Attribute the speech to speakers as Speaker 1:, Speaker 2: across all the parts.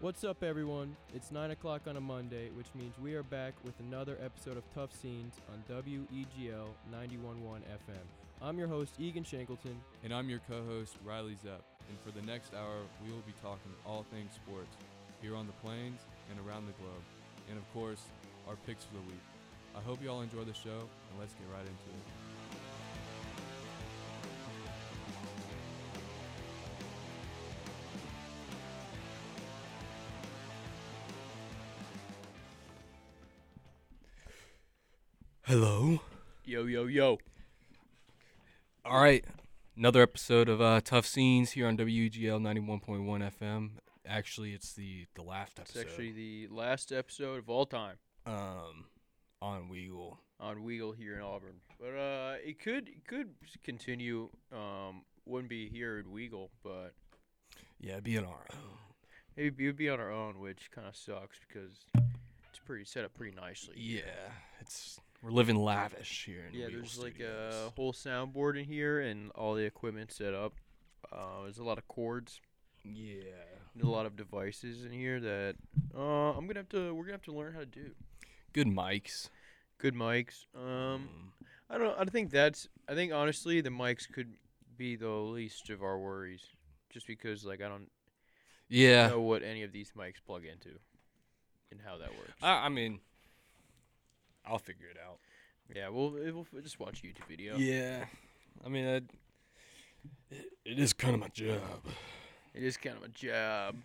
Speaker 1: What's up, everyone? It's 9 o'clock on a Monday, which means we are back with another episode of Tough Scenes on E WEGL 91.1 FM. I'm your host, Egan Shankleton.
Speaker 2: And I'm your co host, Riley Zepp. And for the next hour, we will be talking all things sports here on the plains and around the globe. And of course, our picks for the week. I hope you all enjoy the show, and let's get right into it.
Speaker 3: Hello.
Speaker 4: Yo, yo, yo.
Speaker 3: All right. Another episode of uh, Tough Scenes here on WGL 91.1 FM. Actually, it's the the last
Speaker 4: It's
Speaker 3: episode.
Speaker 4: actually the last episode of all time
Speaker 3: um on Weagle.
Speaker 4: on Weagle here in Auburn. But uh, it could it could continue. Um, wouldn't be here at Weagle, but
Speaker 3: Yeah, being our own.
Speaker 4: it would be on our own, which kind of sucks because it's pretty set up pretty nicely.
Speaker 3: Yeah, it's we're living lavish here in
Speaker 4: yeah,
Speaker 3: Weagle
Speaker 4: there's like uh,
Speaker 3: Studios.
Speaker 4: a whole soundboard in here and all the equipment set up. Uh, there's a lot of cords,
Speaker 3: yeah.
Speaker 4: and a lot of devices in here that uh, I'm gonna have to. We're gonna have to learn how to do.
Speaker 3: Good mics.
Speaker 4: Good mics.
Speaker 3: Mm.
Speaker 4: Um, I don't. I think that's. I think honestly, the mics could be the least of our worries, just because like I don't
Speaker 3: Yeah.
Speaker 4: know what any of these mics plug into, and how that works.
Speaker 3: I, I mean I'll figure it out.
Speaker 4: yeah, we'll it- we'll just watch a YouTube video.
Speaker 3: Yeah. I mean, I, it, it is kind of my job.
Speaker 4: It is kind of a job.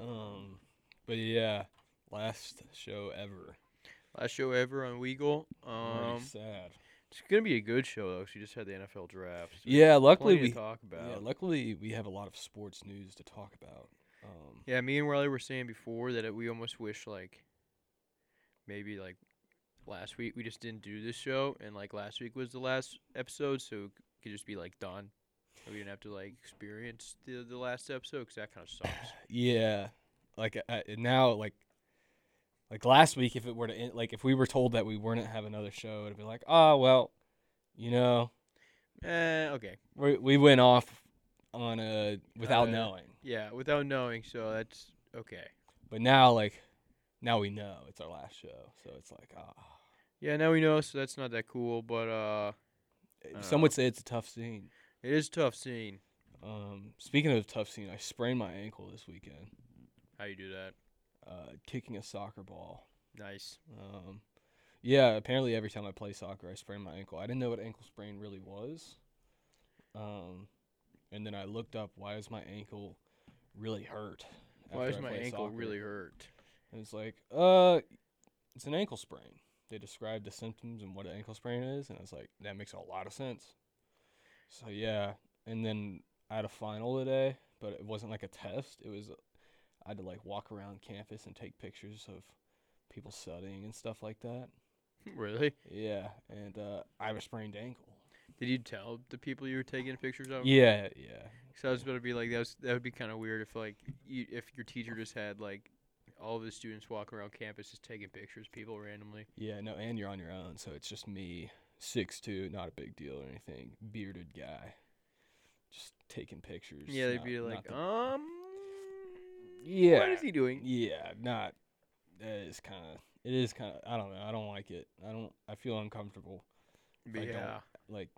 Speaker 3: Um, but yeah, last show ever.
Speaker 4: Last show ever on Weagle. Um,
Speaker 3: Pretty sad.
Speaker 4: it's gonna be a good show though, 'cause we just had the NFL draft. so
Speaker 3: Yeah, luckily
Speaker 4: plenty
Speaker 3: we
Speaker 4: to talk about.
Speaker 3: yeah, luckily we have a lot of sports news to talk about. Um,
Speaker 4: Yeah, me and Riley were saying before that it- we almost wish like maybe like last week we just didn't do this show and like last week was the last episode, so it could just be like done. And We didn't have to like experience the the last episode because that kind of sucks.
Speaker 3: yeah, like I, I- now, like like last week, if it were to end, like if we were told that we weren't to have another show, it'd be like, oh well, you know,
Speaker 4: eh, okay.
Speaker 3: we we went off on a without
Speaker 4: Uh,
Speaker 3: knowing.
Speaker 4: Yeah, without knowing, so that's okay.
Speaker 3: But now, like now we know it's our last show, so it's like ah.
Speaker 4: Yeah, now we know, so that's not that cool, but uh,
Speaker 3: eh, Some
Speaker 4: Uh,
Speaker 3: would say it's a tough scene.
Speaker 4: it is a tough scene.
Speaker 3: Um, speaking of tough scene, I sprained my ankle this weekend
Speaker 4: How you do that?
Speaker 3: uh, kicking a soccer ball.
Speaker 4: Nice.
Speaker 3: Um, yeah, apparently every time I play soccer, I sprain my ankle. I didn't know what ankle sprain really was. Um, and then I looked up why is my ankle really hurt?
Speaker 4: Why
Speaker 3: after
Speaker 4: is
Speaker 3: I
Speaker 4: my
Speaker 3: play
Speaker 4: ankle
Speaker 3: soccer?
Speaker 4: really hurt?
Speaker 3: And it's like, uh, it's an ankle sprain. They described the symptoms and what an ankle sprain is, and I was like, that makes a lot of sense. So yeah, and then I had a final today, but it wasn't like a test. It was, I had to like walk around campus and take pictures of people studying and stuff like that.
Speaker 4: really?
Speaker 3: Yeah, and uh, I have a sprained ankle.
Speaker 4: Did you tell the people you were taking pictures of?
Speaker 3: Yeah, yeah.
Speaker 4: So I was about to be like that. Was, that would be kind of weird if like you, if your teacher just had like all of his students walking around campus just taking pictures of people randomly.
Speaker 3: Yeah, no, and you're on your own, so it's just me, six two, not a big deal or anything. Bearded guy, just taking pictures.
Speaker 4: Yeah, they'd
Speaker 3: not-
Speaker 4: be
Speaker 3: not
Speaker 4: like,
Speaker 3: the-
Speaker 4: um, what
Speaker 3: Yeah.
Speaker 4: is he doing?
Speaker 3: yeah, not. That is kind of. It is kind of. I don't know. I don't like it. I don't. I feel uncomfortable.
Speaker 4: But
Speaker 3: I don't-
Speaker 4: yeah,
Speaker 3: Like,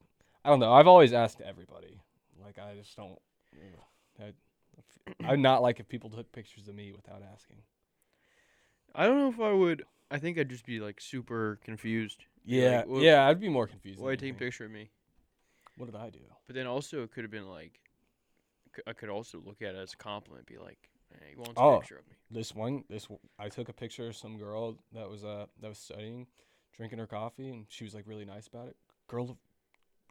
Speaker 3: I don't know. I've always asked everybody. Like, I just don't. ugh, I, I'm not like if people took pictures of me without asking.
Speaker 4: I don't know if I would. I think I'd just be like super confused. Be
Speaker 3: Yeah,
Speaker 4: like, "Wha-
Speaker 3: yeah, I'd be more confused.
Speaker 4: Why are
Speaker 3: than
Speaker 4: you taking a
Speaker 3: anything.
Speaker 4: picture of me?
Speaker 3: What did I do?
Speaker 4: But then also it could have been like, c- I could also look at it as a compliment. Be like, hey, he wants a
Speaker 3: Oh.
Speaker 4: picture of me.
Speaker 3: This one, this w- I took a picture of some girl that was uh that was studying, drinking her coffee, and she was like really nice about it. Girl,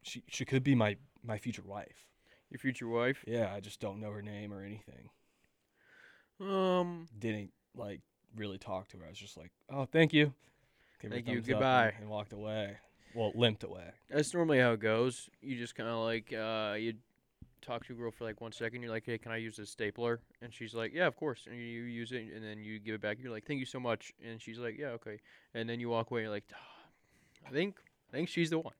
Speaker 3: she she could be my my future wife.
Speaker 4: Your future wife.
Speaker 3: Yeah, I just don't know her name or anything.
Speaker 4: Um,
Speaker 3: Didn't like really talk to her. I was just like, oh, thank you. Gave her a
Speaker 4: Thank you,
Speaker 3: thumbs up
Speaker 4: goodbye.
Speaker 3: And, and walked away. Well, limped away.
Speaker 4: That's normally how it goes. You just kind of like uh, you talk to a girl for like one second. You're like, "Hey, can I use this stapler?" And she's like, "Yeah, of course." And you use it, and then you give it back. You're like, "Thank you so much." And she's like, "Yeah, okay." And then you walk away. You're like, "Ah, "I think I think she's the one.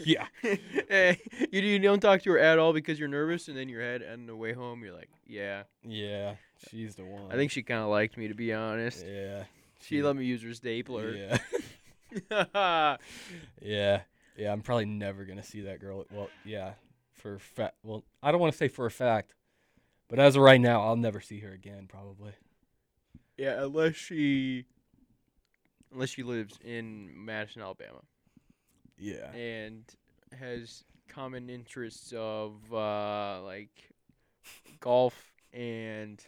Speaker 3: yeah.
Speaker 4: Hey, you, you don't talk to her at all because you're nervous, and then your head on the way home, you're like, yeah.
Speaker 3: Yeah. She's the one.
Speaker 4: I think she kind of liked me, to be honest.
Speaker 3: Yeah.
Speaker 4: She let me use her stapler.
Speaker 3: Yeah.
Speaker 4: Yeah.
Speaker 3: Yeah. Yeah, I'm probably never going to see that girl. Well, yeah, for a fact. Well, I don't want to say for a fact, but as of right now, I'll never see her again, probably.
Speaker 4: unless she, unless she lives in Madison, Alabama,
Speaker 3: Yeah.
Speaker 4: and has common interests of uh, like golf and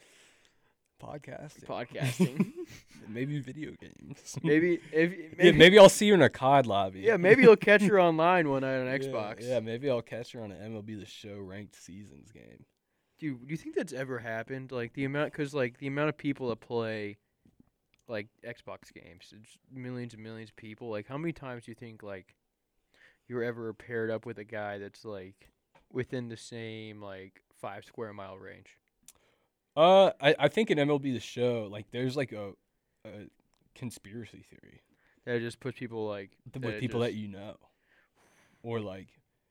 Speaker 3: Podcasting.
Speaker 4: podcasting.
Speaker 3: maybe video games.
Speaker 4: maybe if
Speaker 3: Yeah,
Speaker 4: maybe.
Speaker 3: maybe I'll see her in a COD lobby.
Speaker 4: Yeah, maybe you'll catch her online one night on
Speaker 3: Yeah,
Speaker 4: Xbox.
Speaker 3: Yeah, maybe I'll catch her on an MLB The Show ranked seasons game.
Speaker 4: Dude, do you think that's ever happened? Like the amount, because like the amount of people that play, like Xbox games, it's millions and millions of people. Like, how many times do you think like you're ever paired up with a guy that's like within the same like five square mile range?
Speaker 3: Uh, I, I think in MLB The Show, like there's like a, a conspiracy theory
Speaker 4: That it just puts people like
Speaker 3: th- with
Speaker 4: it
Speaker 3: people
Speaker 4: just-
Speaker 3: that you know, or like,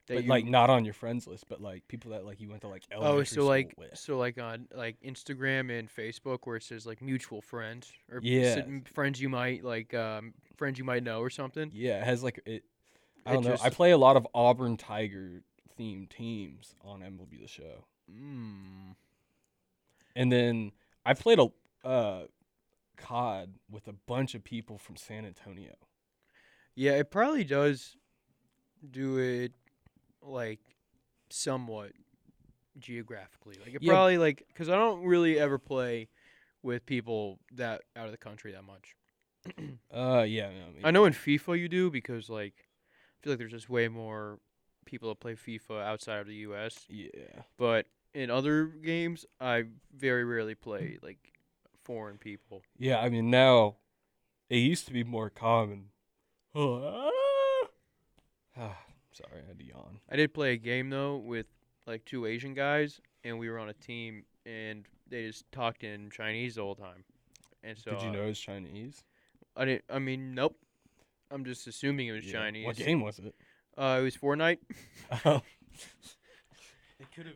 Speaker 4: that
Speaker 3: but
Speaker 4: you-
Speaker 3: like not on your friends list, but like people that like you went to like elementary
Speaker 4: oh, so
Speaker 3: school
Speaker 4: like
Speaker 3: with.
Speaker 4: so like on like Instagram and Facebook where it says like mutual friends or s-
Speaker 3: Yeah.
Speaker 4: friends you might like um friends you might know or something.
Speaker 3: Yeah, it has like it. I
Speaker 4: It
Speaker 3: don't know. I
Speaker 4: just-
Speaker 3: play a lot of Auburn Tiger themed teams on MLB The Show.
Speaker 4: Mm.
Speaker 3: And then I played a uh, COD with a bunch of people from San Antonio.
Speaker 4: Yeah, it probably does do it like somewhat geographically. Like it
Speaker 3: Yeah.
Speaker 4: probably like because I don't really ever play with people that out of the country that much.
Speaker 3: Uh, yeah, no,
Speaker 4: I know in FIFA you do because like I feel like there's just way more people that play FIFA outside of the U.S.
Speaker 3: Yeah,
Speaker 4: But in other games, I very rarely play like foreign people.
Speaker 3: yeah. I mean, now it used to be more common. Ah, sorry, I had to yawn.
Speaker 4: I did play a game though with like two Asian guys, and we were on a team, and they just talked in Chinese the whole time. And so
Speaker 3: Did you
Speaker 4: uh,
Speaker 3: know it was Chinese?
Speaker 4: I didn't. I mean, nope. I'm just assuming it was
Speaker 3: Yeah.
Speaker 4: Chinese.
Speaker 3: What game was it?
Speaker 4: Uh, it was Fortnite.
Speaker 3: Oh.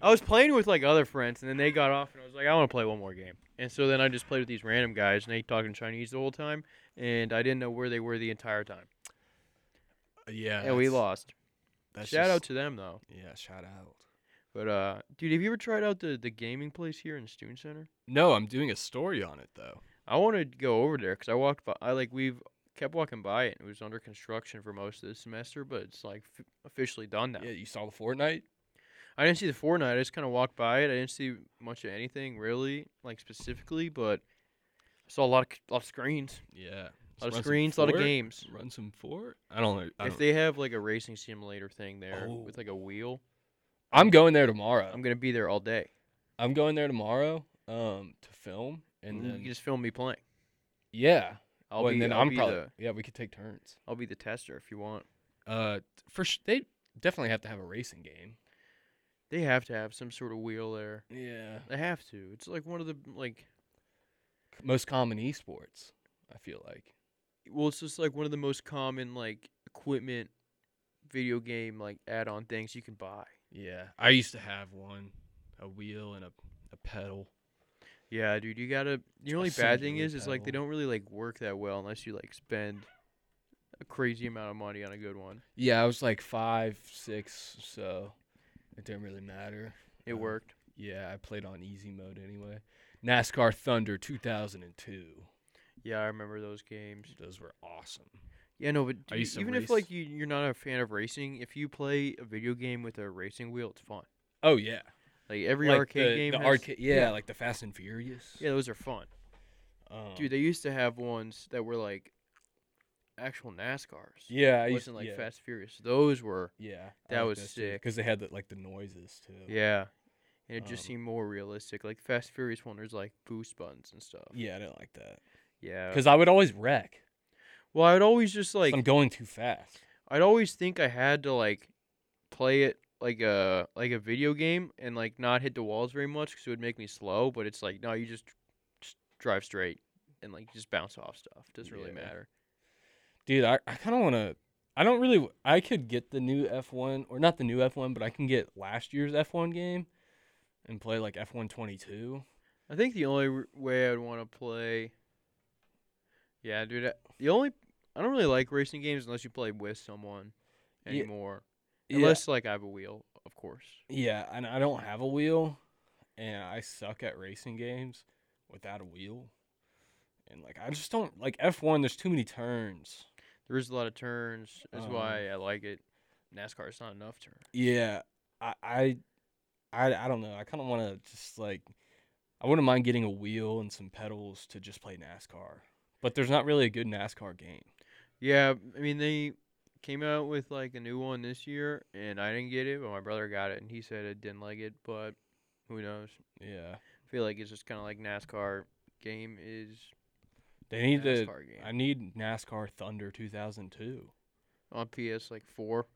Speaker 4: I was playing with like other friends, and then they got off, and I was like, I want to play one more game. And so then I just played with these random guys, and they talked in Chinese the whole time, and I didn't know where they were the entire time,
Speaker 3: yeah,
Speaker 4: and we lost. Shout out to them though.
Speaker 3: Yeah, shout out.
Speaker 4: But uh, dude, have you ever tried out the the gaming place here in Student Center?
Speaker 3: No, I'm doing a story on it though.
Speaker 4: I wanted to go over there because I walked by. I like we've kept walking by it. It was under construction for most of the semester, but it's like f- officially done now.
Speaker 3: Yeah, you saw the Fortnite.
Speaker 4: I didn't see the Fortnite. I just kind of walked by it. I didn't see much of anything really, like specifically, but I saw a lot of c- lot of screens,
Speaker 3: Yeah,
Speaker 4: a lot of screens, a lot of games.
Speaker 3: Run some fort. I don't know. I
Speaker 4: If they have like a racing simulator thing there with
Speaker 3: Oh.
Speaker 4: like a wheel,
Speaker 3: am going there tomorrow.
Speaker 4: I'm
Speaker 3: I'm,
Speaker 4: gonna be there all day.
Speaker 3: going there tomorrow um to film and
Speaker 4: And
Speaker 3: then
Speaker 4: you just film me playing.
Speaker 3: yeah.
Speaker 4: I'll
Speaker 3: well,
Speaker 4: be
Speaker 3: and then
Speaker 4: I'll
Speaker 3: am
Speaker 4: be
Speaker 3: probably
Speaker 4: the,
Speaker 3: yeah. We could take turns.
Speaker 4: I'll be the tester if you want.
Speaker 3: Uh, for sh- they definitely have to have a racing game.
Speaker 4: They have to have some sort of wheel there.
Speaker 3: Yeah,
Speaker 4: They have to. It's like one of the like
Speaker 3: most common esports. I feel like.
Speaker 4: well it's just like one of the most common like equipment video game like add-on things you can buy
Speaker 3: Yeah, I used to have one, a wheel and a a pedal.
Speaker 4: yeah dude you gotta the only bad thing
Speaker 3: singular
Speaker 4: is is like they
Speaker 3: paddle.
Speaker 4: don't really like work that well unless you like spend a crazy amount of money on a good one
Speaker 3: Yeah, I was like five, six, so it didn't really matter.
Speaker 4: it
Speaker 3: Uh,
Speaker 4: worked
Speaker 3: Yeah, I played on easy mode anyway. NASCAR Thunder 2002.
Speaker 4: yeah i remember those games
Speaker 3: Those were awesome.
Speaker 4: yeah no but
Speaker 3: I
Speaker 4: dude,
Speaker 3: used to
Speaker 4: even if
Speaker 3: race.
Speaker 4: like you, you're not a fan of racing if you play a video game with a racing wheel it's fun
Speaker 3: Oh yeah,
Speaker 4: like every
Speaker 3: Like
Speaker 4: arcade
Speaker 3: the,
Speaker 4: game
Speaker 3: The
Speaker 4: has-
Speaker 3: arcade, yeah,
Speaker 4: yeah.
Speaker 3: like the Fast and Furious.
Speaker 4: yeah those are fun
Speaker 3: Um,
Speaker 4: dude they used to have ones that were like actual nascars
Speaker 3: yeah, I
Speaker 4: It
Speaker 3: used
Speaker 4: wasn't like
Speaker 3: yeah,
Speaker 4: Fast Furious. Those were
Speaker 3: Yeah, I
Speaker 4: That
Speaker 3: like
Speaker 4: was
Speaker 3: those
Speaker 4: sick.
Speaker 3: because they had the, like the noises too.
Speaker 4: yeah, and it just
Speaker 3: Um,
Speaker 4: seemed more realistic. Like Fast Furious one, there's like boost buttons and stuff.
Speaker 3: yeah, I didn't like that
Speaker 4: Yeah.
Speaker 3: because I would always wreck.
Speaker 4: Well, I'd always just
Speaker 3: 'cause
Speaker 4: like
Speaker 3: I'm going too fast.
Speaker 4: I'd always think I had to like play it like a like a video game and like not hit the walls very much because it would make me slow. But it's like no, you just just drive straight and like just bounce off stuff. Doesn't really
Speaker 3: Yeah.
Speaker 4: matter.
Speaker 3: Dude, I, I kind of want to I don't really. I could get the new F1 or not the new F1, but I can get last year's F1 game and play like F1 22.
Speaker 4: I think the only r- way I'd want to play. Yeah, dude. I- The only I don't really like racing games unless you play with someone
Speaker 3: Yeah.
Speaker 4: anymore.
Speaker 3: Yeah.
Speaker 4: Unless like I have a wheel, of course.
Speaker 3: Yeah, and I don't have a wheel, and I suck at racing games without a wheel. And like I just don't like F1. There's too many turns.
Speaker 4: There is a lot of turns. That's
Speaker 3: Um,
Speaker 4: why I like it. NASCAR is not enough turn.
Speaker 3: Yeah, I I I, I don't know. I kind of want to just like I wouldn't mind getting a wheel and some pedals to just play NASCAR. But there's not really a good NASCAR game.
Speaker 4: Yeah, I mean they came out with like a new one this year, and I didn't get it, but my brother got it, and he said it didn't like it. But who knows?
Speaker 3: Yeah,
Speaker 4: I feel like it's just kind of like NASCAR game is
Speaker 3: they need to.
Speaker 4: NASCAR game
Speaker 3: I need NASCAR Thunder 2002.
Speaker 4: on PS like four,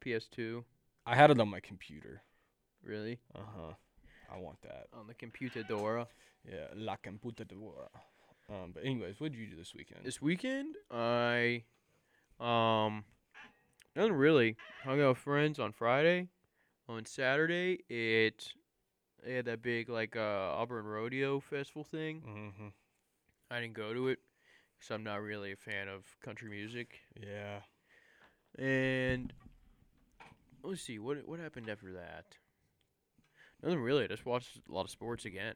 Speaker 4: PS two,
Speaker 3: I had it on my computer.
Speaker 4: really
Speaker 3: Uh huh. I want that.
Speaker 4: on the computadora.
Speaker 3: Yeah, la computadora. Um, but anyways, what did you do this weekend?
Speaker 4: This weekend, I um, nothing really. Hung out with friends on Friday. On Saturday, it they had that big like uh, Auburn rodeo festival thing.
Speaker 3: Mm-hmm.
Speaker 4: I didn't go to it because I'm not really a fan of country music.
Speaker 3: Yeah.
Speaker 4: And let's see what what happened after that. Nothing really. I just watched a lot of sports again.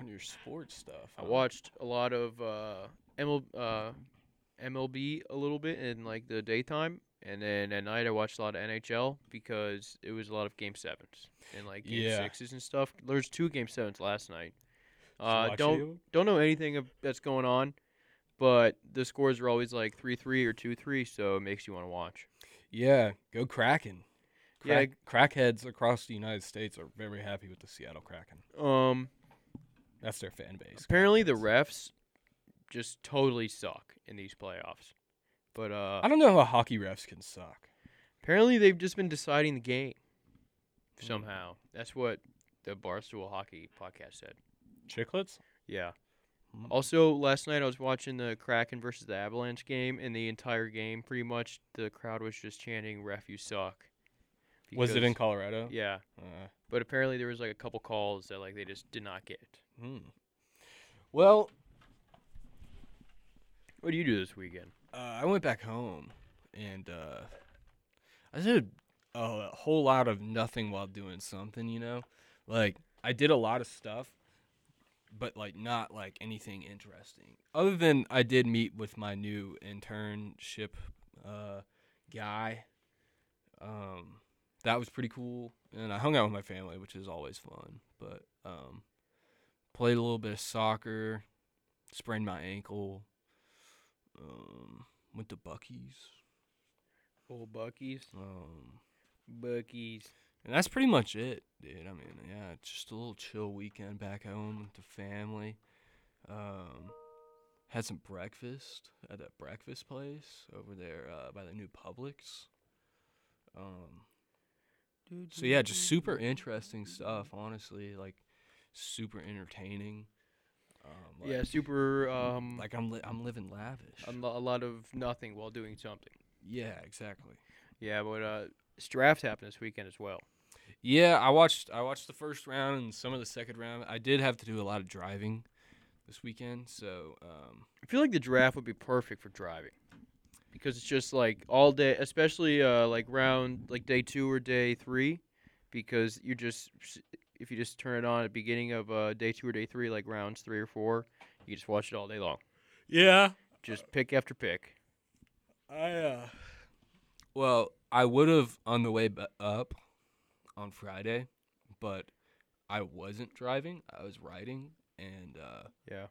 Speaker 3: On your sports stuff.
Speaker 4: I
Speaker 3: huh?
Speaker 4: watched a lot of uh, ML, uh, MLB a little bit in like the daytime, and then at night I watched a lot of NHL because it was a lot of game sevens and like game
Speaker 3: Yeah.
Speaker 4: sixes and stuff. There's two game sevens last night.
Speaker 3: Did you
Speaker 4: Uh,
Speaker 3: watch
Speaker 4: don't
Speaker 3: any of 'em?
Speaker 4: don't know anything of, that's going on, but the scores are always like three three or two three, so it makes you want to watch.
Speaker 3: Yeah, go Kraken.
Speaker 4: Yeah.
Speaker 3: Crack, crackheads across the United States are very happy with the Seattle Kraken.
Speaker 4: Um,
Speaker 3: That's their fan base.
Speaker 4: apparently the refs just totally suck in these playoffs, but uh,
Speaker 3: I don't know how hockey refs can suck.
Speaker 4: Apparently, they've just been deciding the game
Speaker 3: Mm.
Speaker 4: somehow. That's what the Barstool Hockey podcast said.
Speaker 3: Chicklets?
Speaker 4: Yeah.
Speaker 3: Mm.
Speaker 4: Also, last night I was watching the Kraken versus the Avalanche game, and the entire game, pretty much, the crowd was just chanting "Ref, you suck."
Speaker 3: Was it in
Speaker 4: because-
Speaker 3: Colorado?
Speaker 4: Yeah,
Speaker 3: Uh,
Speaker 4: but apparently there was like a couple calls that like they just did not get.
Speaker 3: hmm. Well,
Speaker 4: What do you do this weekend?
Speaker 3: uh, I went back home and uh, I did a whole lot of nothing while doing something, you know? Like, I did a lot of stuff, but like not like anything interesting. Other than I did meet with my new internship uh, guy. Um, that was pretty cool. And I hung out with my family, which is always fun. But um, played a little bit of soccer, sprained my ankle. Um, went to Bucky's.
Speaker 4: Old Oh, Buckies,
Speaker 3: Um,
Speaker 4: Buckies.
Speaker 3: and that's pretty much it, dude. I mean, yeah, it's just a little chill weekend back home with the family. Um, had some breakfast at that breakfast place over there uh, by the new Publix. Um, so yeah, just super interesting stuff. Honestly, like super entertaining. Um, like,
Speaker 4: Yeah, super. Um, like
Speaker 3: like I'm li- I'm living lavish.
Speaker 4: a lo- a lot of nothing while doing something.
Speaker 3: yeah, exactly.
Speaker 4: Yeah, but uh, this draft happened this weekend as well.
Speaker 3: Yeah, I watched I watched the first round and some of the second round. I did have to do a lot of driving this weekend, so um,
Speaker 4: I feel like the draft would be perfect for driving because it's just like all day, especially uh, like round like day two or day three, because you just if you just turn it on at the beginning of uh, day two or day three, like rounds three or four, you just watch it all day long,
Speaker 3: yeah,
Speaker 4: just pick after pick.
Speaker 3: I uh, well, I would have on the way b- up on Friday, but I wasn't driving. I was riding, and uh,
Speaker 4: Yeah.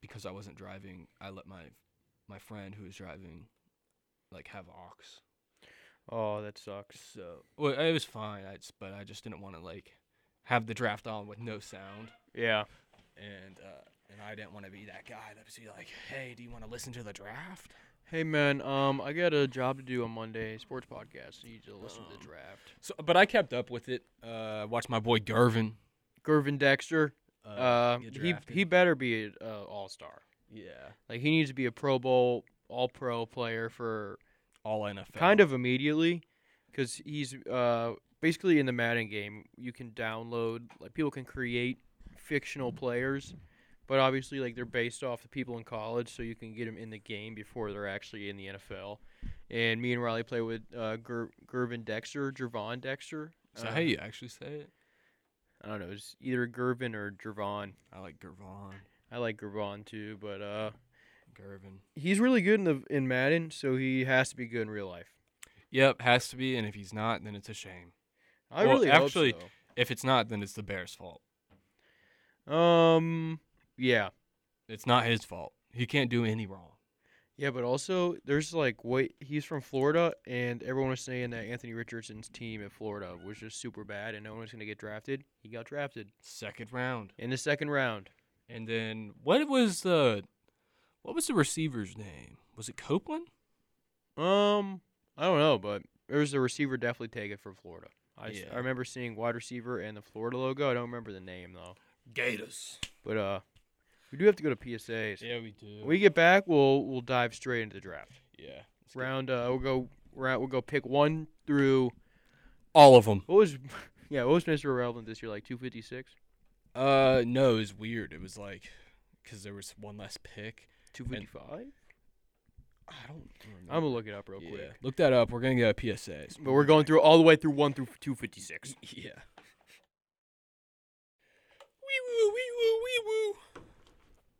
Speaker 3: because I wasn't driving, I let my my friend who was driving like have aux.
Speaker 4: Oh, that sucks.
Speaker 3: So well, it was fine, I just, but I just didn't want to like have the draft on with no sound.
Speaker 4: Yeah,
Speaker 3: and uh, and I didn't want to be that guy that was be like, hey, do you want to listen to the draft?
Speaker 4: Hey man, um, I got a job to do on Monday, sports podcast. You need to listen to
Speaker 3: Um,
Speaker 4: the draft.
Speaker 3: So, but I kept up with it. Uh, watched my boy Gervin.
Speaker 4: Gervin Dexter,
Speaker 3: Uh,
Speaker 4: uh,
Speaker 3: get
Speaker 4: he
Speaker 3: drafted.
Speaker 4: he better be an uh, all star.
Speaker 3: yeah,
Speaker 4: Like he needs to be a Pro Bowl All Pro player for
Speaker 3: all NFL.
Speaker 4: kind of immediately because he's uh, basically in the Madden game. You can download like people can create fictional players, but obviously like they're based off the people in college, so you can get them in the game before they're actually in the NFL. And me and Riley play with uh, Ger- Gervin Dexter, Gervon Dexter.
Speaker 3: Is that
Speaker 4: Uh,
Speaker 3: how you actually say it?
Speaker 4: I don't know. It's either Gervin or Gervon.
Speaker 3: I like Gervon,
Speaker 4: I like Gervon too, but uh,
Speaker 3: Gervin.
Speaker 4: he's really good in the in Madden, so he has to be good in real life.
Speaker 3: Yep, has to be. And if he's not, then it's a shame.
Speaker 4: I
Speaker 3: Well,
Speaker 4: really
Speaker 3: actually,
Speaker 4: hope so.
Speaker 3: If it's not, then it's the Bears' fault.
Speaker 4: Um, yeah,
Speaker 3: It's not his fault. He can't do any wrong.
Speaker 4: yeah, but also there's like wait, he's from Florida, and everyone was saying that Anthony Richardson's team at Florida was just super bad, and no one was gonna get drafted. He got drafted
Speaker 3: Second round.
Speaker 4: in the second round.
Speaker 3: And then what was the what was the receiver's name? Was it Copeland?
Speaker 4: Um, I don't know, but there's a receiver definitely taken from Florida. I, s-
Speaker 3: Yeah.
Speaker 4: I remember seeing wide receiver and the Florida logo. I don't remember the name though,
Speaker 3: Gators.
Speaker 4: but uh, we do have to go to PSAs.
Speaker 3: Yeah, we do.
Speaker 4: When we get back, we'll we'll dive straight into the draft.
Speaker 3: yeah. Let's get
Speaker 4: Round uh, we'll go round we'll go pick one through
Speaker 3: all of them.
Speaker 4: What was yeah, what was Mr. Irrelevant this year? Like two fifty six?
Speaker 3: Uh, no, it was weird. It was like because there was one less pick.
Speaker 4: Two fifty five?
Speaker 3: I don't remember.
Speaker 4: I'm gonna look it up real
Speaker 3: yeah.
Speaker 4: quick.
Speaker 3: Look that up. We're gonna get a PSAs.
Speaker 4: But we're going through all the way through one through two fifty six.
Speaker 3: Yeah. Wee woo, wee woo, wee woo.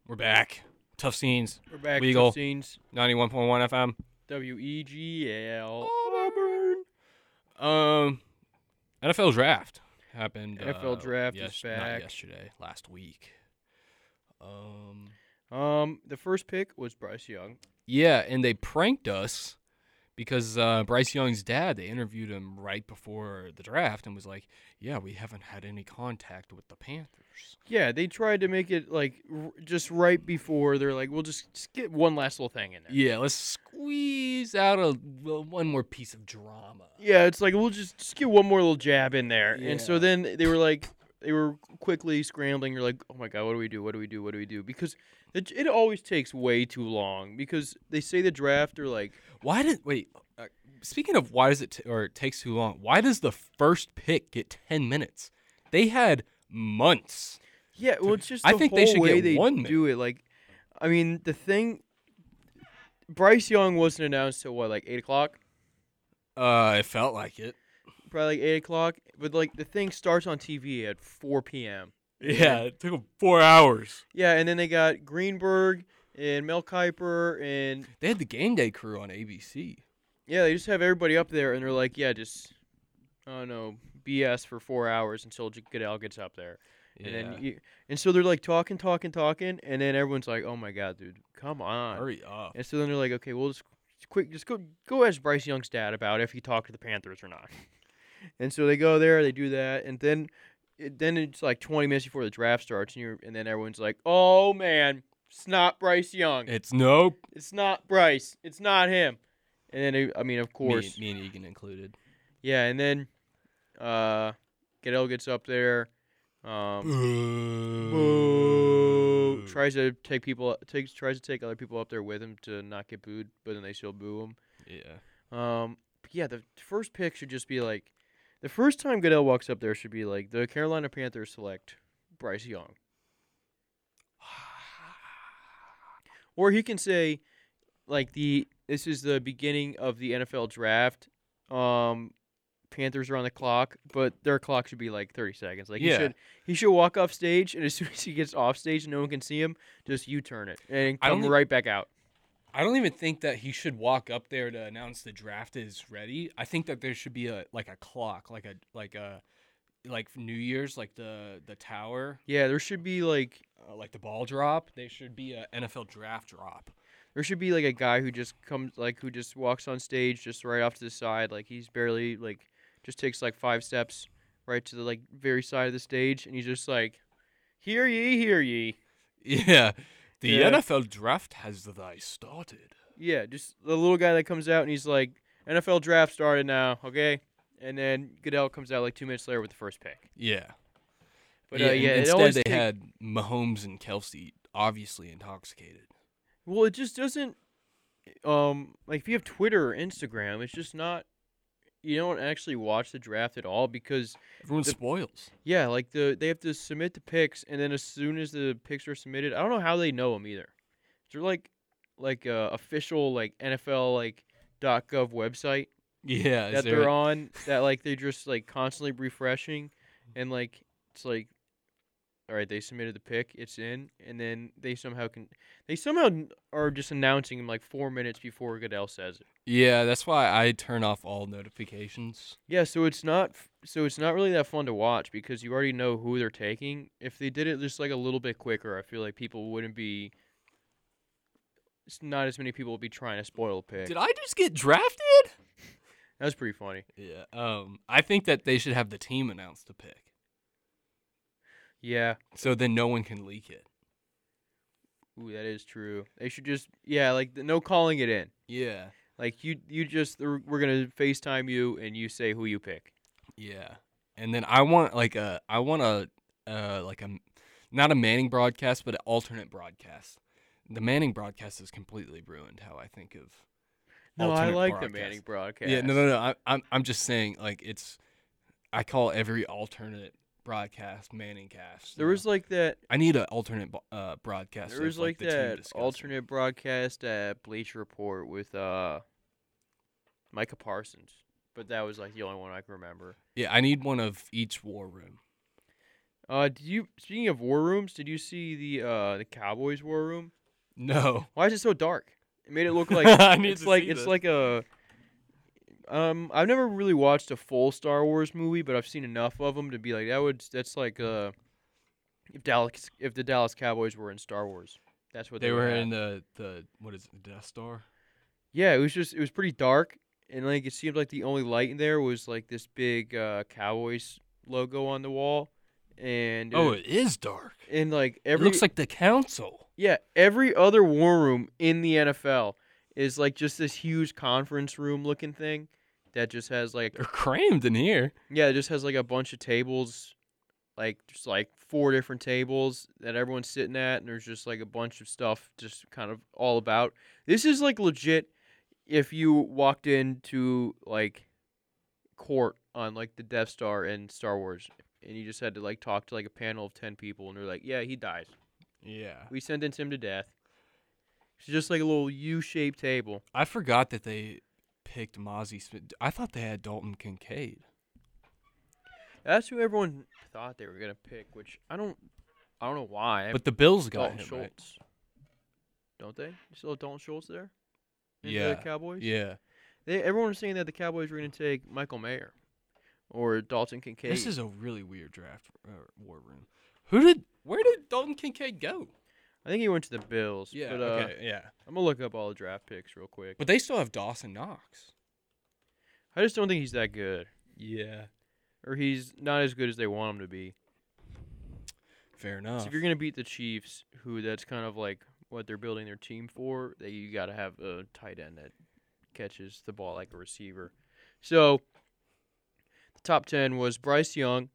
Speaker 3: We're back. Tough scenes.
Speaker 4: We're back
Speaker 3: Weagle.
Speaker 4: to scenes.
Speaker 3: Ninety-one point one FM.
Speaker 4: W E G L
Speaker 3: Um, NFL draft happened.
Speaker 4: NFL
Speaker 3: uh,
Speaker 4: draft is
Speaker 3: yes- Not
Speaker 4: back.
Speaker 3: yesterday, last week. Um,
Speaker 4: Um the first pick was Bryce Young.
Speaker 3: yeah, and they pranked us because uh, Bryce Young's dad. They interviewed him right before the draft and was like, "Yeah, we haven't had any contact with the Panthers."
Speaker 4: Yeah, they tried to make it like r- just right before they're like, we'll just, just get one last little thing in there.
Speaker 3: Yeah, let's squeeze out a well, one more piece of drama.
Speaker 4: Yeah, it's like we'll just, just get one more little jab in there. And so
Speaker 3: Yeah.
Speaker 4: then they were like, they were quickly scrambling. You're like, oh my god, what do we do? What do we do? What do we do? Because it, it always takes way too long. Because they say the draft or like,
Speaker 3: Why did wait? Uh, speaking of why does it t- or it takes too long? Why does the first pick get ten minutes? They had months.
Speaker 4: yeah, well, it's just
Speaker 3: I
Speaker 4: the
Speaker 3: think they
Speaker 4: whole
Speaker 3: should
Speaker 4: way
Speaker 3: get
Speaker 4: they
Speaker 3: one
Speaker 4: do it. Like, I mean, the thing, Bryce Young wasn't announced till what, like eight o'clock?
Speaker 3: Uh, it felt like it.
Speaker 4: Probably like eight o'clock. But like the thing starts on TV at four p.m.
Speaker 3: Yeah, it took them four hours.
Speaker 4: Yeah, and then they got Greenberg and Mel Kiper and
Speaker 3: They had the game day crew on ABC.
Speaker 4: Yeah, they just have everybody up there, and they're like, yeah, just, I don't know, BS for four hours until J- Goodell gets up there. And then, you, and so they're like talking, talking, talking, and then everyone's like, oh my god, dude, come on.
Speaker 3: hurry up.
Speaker 4: And so then they're like, okay, we'll just just quick, just go, go ask Bryce Young's dad about if he talked to the Panthers or not. and so they go there, they do that, and then, it, then it's like 20 minutes before the draft starts, and you're, and then everyone's like, oh man, it's not Bryce Young,
Speaker 3: It's nope.
Speaker 4: it's not Bryce, it's not him. And then, it- I mean, of course.
Speaker 3: me, and Egan included.
Speaker 4: Yeah, and then uh Goodell gets up there, um
Speaker 3: Boo.
Speaker 4: tries to take people takes tries to take other people up there with him to not get booed, but then they still boo
Speaker 3: Yeah.
Speaker 4: him. Um but yeah, the first pick should just be like the first time Goodell walks up there should be like the Carolina Panthers select Bryce Young. Or he can say like the this is the beginning of the NFL draft. Um Panthers are on the clock, but their clock should be like 30 seconds. Like he
Speaker 3: Yeah.
Speaker 4: should he should walk off stage and as soon as he gets off stage and no one can see him, just U-turn it and
Speaker 3: I don't
Speaker 4: come
Speaker 3: think-
Speaker 4: right back out.
Speaker 3: I don't even think that he should walk up there to announce the draft is ready. I think that there should be a like a clock, like a like a like New Year's, like the the tower,
Speaker 4: Yeah, there should be like
Speaker 3: uh, like the ball drop. There should be a NFL draft drop.
Speaker 4: there should be like a guy who just comes like who just walks on stage just right off to the side like he's barely like just takes like 5 steps right to the like very side of the stage and he's just like hear ye, hear ye.
Speaker 3: Yeah, the
Speaker 4: Yeah.
Speaker 3: NFL draft has thy started.
Speaker 4: Yeah, just the little guy that comes out and he's like, NFL draft started now, okay? And then Goodell comes out like two minutes later with the first pick.
Speaker 3: Yeah,
Speaker 4: But yeah, uh,
Speaker 3: and
Speaker 4: yeah it
Speaker 3: instead
Speaker 4: always
Speaker 3: they
Speaker 4: take-
Speaker 3: had Mahomes and Kelsey obviously intoxicated.
Speaker 4: Well, it just doesn't. um like if you have Twitter or Instagram, it's just not you don't actually watch the draft at all because
Speaker 3: Everyone
Speaker 4: The-
Speaker 3: spoils.
Speaker 4: yeah, like the they have to submit the picks and then as soon as the picks are submitted, I don't know how they know them either. They're like like uh, official like NFL like .gov website
Speaker 3: Yeah,
Speaker 4: that they're on that like they're just like constantly refreshing and like it's like all right they submitted the pick it's in and then they somehow can they somehow n- are just announcing him like four minutes before goodell says it
Speaker 3: Yeah, that's why I turn off all notifications.
Speaker 4: yeah so it's not f- so it's not really that fun to watch because you already know who they're taking if they did it just like a little bit quicker i feel like people wouldn't be s- not as many people would be trying to spoil a pick
Speaker 3: Did I just get drafted?
Speaker 4: that's pretty funny
Speaker 3: Yeah. Um, I think that they should have the team announce the pick,
Speaker 4: yeah
Speaker 3: so then no one can leak it.
Speaker 4: ooh that is true they should just yeah like th- no calling it in
Speaker 3: Yeah.
Speaker 4: Like you, you just we're we're gonna Facetime you and you say who you pick.
Speaker 3: Yeah, and then I want like a I want a uh, like a m- not a Manning broadcast, but an alternate broadcast. The Manning broadcast has completely ruined how I think of.
Speaker 4: No, I
Speaker 3: alternate
Speaker 4: like
Speaker 3: broadcasts.
Speaker 4: the Manning broadcast.
Speaker 3: Yeah, no, no, no. I, I'm I'm just saying like it's. I call every alternate broadcast Manning cast.
Speaker 4: There was like that.
Speaker 3: I need an alternate bo- uh, broadcast.
Speaker 4: there was
Speaker 3: of, like,
Speaker 4: like,
Speaker 3: the team
Speaker 4: that
Speaker 3: discussing.
Speaker 4: alternate broadcast at Bleacher Report with uh, Micah Parsons, but that was like the only one I can remember.
Speaker 3: Yeah, I need one of each war room.
Speaker 4: Uh, did you speaking of war rooms? Did you see the uh the Cowboys war room?
Speaker 3: No.
Speaker 4: Why is it so dark? It made it look like
Speaker 3: I need
Speaker 4: it's
Speaker 3: to
Speaker 4: like
Speaker 3: see
Speaker 4: it's
Speaker 3: this.
Speaker 4: like a um I've never really watched a full Star Wars movie, but I've seen enough of them to be like that would that's like uh if Dallas if the Dallas Cowboys were in Star Wars. That's what they,
Speaker 3: they
Speaker 4: would
Speaker 3: were
Speaker 4: have.
Speaker 3: in the the what is it, Death Star?
Speaker 4: Yeah, it was just it was pretty dark and like it seemed like the only light in there was like this big uh Cowboys logo on the wall and uh,
Speaker 3: Oh, it is dark.
Speaker 4: and like every
Speaker 3: it looks like the council.
Speaker 4: Yeah, every other war room in the NFL is like just this huge conference room looking thing that just has like
Speaker 3: They're crammed in here.
Speaker 4: yeah, it just has like a bunch of tables, like just like four different tables that everyone's sitting at, and there's just like a bunch of stuff just kind of all about. This is like legit. If you walked into like court on like the Death Star and Star Wars, and you just had to like talk to like a panel of ten people, and they're like, "Yeah, he dies.
Speaker 3: Yeah.
Speaker 4: We sentence him to death." It's just like a little U-shaped table.
Speaker 3: I forgot that they picked Mozzie Smith. I thought they had Dalton Kincaid.
Speaker 4: That's who everyone thought they were gonna pick, which I don't, I don't know why.
Speaker 3: But the Bills got
Speaker 4: Dalton
Speaker 3: him,
Speaker 4: Schultz.
Speaker 3: right?
Speaker 4: Don't they? You still have Dalton Schultz there? In
Speaker 3: Yeah.
Speaker 4: The Cowboys?
Speaker 3: Yeah.
Speaker 4: They, everyone was saying that the Cowboys were going to take Michael Mayer or Dalton Kincaid.
Speaker 3: This is a really weird draft uh, war room. Who did where did Dalton Kincaid go?
Speaker 4: I think he went to the Bills. But, uh,
Speaker 3: yeah.
Speaker 4: I'm going to look up all the draft picks real quick.
Speaker 3: But they still have Dawson Knox.
Speaker 4: I just don't think he's that good.
Speaker 3: Yeah.
Speaker 4: Or he's not as good as they want him to be.
Speaker 3: Fair enough.
Speaker 4: So if you're going to beat the Chiefs, who that's kind of like what they're building their team for, that you got to have a tight end that catches the ball like a receiver. So the top 10 was Bryce Young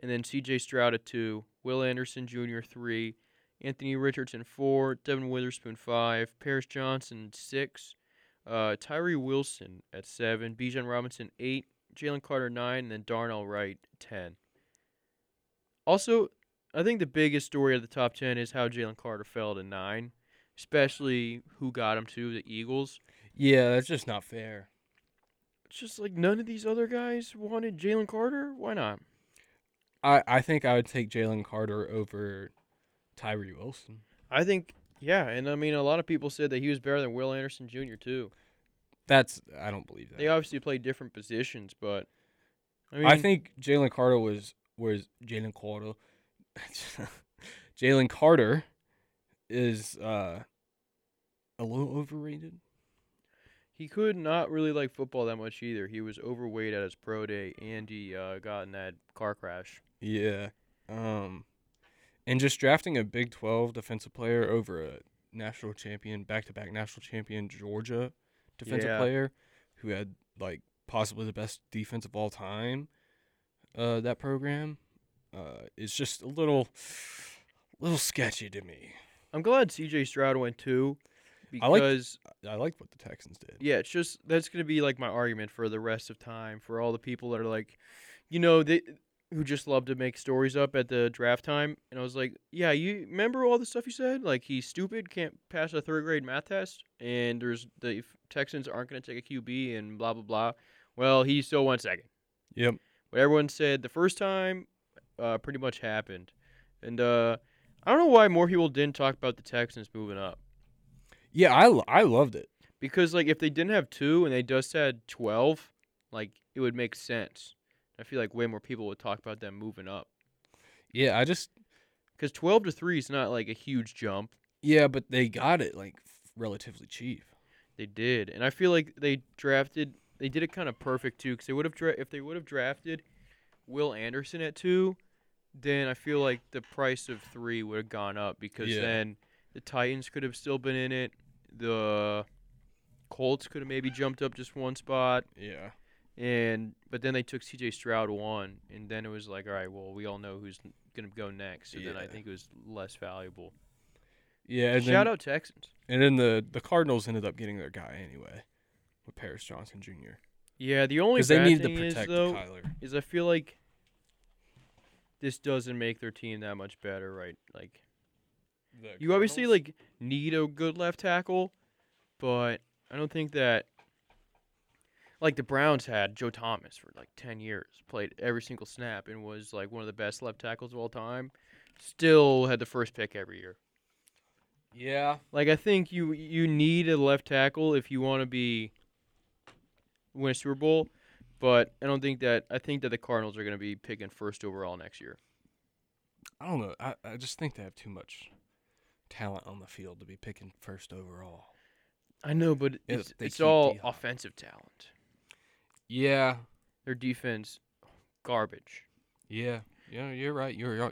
Speaker 4: and then CJ Stroud at 2, Will Anderson Jr. 3, Anthony Richardson 4, Devin Witherspoon 5, Paris Johnson 6, uh, Tyree Wilson at 7, Bijan Robinson 8, Jalen Carter 9, and then Darnell Wright 10. Also, I think the biggest story of the top 10 is how Jalen Carter fell to 9, especially who got him to the Eagles.
Speaker 3: yeah, that's just not fair.
Speaker 4: It's just like none of these other guys wanted Jalen Carter. Why not?
Speaker 3: I, I think I would take Jalen Carter over Tyree Wilson.
Speaker 4: I think, yeah, and I mean, a lot of people said that he was better than Will Anderson Jr., too.
Speaker 3: That's I don't believe that.
Speaker 4: They obviously play different positions, but I
Speaker 3: I,
Speaker 4: mean,
Speaker 3: think Jalen Carter was was Jalen Carter. Jalen Carter is uh, a little overrated.
Speaker 4: he could not really like football that much either. He was overweight at his pro day, and he uh, got in that car crash.
Speaker 3: Yeah. Um, and just drafting a Big Twelve defensive player over a national champion, back to back national champion Georgia defensive
Speaker 4: Yeah.
Speaker 3: player who had like possibly the best defense of all time. Uh, that program uh, is just a little, little sketchy to me.
Speaker 4: I'm glad CJ Stroud went too.
Speaker 3: I like-
Speaker 4: because
Speaker 3: I liked what the Texans did.
Speaker 4: yeah, it's just that's gonna be like my argument for the rest of time for all the people that are like, you know, they who just love to make stories up at the draft time. And I was like, yeah, you remember all the stuff you said? Like he's stupid, can't pass a third grade math test, and there's the Texans aren't gonna take a QB and blah blah blah. Well, he still went second
Speaker 3: Yep.
Speaker 4: what everyone said the first time uh, pretty much happened. And uh, I don't know why more people didn't talk about the Texans moving up.
Speaker 3: Yeah, I, lo- I loved it.
Speaker 4: Because like if they didn't have two and they just had twelve, like it would make sense. I feel like way more people would talk about them moving up.
Speaker 3: Yeah, I just
Speaker 4: Because twelve to three is not like a huge jump.
Speaker 3: yeah, but they got it like relatively cheap.
Speaker 4: They did, and I feel like they drafted. They did it kind of perfect too, because they would have dra- if they would have drafted Will Anderson at two, then I feel like the price of three would have gone up because
Speaker 3: Yeah.
Speaker 4: then the Titans could have still been in it. The Colts could have maybe jumped up just one spot,
Speaker 3: Yeah.
Speaker 4: and but then they took C.J. Stroud one, and then it was like, all right, well, we all know who's gonna go next. So then I
Speaker 3: Yeah.
Speaker 4: think it was less valuable.
Speaker 3: Yeah, and
Speaker 4: Shout
Speaker 3: then,
Speaker 4: out Texans.
Speaker 3: and then the the Cardinals ended up getting their guy anyway with Paris Johnson Jr.
Speaker 4: Yeah, the only
Speaker 3: because they
Speaker 4: bad
Speaker 3: needed to
Speaker 4: thing is,
Speaker 3: protect
Speaker 4: though,
Speaker 3: Kyler.
Speaker 4: is I feel like this doesn't make their team that much better, right? Like you obviously like need a good left tackle, but I don't think that like the Browns had Joe Thomas for like 10 years, played every single snap and was like one of the best left tackles of all time. Still had the first pick every year.
Speaker 3: yeah
Speaker 4: Like I think you you need a left tackle if you want to be win a Super Bowl, but I don't think that I think that the Cardinals are going to be picking first overall next year.
Speaker 3: I don't know. I, I just think they have too much talent on the field to be picking first overall.
Speaker 4: I know, but it's,
Speaker 3: they
Speaker 4: it's
Speaker 3: keep
Speaker 4: all
Speaker 3: D-Hop.
Speaker 4: offensive talent.
Speaker 3: Yeah,
Speaker 4: Their defense garbage.
Speaker 3: yeah, yeah. You're right. You're, you're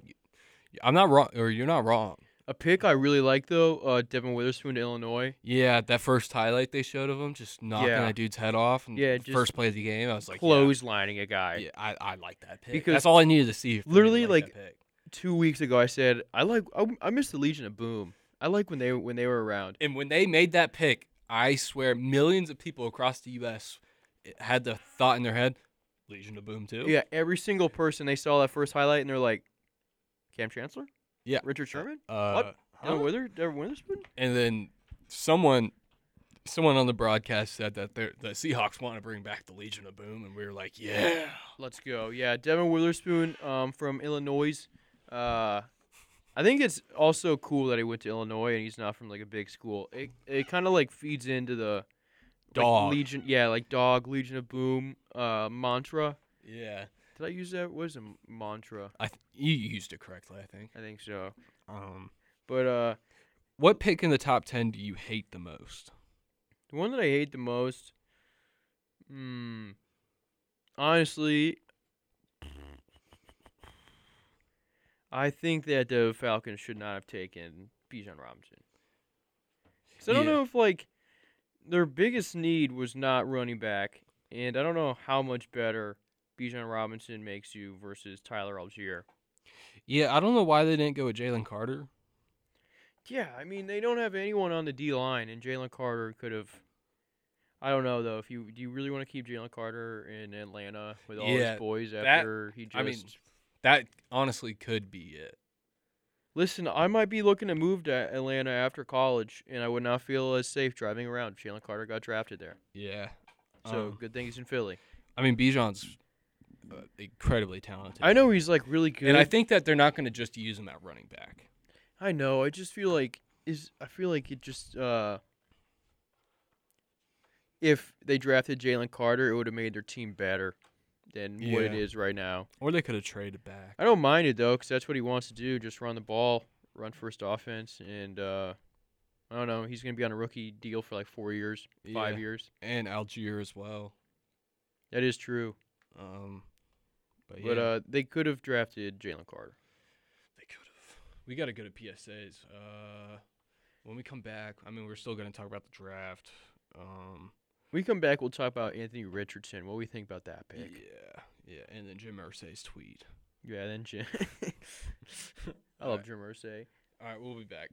Speaker 3: I'm not wrong, or you're not wrong.
Speaker 4: A pick I really like though, uh, Devin Witherspoon to Illinois.
Speaker 3: Yeah, that first highlight they showed of him just knocking
Speaker 4: Yeah.
Speaker 3: that dude's head off. And
Speaker 4: Yeah,
Speaker 3: the
Speaker 4: just
Speaker 3: first play of the game, I was like,
Speaker 4: Close lining a guy.
Speaker 3: Yeah, yeah I, I like that pick.
Speaker 4: Because
Speaker 3: That's all I needed to see. for me to
Speaker 4: literally,
Speaker 3: that pick.
Speaker 4: Two weeks ago, I said I like I, I miss the Legion of Boom. I like when they when they were around.
Speaker 3: and when they made that pick, I swear millions of people across the U.S. had the thought in their head, Legion of Boom too.
Speaker 4: Yeah, every single person they saw that first highlight and they're like, Cam Chancellor.
Speaker 3: Yeah.
Speaker 4: Richard Sherman.
Speaker 3: Uh,
Speaker 4: What? Devin
Speaker 3: huh?
Speaker 4: Wither, Devin Witherspoon.
Speaker 3: And then someone, someone on the broadcast said that they're- the Seahawks want to bring back the Legion of Boom, and we were like, yeah,
Speaker 4: Let's go. Yeah, Devin Witherspoon um, from Illinois. Uh, I think it's also cool that he went to Illinois and he's not from like a big school. It it kind of like feeds into the like,
Speaker 3: Dog.
Speaker 4: Legion. Yeah, like dog Legion of Boom uh, mantra.
Speaker 3: yeah.
Speaker 4: Did I use that? What is a m- mantra?
Speaker 3: I th- you used it correctly, I think.
Speaker 4: I think so.
Speaker 3: Um,
Speaker 4: But uh,
Speaker 3: what pick in the top ten do you hate the most?
Speaker 4: the one that I hate the most, hmm, honestly, I think that the Falcons should not have taken Bijan Robinson. Because I don't
Speaker 3: Yeah.
Speaker 4: know if like their biggest need was not running back, and I don't know how much better Bijan Robinson makes you versus Tyler Algier.
Speaker 3: Yeah, I don't know why they didn't go with Jalen Carter.
Speaker 4: Yeah, I mean they don't have anyone on the D line, and Jalen Carter could have. I don't know though. If you do, you really want to keep Jalen Carter in Atlanta with all
Speaker 3: Yeah,
Speaker 4: his boys
Speaker 3: that-
Speaker 4: after he just.
Speaker 3: I mean- That honestly could be it.
Speaker 4: listen, I might be looking to move to Atlanta after college, and I would not feel as safe driving around. if Jalen Carter got drafted there,
Speaker 3: Yeah.
Speaker 4: so
Speaker 3: Um,
Speaker 4: good thing he's in Philly.
Speaker 3: I mean, Bijan's uh, incredibly talented.
Speaker 4: I know he's like really good.
Speaker 3: and I think that they're not going to just use him at running back.
Speaker 4: I know. I just feel like is I feel like it just uh if they drafted Jalen Carter, it would have made their team better than what it
Speaker 3: Yeah.
Speaker 4: is right now.
Speaker 3: Or they could have traded back.
Speaker 4: I don't mind it though, because that's what he wants to do: just run the ball, run first offense, and uh I don't know. He's gonna be on a rookie deal for like four years, five
Speaker 3: Yeah.
Speaker 4: years.
Speaker 3: And Algier as well.
Speaker 4: That is true.
Speaker 3: Um, but yeah,
Speaker 4: But uh they could have drafted Jalen Carter.
Speaker 3: they could have. We got to go to PSAs. Uh, when we come back, I mean, we're still going to talk about the draft. Um,
Speaker 4: When we come back, we'll talk about Anthony Richardson. What do we think about that pick?
Speaker 3: yeah, yeah, and then Jim Irsay's tweet.
Speaker 4: Yeah, then Jim. I
Speaker 3: All
Speaker 4: love
Speaker 3: right.
Speaker 4: Jim Irsay.
Speaker 3: All right, we'll be back.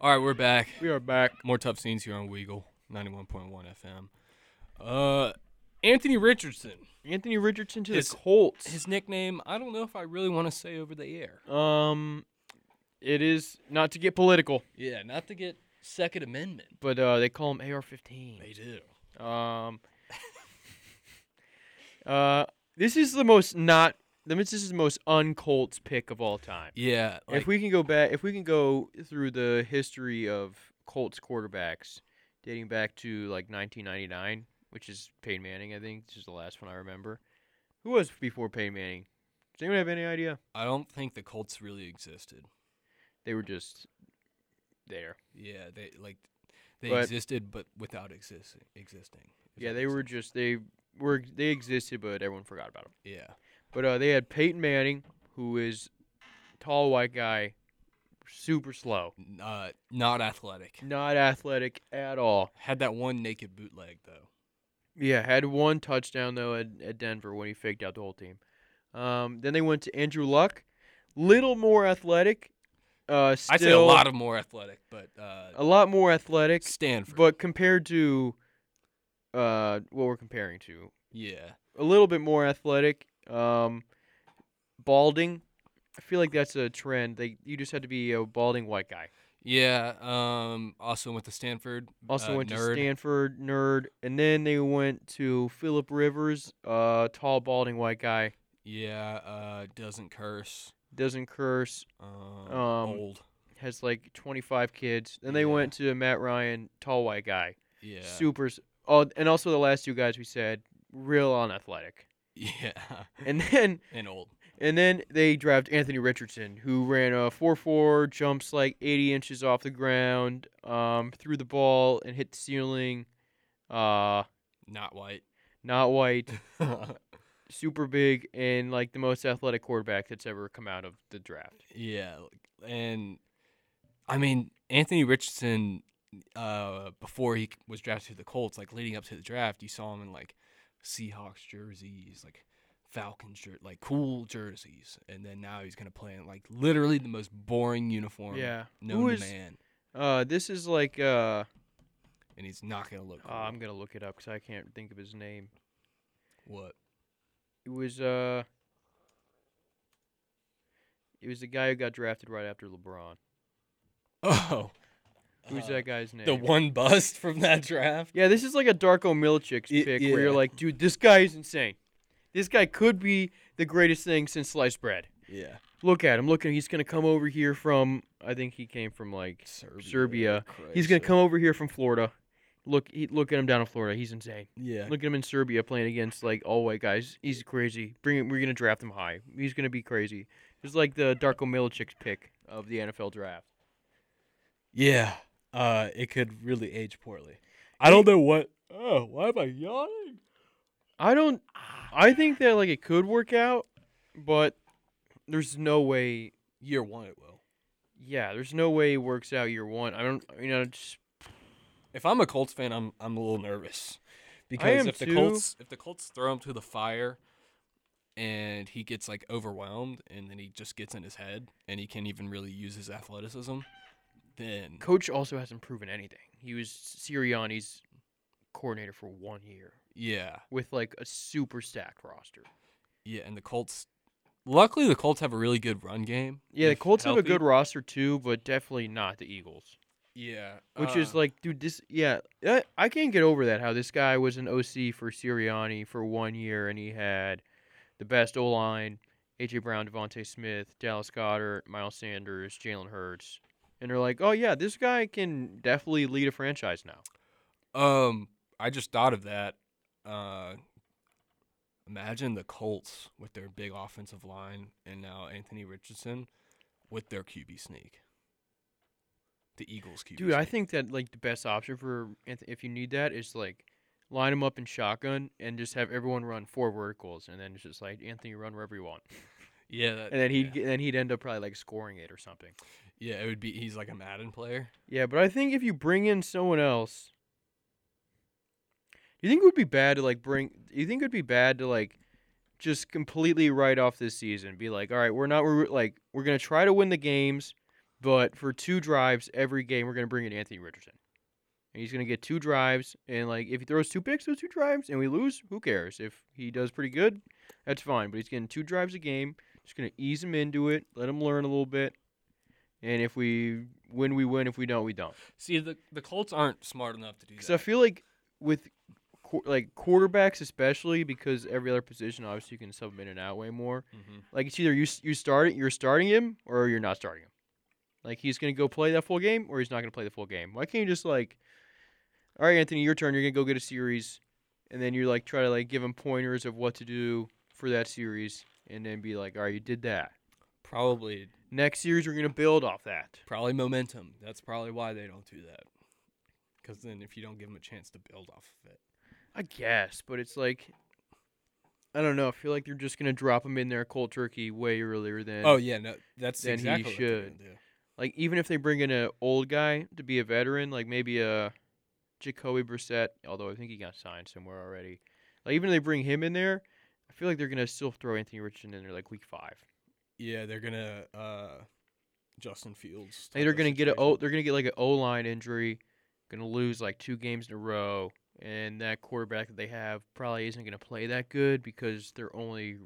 Speaker 3: All right, we're back.
Speaker 4: We are back.
Speaker 3: More tough scenes here on Weagle 91.1 FM. Uh, Anthony Richardson.
Speaker 4: Anthony Richardson to
Speaker 3: His-
Speaker 4: the Colts.
Speaker 3: His nickname, I don't know if I really want to say over the air.
Speaker 4: um, it is not to get political,
Speaker 3: Yeah, not to get Second Amendment.
Speaker 4: but uh, they call him AR-15.
Speaker 3: They do.
Speaker 4: Um, uh, this is the most not. the- This is the most un-Colts pick of all time.
Speaker 3: Yeah.
Speaker 4: if we can go back, if we can go through the history of Colts quarterbacks dating back to like 1999, which is Peyton Manning, I think. This is the last one I remember. Who was before Peyton Manning? Does anyone have any idea?
Speaker 3: I don't think the Colts really existed.
Speaker 4: They were just there.
Speaker 3: Yeah, they like they
Speaker 4: But-
Speaker 3: existed, but without existing. Existing. if
Speaker 4: yeah,
Speaker 3: that
Speaker 4: they
Speaker 3: makes
Speaker 4: were
Speaker 3: sense.
Speaker 4: just they were they existed, but everyone forgot about them.
Speaker 3: Yeah.
Speaker 4: But uh, they had Peyton Manning, who is tall white guy, super slow,
Speaker 3: N- Uh, not athletic.
Speaker 4: not athletic at all.
Speaker 3: Had that one naked bootleg though.
Speaker 4: Yeah, had one touchdown though at, at Denver when he faked out the whole team. Um, then they went to Andrew Luck, little more athletic. Uh, still
Speaker 3: I'd say a lot of more athletic, but uh,
Speaker 4: a lot more athletic,
Speaker 3: Stanford.
Speaker 4: but compared to uh, what we're comparing to,
Speaker 3: yeah,
Speaker 4: a little bit more athletic. Um, balding, I feel like that's a trend. They you just had to be a balding white guy.
Speaker 3: yeah. Um, also went to Stanford.
Speaker 4: Also
Speaker 3: uh,
Speaker 4: went
Speaker 3: nerd.
Speaker 4: to Stanford, nerd, and then they went to Philip Rivers, uh, tall balding white guy.
Speaker 3: Yeah, uh, doesn't curse.
Speaker 4: doesn't curse,
Speaker 3: Um,
Speaker 4: Um,
Speaker 3: old.
Speaker 4: has like 25 kids. Then they
Speaker 3: Yeah.
Speaker 4: went to Matt Ryan, tall white guy,
Speaker 3: Yeah.
Speaker 4: super. s- Oh, and also the last two guys we said, real unathletic.
Speaker 3: yeah.
Speaker 4: And then
Speaker 3: and old.
Speaker 4: and then they draft Anthony Richardson, who ran a 4-4, jumps like 80 inches off the ground, um, threw the ball and hit the ceiling. Uh,
Speaker 3: Not white.
Speaker 4: not white, super big, and like the most athletic quarterback that's ever come out of the draft.
Speaker 3: Yeah, like- and I mean Anthony Richardson, uh, before he c- was drafted to the Colts, like leading up to the draft, you saw him in like Seahawks jerseys, like Falcons jer- like cool jerseys, and then now he's gonna play in like literally the most boring uniform
Speaker 4: Yeah. Who
Speaker 3: known
Speaker 4: is?
Speaker 3: to man,
Speaker 4: Uh, this is like uh,
Speaker 3: and he's not gonna look.
Speaker 4: oh, I'm gonna look it up because I can't think of his name.
Speaker 3: cool. what?
Speaker 4: It was uh It was the guy who got drafted right after LeBron.
Speaker 3: Oh,
Speaker 4: Who's
Speaker 3: uh,
Speaker 4: that guy's name?
Speaker 3: The one bust from that draft.
Speaker 4: yeah, this is like a Darko Milicic
Speaker 3: Y-
Speaker 4: pick where
Speaker 3: yeah.
Speaker 4: you're like, dude, this guy is insane. This guy could be the greatest thing since sliced bread.
Speaker 3: Yeah,
Speaker 4: Look at him. Look at him. He's gonna come over here from I think he came from like
Speaker 3: Serbia.
Speaker 4: Serbia. he's gonna
Speaker 3: Croatia.
Speaker 4: come over here from Florida. Look he, look at him down in Florida. He's insane.
Speaker 3: Yeah,
Speaker 4: Look at him in Serbia playing against like all white guys. He's crazy. Bring him, we're gonna draft him high. He's gonna be crazy. It's like the Darko Milicic's pick of the NFL draft.
Speaker 3: Yeah. Uh, it could really age poorly. I don't know what. Oh, why am I yawning?
Speaker 4: I don't. I think that like it could work out, but there's no way.
Speaker 3: Year one, it will.
Speaker 4: Yeah, there's no way it works out year one. I don't. You know, just
Speaker 3: If I'm a Colts fan, I'm I'm a little nervous because
Speaker 4: am
Speaker 3: if the
Speaker 4: too.
Speaker 3: Colts if the Colts throw him to the fire, and he gets like overwhelmed, and then he just gets in his head, and he can't even really use his athleticism, then
Speaker 4: coach also hasn't proven anything. He was Sirianni's coordinator for one year
Speaker 3: yeah,
Speaker 4: with like a super stacked roster.
Speaker 3: yeah. And the Colts, luckily, the Colts have a really good run game.
Speaker 4: Yeah, the
Speaker 3: if
Speaker 4: Colts have a
Speaker 3: healthy.
Speaker 4: good roster too, but definitely not the Eagles.
Speaker 3: yeah,
Speaker 4: which
Speaker 3: uh,
Speaker 4: is like, dude, this, yeah, I, I can't get over that. How this guy was an OC for Sirianni for one year, and he had the best O line: AJ Brown, Devontae Smith, Dallas Goddard, Miles Sanders, Jalen Hurts, and they're like, oh yeah, this guy can definitely lead a franchise now.
Speaker 3: Um, I just thought of that. Uh, imagine the Colts with their big offensive line and now Anthony Richardson with their QB sneak. The Eagles QB.
Speaker 4: Dude, I
Speaker 3: sneak.
Speaker 4: think that like the best option for Anth- if you need that is like line him up in shotgun and just have everyone run four verticals, and then it's just like Anthony run wherever you want,
Speaker 3: yeah, that,
Speaker 4: and then he'd
Speaker 3: yeah.
Speaker 4: get- then he'd end up probably like scoring it or something.
Speaker 3: yeah, it would be. He's like a Madden player.
Speaker 4: Yeah, but I think if you bring in someone else, do you think it would be bad to like bring? Do you think it would be bad to like just completely write off this season? Be like, all right, we're not we're like we're gonna try to win the games, But for two drives every game, we're gonna bring in Anthony Richardson, and he's gonna get two drives. And like, if he throws two picks those two drives, and we lose, who cares? If he does pretty good, that's fine. But he's getting two drives a game. Just gonna ease him into it, let him learn a little bit. And if we win, we win. If we don't, we don't.
Speaker 3: See, the the Colts aren't smart enough to do
Speaker 4: Because I feel like with qu- like quarterbacks, especially because every other position, obviously, you can sub him in and out way more.
Speaker 3: hmm
Speaker 4: Like it's either you s- you start you're starting him or you're not starting him. Like he's gonna go play that full game or he's not gonna play the full game. Why can't you just like, all right, Anthony, your turn. You're gonna go get a series, and then you like try to like give him pointers of what to do for that series, and then be like, all right, you did that.
Speaker 3: Probably,
Speaker 4: Next series, we're gonna build off that.
Speaker 3: probably momentum. That's probably why they don't do that. Because then, if you don't give them a chance to build off of it,
Speaker 4: I guess, but it's like. I don't know. I feel like they're just gonna drop him in there cold turkey way earlier than
Speaker 3: oh yeah, no, that's
Speaker 4: then he
Speaker 3: exactly what they're
Speaker 4: should.
Speaker 3: gonna do.
Speaker 4: Like even if they bring in an old guy to be a veteran, like maybe a Jacoby Brissett, although I think he got signed somewhere already. Like even if they bring him in there, I feel like they're gonna still throw Anthony Richardson in there like week five.
Speaker 3: Yeah, they're gonna uh, Justin Fields.
Speaker 4: Like,
Speaker 3: type
Speaker 4: they're
Speaker 3: of
Speaker 4: gonna get a o
Speaker 3: situation.
Speaker 4: they're gonna get like an O line injury, gonna lose like two games in a row, and that quarterback that they have probably isn't gonna play that good because their only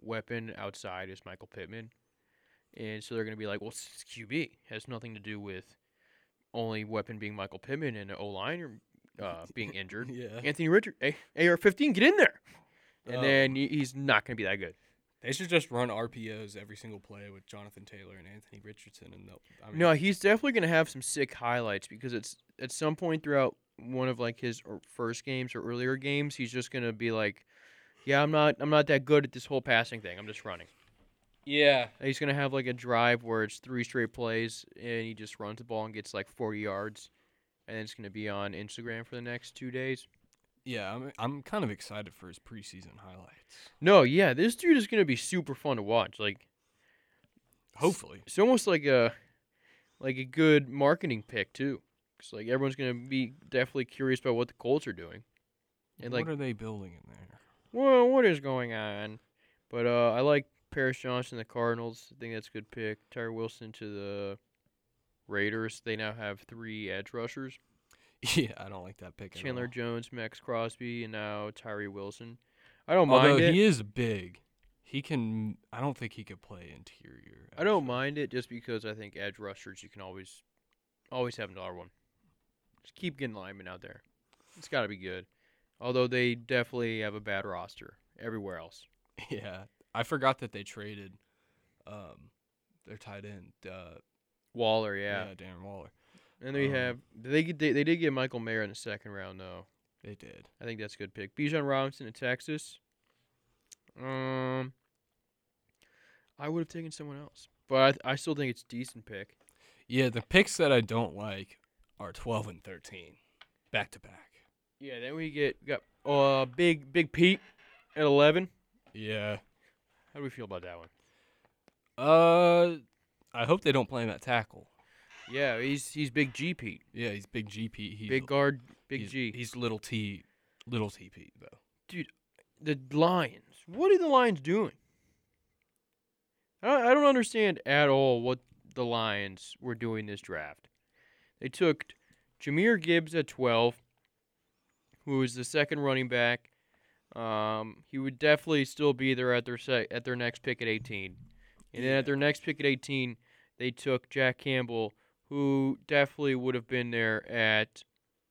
Speaker 4: weapon outside is Michael Pittman, and so they're gonna be like, well, it's QB has nothing to do with only weapon being Michael Pittman and O line uh, being injured.
Speaker 3: Yeah,
Speaker 4: Anthony Richard, AR fifteen, get in there, and
Speaker 3: Oh.
Speaker 4: then he- he's not gonna be that good.
Speaker 3: they should just run RPOs every single play with Jonathan Taylor and Anthony Richardson, and they'll. I mean,
Speaker 4: No, he's definitely going to have some sick highlights because it's at some point throughout one of like his er- first games or earlier games, he's just going to be like, "Yeah, I'm not, I'm not that good at this whole passing thing. I'm just running."
Speaker 3: yeah,
Speaker 4: And he's going to have like a drive where it's three straight plays and he just runs the ball and gets like 40 yards, and it's going to be on Instagram for the next two days.
Speaker 3: yeah. I'm I'm kind of excited for his preseason highlights.
Speaker 4: No, yeah, this dude is going to be super fun to watch. Like
Speaker 3: Hopefully,
Speaker 4: it's almost like a like a good marketing pick too. Cause like everyone's gonna be definitely curious about what the Colts are doing, and like,
Speaker 3: what are they building in there?
Speaker 4: whoa, what is going on? But uh, I like Paris Johnson, the Cardinals. I think that's a good pick. Tyre Wilson to the Raiders. They now have three edge rushers:
Speaker 3: Yeah, I don't like that pick. at
Speaker 4: Chandler
Speaker 3: all.
Speaker 4: Jones, Max Crosby, and now Tyree Wilson. I don't
Speaker 3: Although
Speaker 4: mind it.
Speaker 3: he is big, he can. I don't think he could play interior.
Speaker 4: I don't
Speaker 3: actually.
Speaker 4: mind it just because I think edge rushers you can always always have another one. Just keep getting linemen out there. It's got to be good. Although they definitely have a bad roster everywhere else.
Speaker 3: Yeah, I forgot that they traded, um, their tight end. Uh,
Speaker 4: Waller,
Speaker 3: yeah.
Speaker 4: yeah.
Speaker 3: Darren Waller.
Speaker 4: And they
Speaker 3: um,
Speaker 4: have they, get- they they did get Michael Mayer in the second round though.
Speaker 3: They did.
Speaker 4: I think that's a good pick. Bijan Robinson in Texas. Um, I would have taken someone else, but I, I still think it's a decent pick.
Speaker 3: Yeah, the picks that I don't like are 12 and 13, back to back.
Speaker 4: Yeah. Then we get got uh big big Pete at eleven.
Speaker 3: Yeah.
Speaker 4: How do we feel about that one?
Speaker 3: Uh, I hope they don't play him at tackle.
Speaker 4: Yeah, he's he's big G Pete.
Speaker 3: Yeah, he's big GP. He's,
Speaker 4: Big guard, big
Speaker 3: he's-
Speaker 4: G.
Speaker 3: He's little T, little TP though.
Speaker 4: the Lions. What are the Lions doing? I I don't understand at all what the Lions were doing this draft. They took Jameer Gibbs at 12, who is the second running back. Um, he would definitely still be there at their se- at their next pick at 18. And then at their next pick at 18, they took Jack Campbell, who definitely would have been there at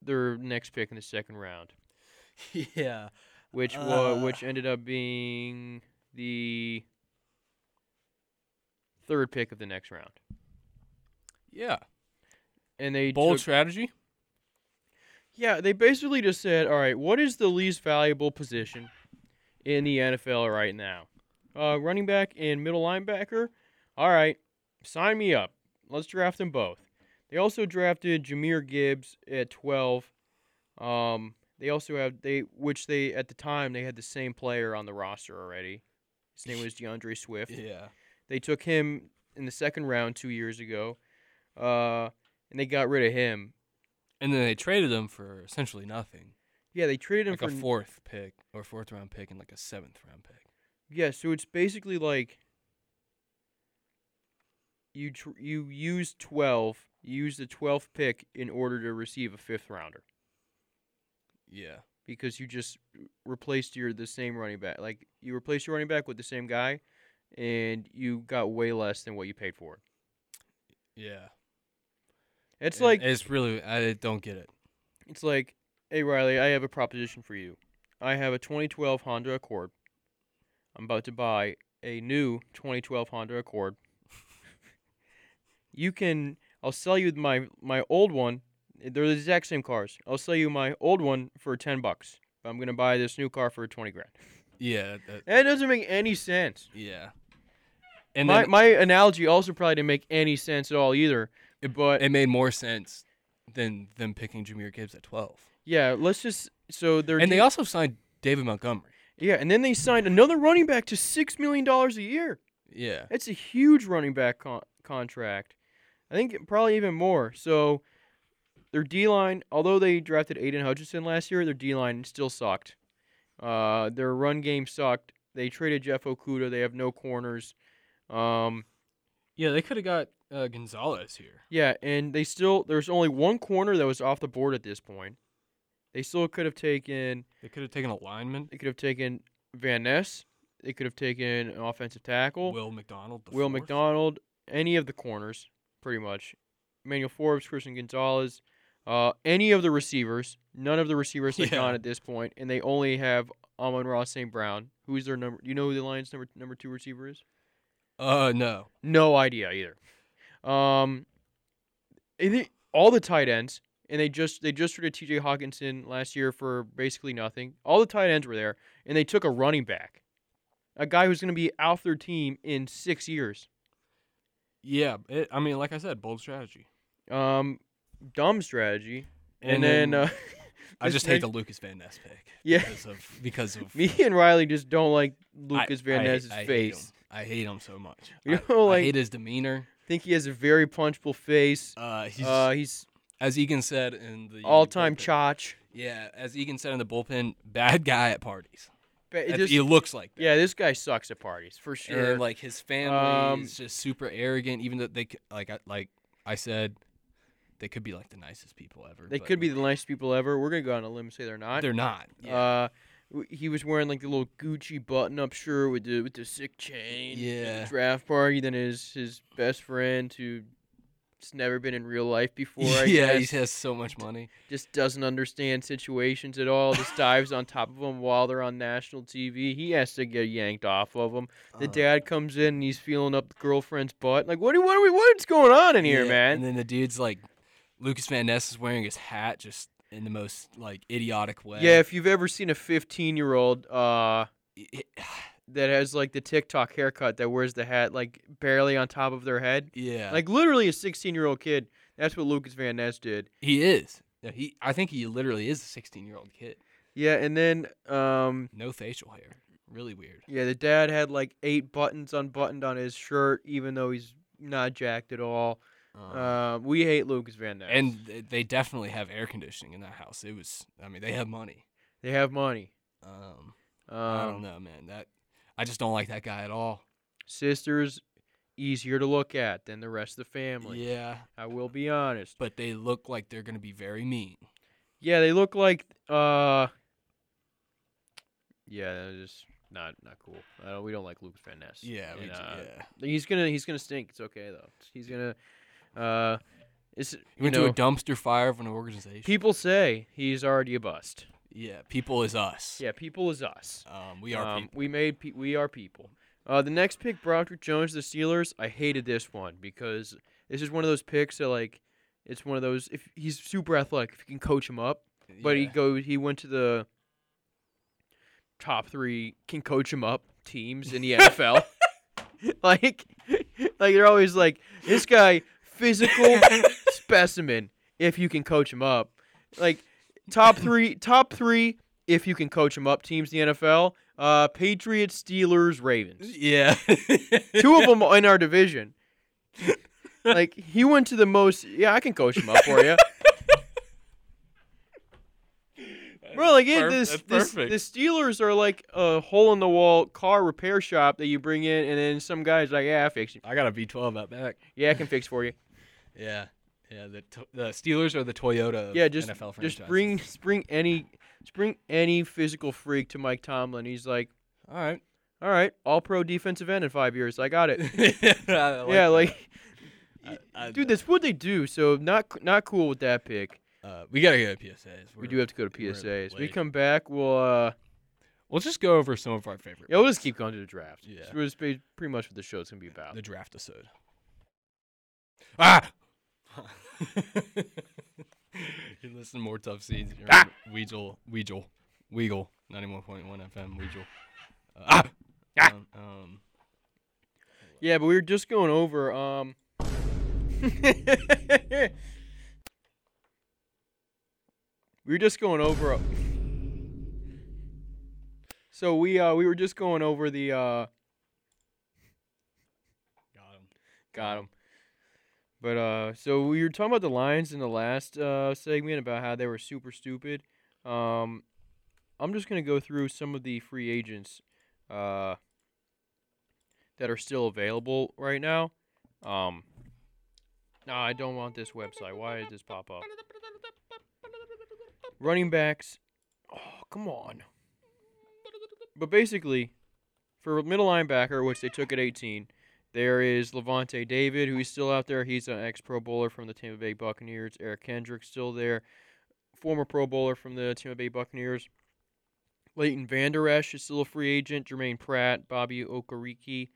Speaker 4: their next pick in the second round
Speaker 3: yeah.
Speaker 4: which wa-
Speaker 3: Uh,
Speaker 4: which ended up being the third pick of the next round.
Speaker 3: Yeah.
Speaker 4: And they
Speaker 3: Bold
Speaker 4: took-
Speaker 3: strategy.
Speaker 4: yeah, they basically just said, all right, what is the least valuable position in the NFL right now? Uh, running back and middle linebacker. All right, sign me up. Let's draft them both. They also drafted Jameer Gibbs at 12. Um, they also have they which they at the time they had the same player on the roster already. His name was DeAndre Swift.
Speaker 3: Yeah.
Speaker 4: They took him in the second round two years ago, uh, and they got rid of him.
Speaker 3: And then they traded him for essentially nothing,
Speaker 4: Yeah, they traded him
Speaker 3: like
Speaker 4: for
Speaker 3: a fourth pick or fourth round pick and like a seventh round pick.
Speaker 4: yeah. So it's basically like you tr- you use twelve, you use the twelfth pick in order to receive a fifth rounder
Speaker 3: Yeah.
Speaker 4: because you just replaced your the same running back. Like you replaced your running back with the same guy, and you got way less than what you paid for. it.
Speaker 3: Yeah.
Speaker 4: It's
Speaker 3: It-
Speaker 4: like
Speaker 3: it's really I don't get it.
Speaker 4: It's like, hey Riley, I have a proposition for you. I have a 2012 Honda Accord. I'm about to buy a new 2012 Honda Accord. you can, I'll sell you my my old one. They're the exact same cars. I'll sell you my old one for 10 bucks. But I'm gonna buy this new car for 20 grand.
Speaker 3: Yeah. that-
Speaker 4: That doesn't make any sense.
Speaker 3: yeah. And
Speaker 4: my
Speaker 3: then
Speaker 4: my analogy also probably didn't make any sense at all either. But
Speaker 3: it made more sense than them picking Jameer Gibbs at 12.
Speaker 4: yeah, let's just so they're
Speaker 3: And
Speaker 4: de-
Speaker 3: they also signed David Montgomery.
Speaker 4: yeah, and then they signed another running back to six million dollars a year.
Speaker 3: Yeah.
Speaker 4: It's a huge running back con- contract. I think probably even more. So their D line, although they drafted Aiden Hutchinson last year, their D line still sucked. Uh, their run game sucked. They traded Jeff Okuda. They have no corners. Um,
Speaker 3: Yeah, they could have got uh, Gonzalez here.
Speaker 4: yeah, and they still there's only one corner that was off the board at this point. They still could have taken.
Speaker 3: They could have taken a lineman,
Speaker 4: They could have taken Van Ness. They could have taken an offensive tackle.
Speaker 3: Will McDonald. the
Speaker 4: Will
Speaker 3: fourth.
Speaker 4: McDonald, any of the corners, pretty much. Emmanuel Forbes, Christian Gonzalez, uh, any of the receivers. None of the receivers have
Speaker 3: Yeah.
Speaker 4: gone at this point, and they only have Amon Ross St. Brown. Who's their number? You know who the Lions' number number two receiver is?
Speaker 3: Uh, no.
Speaker 4: No idea either. Um, and they- all the tight ends, and they just they just traded T.J. Hawkinson last year for basically nothing. All the tight ends were there, and they took a running back, a guy who's going to be off their team in six years.
Speaker 3: Yeah, it, I mean, like I said, bold strategy.
Speaker 4: Um, dumb strategy. And, then, uh,
Speaker 3: I
Speaker 4: this
Speaker 3: just hate
Speaker 4: next-
Speaker 3: the Lucas Van Ness pick.
Speaker 4: Yeah.
Speaker 3: because of because of
Speaker 4: me and Riley just don't like
Speaker 3: I-
Speaker 4: Lucas Van
Speaker 3: I-
Speaker 4: Ness's
Speaker 3: I hate
Speaker 4: face.
Speaker 3: him. I hate him so much.
Speaker 4: You
Speaker 3: I,
Speaker 4: know,
Speaker 3: I
Speaker 4: like
Speaker 3: hate his demeanor.
Speaker 4: think he has a very punchable face.
Speaker 3: Uh, he's
Speaker 4: Uh, he's
Speaker 3: as Egan said in the
Speaker 4: all-time
Speaker 3: bullpen-
Speaker 4: chotch.
Speaker 3: Yeah, as Egan said in the bullpen, bad guy at parties.
Speaker 4: But it
Speaker 3: If
Speaker 4: just-
Speaker 3: he looks like that.
Speaker 4: yeah, this guy sucks at parties for sure.
Speaker 3: and like his family
Speaker 4: Um,
Speaker 3: is just super arrogant. Even though they c- like I, like I said, they could be like the nicest people ever.
Speaker 4: they
Speaker 3: but
Speaker 4: could be the nicest people ever. We're gonna go on a limb and say they're not.
Speaker 3: They're not. Yeah.
Speaker 4: Uh, w- he was wearing like the little Gucci button-up shirt with the with the sick chain.
Speaker 3: Yeah.
Speaker 4: Draft party. Then his his best friend who's never been in real life before. I
Speaker 3: yeah,
Speaker 4: guess.
Speaker 3: he has so much money.
Speaker 4: just doesn't understand situations at all. Just dives on top of them while they're on national TV. He has to get yanked off of them. The
Speaker 3: Uh,
Speaker 4: dad comes in and he's feeling up the girlfriend's butt. Like, what? do- What are we? What's going on in here,
Speaker 3: yeah,
Speaker 4: man?
Speaker 3: And then the dude's like, Lucas Van Ness is wearing his hat just in the most like idiotic way.
Speaker 4: yeah, if you've ever seen a 15 year old uh,
Speaker 3: It-
Speaker 4: that has like the TikTok haircut that wears the hat like barely on top of their head,
Speaker 3: yeah, like
Speaker 4: like literally a 16 year old kid. That's what Lucas Van Ness did.
Speaker 3: he is. Yeah, He, I think he literally is a 16 year old kid.
Speaker 4: Yeah, and then um,
Speaker 3: No facial hair. Really weird.
Speaker 4: Yeah, the dad had like eight buttons unbuttoned on his shirt, even though he's not jacked at all.
Speaker 3: Um,
Speaker 4: Uh, we hate Lucas Van Ness.
Speaker 3: and th- they definitely have air conditioning in that house. It was, I mean, they have money.
Speaker 4: they have money.
Speaker 3: Um,
Speaker 4: Um,
Speaker 3: I don't know, man. That I just don't like that guy at all.
Speaker 4: Sisters, easier to look at than the rest of the family.
Speaker 3: Yeah,
Speaker 4: I will be honest.
Speaker 3: but they look like they're gonna be very mean.
Speaker 4: Yeah, they look like. uh Yeah, that was just not not cool. I don't, we don't like Lucas Van Ness.
Speaker 3: Yeah, we
Speaker 4: And,
Speaker 3: ju-
Speaker 4: uh,
Speaker 3: yeah.
Speaker 4: He's gonna he's gonna stink. It's okay though. He's gonna. Uh, it's,
Speaker 3: You went
Speaker 4: know,
Speaker 3: to a dumpster fire of an organization.
Speaker 4: people say he's already a bust.
Speaker 3: yeah, people is us.
Speaker 4: Yeah, people is us.
Speaker 3: Um, we are
Speaker 4: Um,
Speaker 3: people.
Speaker 4: We made pe- we are people. Uh, the next pick, Broderick Jones, the Steelers. I hated this one because this is one of those picks that like, it's one of those if he's super athletic, if you can coach him up. But he
Speaker 3: Yeah.
Speaker 4: go he went to the top three can coach him up teams in the NFL. like, like they're always like this guy physical specimen if you can coach him up. Like top three, top three if you can coach him up. Teams in the NFL: uh, Patriots, Steelers, Ravens.
Speaker 3: Yeah.
Speaker 4: Two of them in our division. Like he went to the most. Yeah, I can coach him up for you. Bro, like yeah,
Speaker 2: Perf-
Speaker 4: this,
Speaker 2: that's
Speaker 4: this the
Speaker 2: perfect.
Speaker 4: Steelers are like a hole in the wall car repair shop that you bring in, and then some guy's like, "Yeah, I fix it.
Speaker 3: I got a V12 out back.
Speaker 4: Yeah, I can fix for you.
Speaker 3: Yeah, yeah. The to- the Steelers are the Toyota. Of
Speaker 4: Yeah, just
Speaker 3: NFL
Speaker 4: just
Speaker 3: franchises.
Speaker 4: bring just bring any just bring any physical freak to Mike Tomlin. He's like,
Speaker 3: All right.
Speaker 4: "All right, all pro defensive end in five years. I got it."
Speaker 3: I
Speaker 4: yeah,
Speaker 3: that.
Speaker 4: like,
Speaker 3: I- I-
Speaker 4: dude, that's what they do. So not c- not cool with that pick.
Speaker 3: uh, we gotta go to PSAs.
Speaker 4: we do have to go to
Speaker 3: we're
Speaker 4: PSAs. We
Speaker 3: late.
Speaker 4: come back, we'll uh,
Speaker 3: We'll just go over some of our favorite.
Speaker 4: yeah, we'll just keep going to the draft.
Speaker 3: Yeah.
Speaker 4: So it's pretty pretty much what the show's gonna be about.
Speaker 3: the draft episode. Ah. you listen to more tough seeds. You're ah! Weasel, Weasel, Weagle, ninety-one point one FM, Weasel. Uh, ah. Um, um,
Speaker 4: Yeah, but we were just going over. Um. we were just going over. uh, So we uh we were just going over the uh
Speaker 3: got him.
Speaker 4: got him. But uh so we were talking about the Lions in the last uh segment about how they were super stupid. Um I'm just going to go through some of the free agents uh that are still available right now. Um No, I don't want this website. Why did this pop up? Running backs. Oh, come on. But basically, for middle linebacker, which they took at 18, there is Levante David, who is still out there. He's an ex Pro Bowler from the Tampa Bay Buccaneers. Eric Kendricks still there, former Pro Bowler from the Tampa Bay Buccaneers. Leighton Vander Esch is still a free agent. Jermaine Pratt, Bobby Okereke.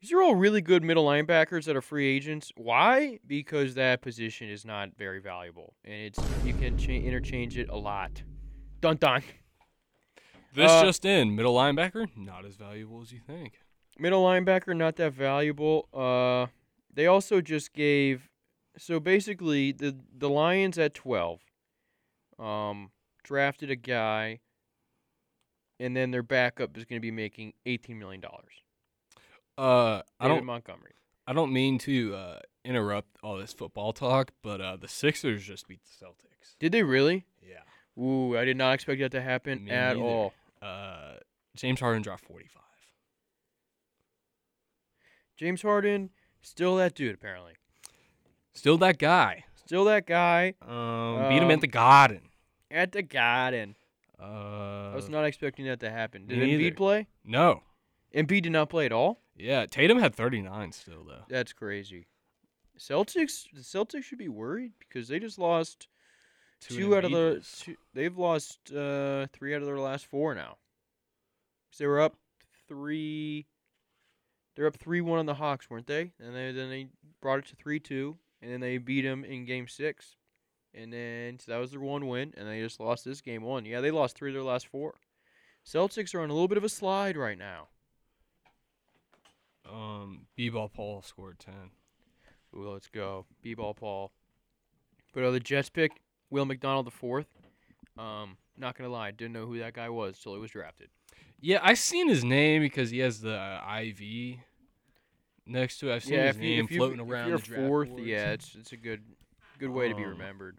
Speaker 4: These are all really good middle linebackers that are free agents. Why? Because that position is not very valuable, and it's you can cha- interchange it a lot. Dun dun.
Speaker 3: This
Speaker 4: Uh,
Speaker 3: just in, middle linebacker, not as valuable as you think.
Speaker 4: middle linebacker not that valuable. Uh, they also just gave so basically the the Lions at twelve, um, drafted a guy, and then their backup is going to be making eighteen million dollars.
Speaker 3: Uh, I
Speaker 4: David
Speaker 3: don't,
Speaker 4: Montgomery.
Speaker 3: I don't mean to uh, interrupt all this football talk, but uh, the Sixers just beat the Celtics.
Speaker 4: Did they really?
Speaker 3: Yeah.
Speaker 4: Ooh, I did not expect that to happen
Speaker 3: Me
Speaker 4: at
Speaker 3: neither.
Speaker 4: all.
Speaker 3: Uh, James Harden dropped 45.
Speaker 4: James Harden, still that dude apparently.
Speaker 3: Still that guy.
Speaker 4: Still that guy
Speaker 3: Um, beat him
Speaker 4: Um,
Speaker 3: at the Garden.
Speaker 4: at the Garden.
Speaker 3: Uh,
Speaker 4: I was not expecting that to happen. Did
Speaker 3: me
Speaker 4: Embiid
Speaker 3: neither.
Speaker 4: play?
Speaker 3: no.
Speaker 4: Embiid did not play at all.
Speaker 3: Yeah, Tatum had 39 still though.
Speaker 4: That's crazy. Celtics, the Celtics should be worried because they just lost two, out of the. Two, they've lost uh, three out of their last four now. 'Cause they were up three. They're up three one on the Hawks, weren't they? And they, then they brought it to three two, and then they beat them in game six, and then so that was their one win, and they just lost this game one. Yeah, they lost three of their last four. Celtics are on a little bit of a slide right now.
Speaker 3: um B-ball Paul scored 10.
Speaker 4: Ooh, let's go. B ball Paul. But uh, the Jets pick, Will McDonald the fourth. Um, not gonna lie, didn't know who that guy was till he was drafted.
Speaker 3: Yeah, I've seen his name because he has the uh, IV next to it. I've seen his
Speaker 4: you-
Speaker 3: name
Speaker 4: you-
Speaker 3: floating
Speaker 4: if
Speaker 3: around
Speaker 4: you're
Speaker 3: the draft
Speaker 4: fourth,
Speaker 3: boards.
Speaker 4: yeah, it's it's a good good way to be
Speaker 3: Um,
Speaker 4: remembered.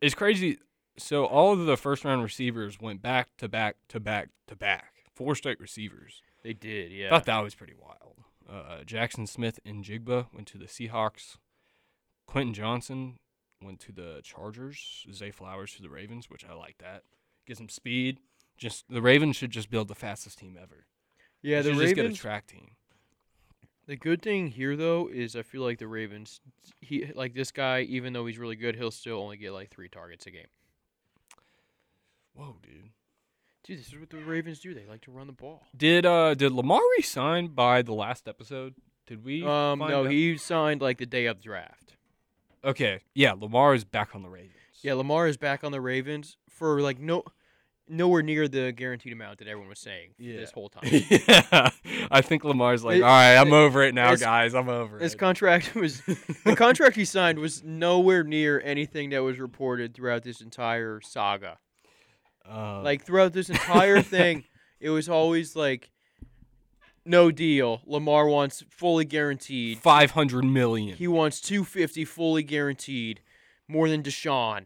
Speaker 3: It's crazy. So all of the first round receivers went back to back to back to back. Four straight receivers.
Speaker 4: They did, yeah.
Speaker 3: Thought that was pretty wild. Uh, Jackson Smith and Jigba went to the Seahawks. Quentin Johnson went to the Chargers. Zay Flowers to the Ravens, which I like that. Gives him speed. Just the Ravens should just build the fastest team ever.
Speaker 4: yeah,
Speaker 3: They
Speaker 4: the
Speaker 3: should just get
Speaker 4: Ravens.
Speaker 3: a track team.
Speaker 4: the good thing here though is I feel like the Ravens, he like this guy, even though he's really good, he'll still only get like three targets a game.
Speaker 3: Whoa, dude.
Speaker 4: Dude, this is what the Ravens do. They like to run the ball.
Speaker 3: Did uh did Lamar resign by the last episode? Did we?
Speaker 4: Um,
Speaker 3: find
Speaker 4: no,
Speaker 3: out?
Speaker 4: he signed like the day of draft.
Speaker 3: Okay, yeah, Lamar is back on the Ravens.
Speaker 4: Yeah, Lamar is back on the Ravens for like no nowhere near the guaranteed amount that everyone was saying for
Speaker 3: Yeah.
Speaker 4: this whole time.
Speaker 3: yeah. I think Lamar's like,
Speaker 4: It-
Speaker 3: all right, I'm over it now,
Speaker 4: it's-
Speaker 3: guys. I'm over
Speaker 4: His
Speaker 3: it.
Speaker 4: contract was the contract he signed was nowhere near anything that was reported throughout this entire saga.
Speaker 3: Uh,
Speaker 4: Like throughout this entire thing, it was always like no deal. Lamar wants fully guaranteed.
Speaker 3: five hundred million.
Speaker 4: He wants 250 fully guaranteed, more than Deshaun.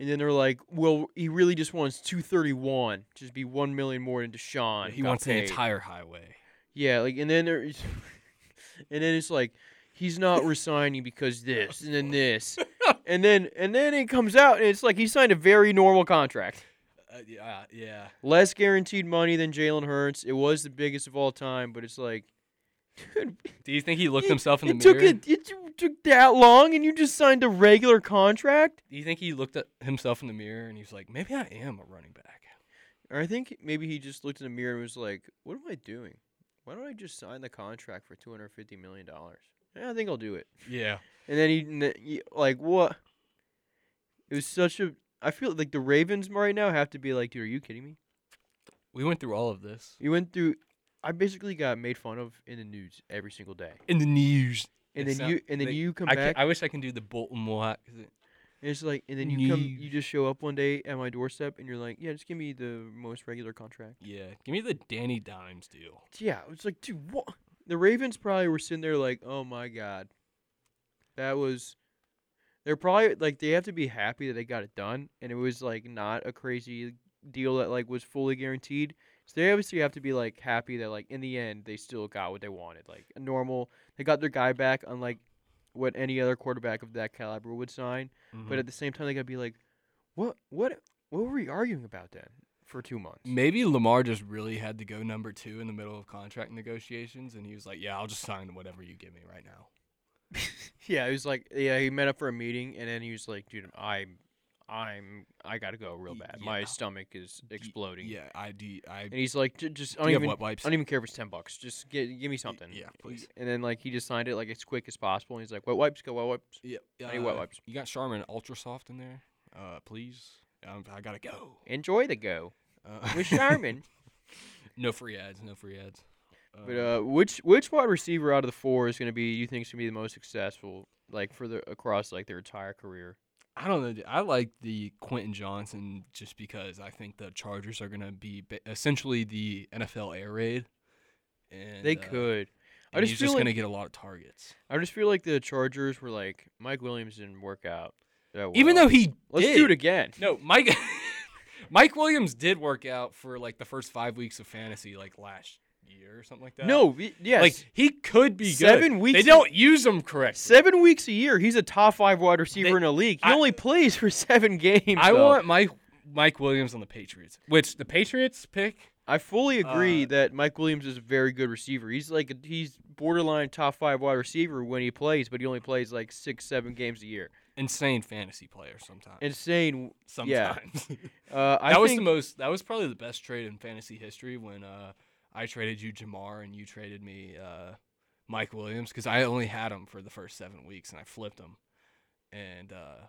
Speaker 4: And then they're like, well, he really just wants 231, just be 1 million more than Deshaun.
Speaker 3: he
Speaker 4: got
Speaker 3: wants
Speaker 4: paid.
Speaker 3: the entire highway.
Speaker 4: Yeah, like and then there is and then it's like he's not resigning because this and then this. And then and then it comes out and it's like he signed a very normal contract.
Speaker 3: Uh, yeah, yeah.
Speaker 4: Less guaranteed money than Jalen Hurts. It was the biggest of all time, but it's like dude,
Speaker 3: Do you think he looked
Speaker 4: it-
Speaker 3: himself in the
Speaker 4: it
Speaker 3: mirror?
Speaker 4: Took it, it t- took that long and you just signed a regular contract?
Speaker 3: Do you think he looked at himself in the mirror and he was like, maybe I am a running back?
Speaker 4: Or I think maybe he just looked in the mirror and was like, What am I doing? Why don't I just sign the contract for two hundred fifty million dollars? Yeah, I think I'll do it.
Speaker 3: Yeah.
Speaker 4: And then he, and then he- like what? It was such a. I feel like the Ravens right now have to be like, dude, are you kidding me?
Speaker 3: We went through all of this
Speaker 4: You went through. I basically got made fun of in the news every single day,
Speaker 3: in the news.
Speaker 4: and
Speaker 3: It
Speaker 4: then
Speaker 3: sound-
Speaker 4: you and then
Speaker 3: they-
Speaker 4: you come
Speaker 3: I, ca-
Speaker 4: back.
Speaker 3: I wish I can do the Bolton walk. 'cause it-
Speaker 4: and it's like, and then you come, you
Speaker 3: News.
Speaker 4: just show up one day at my doorstep, and you're like, yeah, just give me the most regular contract.
Speaker 3: Yeah, give me the Danny Dimes deal.
Speaker 4: Yeah, it's like, dude, what? The Ravens probably were sitting there like, oh my god, that was. They're probably like they have to be happy that they got it done, and it was like not a crazy deal that like was fully guaranteed. So they obviously have to be like happy that like in the end they still got what they wanted, like a normal. They got their guy back, unlike what any other quarterback of that caliber would sign.
Speaker 3: Mm-hmm.
Speaker 4: But at the same time, they gotta be like, what, what, what were we arguing about then for two months?
Speaker 3: maybe Lamar just really had to go number two in the middle of contract negotiations, and he was like, "Yeah, I'll just sign whatever you give me right now."
Speaker 4: Yeah, he was like, yeah, he met up for a meeting, and then he was like, dude, I'm, I'm, I gotta go real
Speaker 3: Y-
Speaker 4: bad.
Speaker 3: yeah.
Speaker 4: My stomach is exploding.
Speaker 3: Yeah, I do. I
Speaker 4: And he's like, "J- just, I
Speaker 3: do
Speaker 4: don't
Speaker 3: you have
Speaker 4: even,
Speaker 3: wet
Speaker 4: I
Speaker 3: wipes.
Speaker 4: don't even care if it's ten bucks. Just get, give me something.
Speaker 3: yeah,
Speaker 4: He-
Speaker 3: please.
Speaker 4: And then like he just signed it like as quick as possible. And he's like, wet wipes, go wet wipes.
Speaker 3: Yeah, uh,
Speaker 4: I need wet wipes.
Speaker 3: You got Charmin Ultra Soft in there, uh, please. Um, I gotta go.
Speaker 4: Enjoy the go
Speaker 3: Uh,
Speaker 4: with Charmin.
Speaker 3: no free ads. No free ads. Um,
Speaker 4: but uh, which which wide receiver out of the four is gonna be you think is gonna be the most successful like for the across like their entire career?
Speaker 3: I don't know. dude. I like the Quentin Johnson just because I think the Chargers are gonna be ba- essentially the NFL air raid. And
Speaker 4: they
Speaker 3: uh,
Speaker 4: could. I
Speaker 3: and
Speaker 4: just
Speaker 3: he's
Speaker 4: feel
Speaker 3: just
Speaker 4: like-
Speaker 3: gonna get a lot of targets.
Speaker 4: I just feel like the Chargers were like Mike Williams didn't work out. that
Speaker 3: Even
Speaker 4: well.
Speaker 3: though he
Speaker 4: Let's
Speaker 3: did.
Speaker 4: do it again.
Speaker 3: No, Mike Mike Williams did work out for like the first five weeks of fantasy, like last year or something like that.
Speaker 4: No, we- yes.
Speaker 3: like he could be good.
Speaker 4: Seven weeks-
Speaker 3: They don't use him correctly.
Speaker 4: seven weeks a year, he's a top five wide receiver in the league. He
Speaker 3: I-
Speaker 4: only plays for seven games.
Speaker 3: I
Speaker 4: though.
Speaker 3: want Mike Mike Williams on the Patriots, which the Patriots pick.
Speaker 4: I fully agree
Speaker 3: uh,
Speaker 4: that Mike Williams is a very good receiver. He's like a- he's borderline top five wide receiver when he plays, but he only plays like six, seven games a year.
Speaker 3: Insane fantasy player sometimes.
Speaker 4: Insane. yeah.
Speaker 3: sometimes.
Speaker 4: Uh, I
Speaker 3: that was
Speaker 4: think-
Speaker 3: the most. That was probably the best trade in fantasy history when uh, I traded you Jamar and you traded me uh, Mike Williams because I only had him for the first seven weeks and I flipped him, and uh,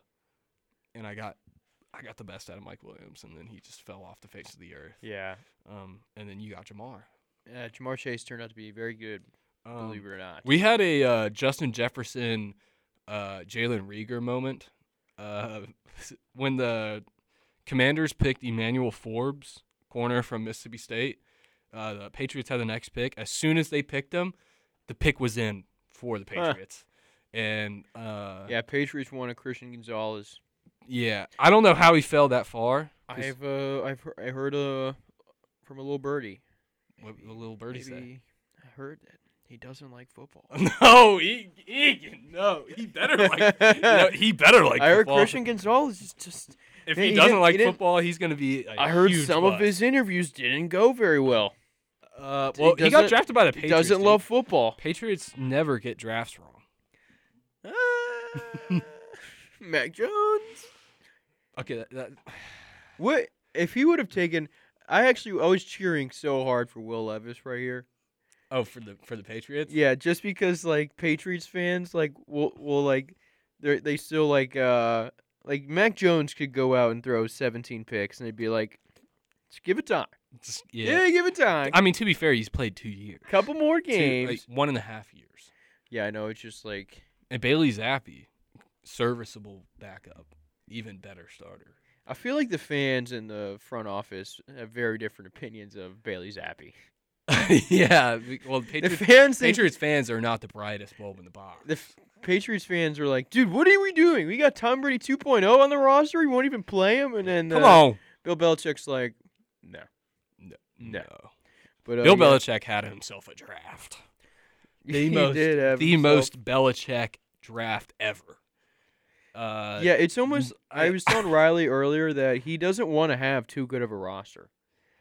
Speaker 3: and I got I got the best out of Mike Williams and then he just fell off the face of the earth.
Speaker 4: Yeah.
Speaker 3: Um, and then you got Jamar.
Speaker 4: Uh, Jamar Chase turned out to be very good,
Speaker 3: Um,
Speaker 4: believe it or not.
Speaker 3: we had a uh, Justin Jefferson, uh, Jalen Rieger moment uh, when the Commanders picked Emmanuel Forbes, corner from Mississippi State. Uh, the Patriots had the next pick. As soon as they picked him, the pick was in for the
Speaker 4: Huh.
Speaker 3: Patriots. And uh, yeah.
Speaker 4: yeah, Patriots won a Christian Gonzalez.
Speaker 3: I don't know how he fell that far. 'cause
Speaker 4: I've uh, I've heard, I heard uh, from a little birdie.
Speaker 3: what the little birdie say?
Speaker 4: Maybe I heard that he doesn't like football.
Speaker 3: No, he, he no, he better like no, he better like
Speaker 4: I heard
Speaker 3: football.
Speaker 4: Christian Gonzalez is just.
Speaker 3: If
Speaker 4: He
Speaker 3: he,
Speaker 4: didn't-
Speaker 3: doesn't
Speaker 4: he
Speaker 3: like
Speaker 4: didn't-
Speaker 3: football, he's going to be. I
Speaker 4: I heard some of his interviews didn't go very well.
Speaker 3: Uh,
Speaker 4: He
Speaker 3: well, he, got
Speaker 4: doesn't-
Speaker 3: drafted by the
Speaker 4: He
Speaker 3: Patriots.
Speaker 4: doesn't
Speaker 3: dude.
Speaker 4: love football.
Speaker 3: Patriots never get drafts wrong.
Speaker 4: Mac Jones.
Speaker 3: Okay, that, that,
Speaker 4: What if he would have taken? I actually I was cheering so hard for Will Levis right here.
Speaker 3: oh for the for the Patriots.
Speaker 4: Yeah, just because like Patriots fans like will will like they they still like uh like Mac Jones could go out and throw 17 picks and they'd be like, just give it time.
Speaker 3: Just-
Speaker 4: Yeah,
Speaker 3: yeah.
Speaker 4: give it time.
Speaker 3: I mean, to be fair, he's played two years,
Speaker 4: couple more
Speaker 3: Two- like,
Speaker 4: games.
Speaker 3: one and a half years,
Speaker 4: yeah, I know. It's just like
Speaker 3: and Bailey Zappi, serviceable backup, even better starter.
Speaker 4: I feel like the fans in the front office have very different opinions of Bailey Zappi.
Speaker 3: yeah, we- well, the
Speaker 4: The
Speaker 3: Patriots,
Speaker 4: fans think
Speaker 3: Patriots fans are not the brightest bulb in the box.
Speaker 4: the f- Patriots fans were like, dude, what are we doing? We got Tom Brady 2.0 on the roster. We won't even play him. And then
Speaker 3: Come
Speaker 4: uh,
Speaker 3: on.
Speaker 4: Bill Belichick's like, no. No. But uh,
Speaker 3: Bill
Speaker 4: yeah,
Speaker 3: Belichick had himself a draft. The
Speaker 4: he
Speaker 3: most,
Speaker 4: did have
Speaker 3: the
Speaker 4: himself-
Speaker 3: most Belichick draft ever. Uh,
Speaker 4: yeah, it's almost. I
Speaker 3: yeah.
Speaker 4: was telling Riley earlier that he doesn't want to have too good of a roster.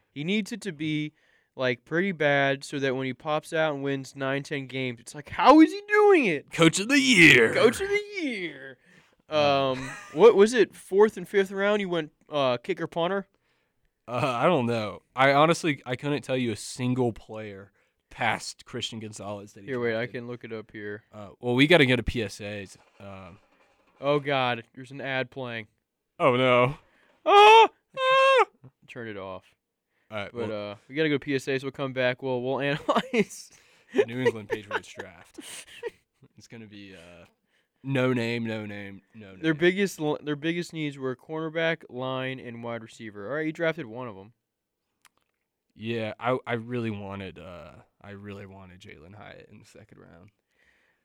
Speaker 4: He needs it to be like pretty bad, so that when he pops out and wins nine, ten games, it's like, how is he doing it?
Speaker 3: Coach of the year.
Speaker 4: Coach of the year. Um, what was it? Fourth and fifth round, you went uh, kicker punter.
Speaker 3: Uh, I don't know. I honestly I couldn't tell you a single player past Christian Gonzalez that he
Speaker 4: Here, wait, I
Speaker 3: drafted.
Speaker 4: can look it up here.
Speaker 3: Uh, well, we got to get a PSAs. Um,
Speaker 4: Oh God, there's an ad playing.
Speaker 3: oh no.
Speaker 4: Ah, ah! Turn it off.
Speaker 3: All right,
Speaker 4: But
Speaker 3: well,
Speaker 4: uh, we gotta go to PSA, so we'll come back. We'll we'll analyze. uh,
Speaker 3: the New England Patriots draft. It's gonna be uh, no name, no name, no name.
Speaker 4: Their biggest l- their biggest needs were cornerback, line, and wide receiver. All right, you drafted one of them.
Speaker 3: Yeah, I I really wanted uh I really wanted Jalen Hyatt in the second round.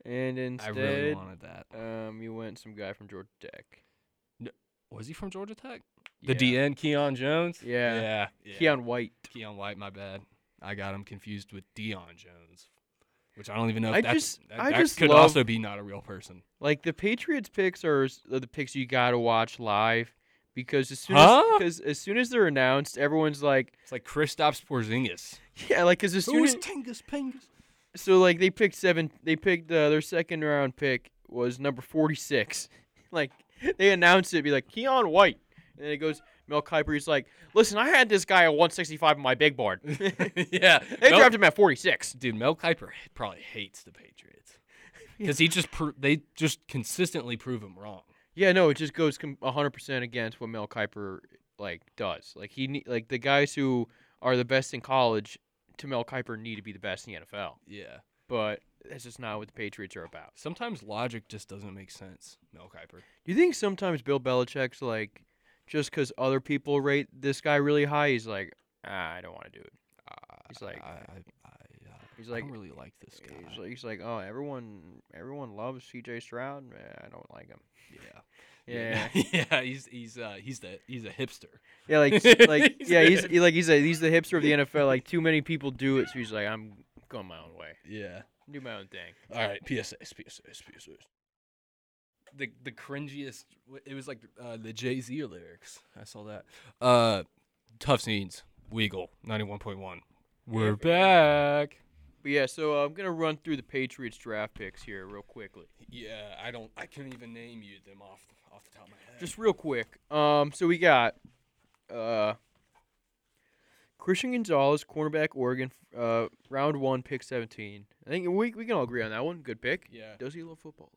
Speaker 4: And
Speaker 3: I really
Speaker 4: instead,
Speaker 3: wanted that.
Speaker 4: um, you went some guy from Georgia Tech.
Speaker 3: Was he from Georgia Tech?
Speaker 4: Yeah.
Speaker 3: The DN Keon Jones.
Speaker 4: Yeah.
Speaker 3: yeah,
Speaker 4: Keon White.
Speaker 3: Keon White, my bad. I got him confused with Dion Jones, which I don't even know. If
Speaker 4: I
Speaker 3: that's,
Speaker 4: just-
Speaker 3: that,
Speaker 4: I
Speaker 3: that
Speaker 4: just
Speaker 3: could
Speaker 4: love-
Speaker 3: also be not a real person.
Speaker 4: Like the Patriots picks are s- are the picks you gotta watch live because as soon
Speaker 3: Huh?
Speaker 4: as because as soon as they're announced, everyone's like,
Speaker 3: It's like Kristaps Porzingis.
Speaker 4: yeah, like because as soon as
Speaker 3: Tingus Pingus?
Speaker 4: so like they picked seven, they picked uh, their second round pick was number forty six. like they announced it, be like Keon White, and then it goes. Mel Kiper, he's like, listen, I had this guy at 165 on my big board.
Speaker 3: yeah,
Speaker 4: They
Speaker 3: Mel-
Speaker 4: drafted him at 46.
Speaker 3: dude. Mel Kiper h- probably hates the Patriots because he just pro- they just consistently prove him wrong.
Speaker 4: Yeah, no, it just goes com- 100% against what Mel Kiper like does. Like he ne- like the guys who are the best in college to Mel Kiper need to be the best in the NFL.
Speaker 3: Yeah,
Speaker 4: But that's just not what the Patriots are about.
Speaker 3: sometimes logic just doesn't make sense. Mel Kiper.
Speaker 4: Do you think sometimes Bill Belichick's like just cuz other people rate this guy really high, he's like, "Ah, I don't want to do it." He's like-
Speaker 3: I, I, I, uh,
Speaker 4: He's
Speaker 3: I
Speaker 4: like
Speaker 3: don't really like this guy.
Speaker 4: He's like, he's like, "Oh, everyone everyone loves CJ Stroud. Eh, I don't like him."
Speaker 3: yeah,
Speaker 4: Yeah.
Speaker 3: yeah. He's he's uh, he's the he's a hipster.
Speaker 4: Yeah, like s- like
Speaker 3: He's
Speaker 4: yeah,
Speaker 3: a-
Speaker 4: he's he, like he's a, he's the hipster of the NFL. Like too many people do it, so he's like, I'm going my own way,
Speaker 3: Yeah.
Speaker 4: do my own thing.
Speaker 3: All right, PSAs, PSAs, PSAs. The the cringiest. w- It was like uh, the Jay Z lyrics. I saw that. Uh, tough scenes. Weagle ninety one point one. We're back.
Speaker 4: But yeah, so uh, I'm gonna run through the Patriots draft picks here real quickly,
Speaker 3: Yeah, I don't. I couldn't even name you them off the, off the top of my head.
Speaker 4: just real quick. Um, so we got uh Christian Gonzalez, cornerback, Oregon, f- uh, round one, pick 17. I think we we can all agree on that one. Good pick.
Speaker 3: yeah.
Speaker 4: Does he love football?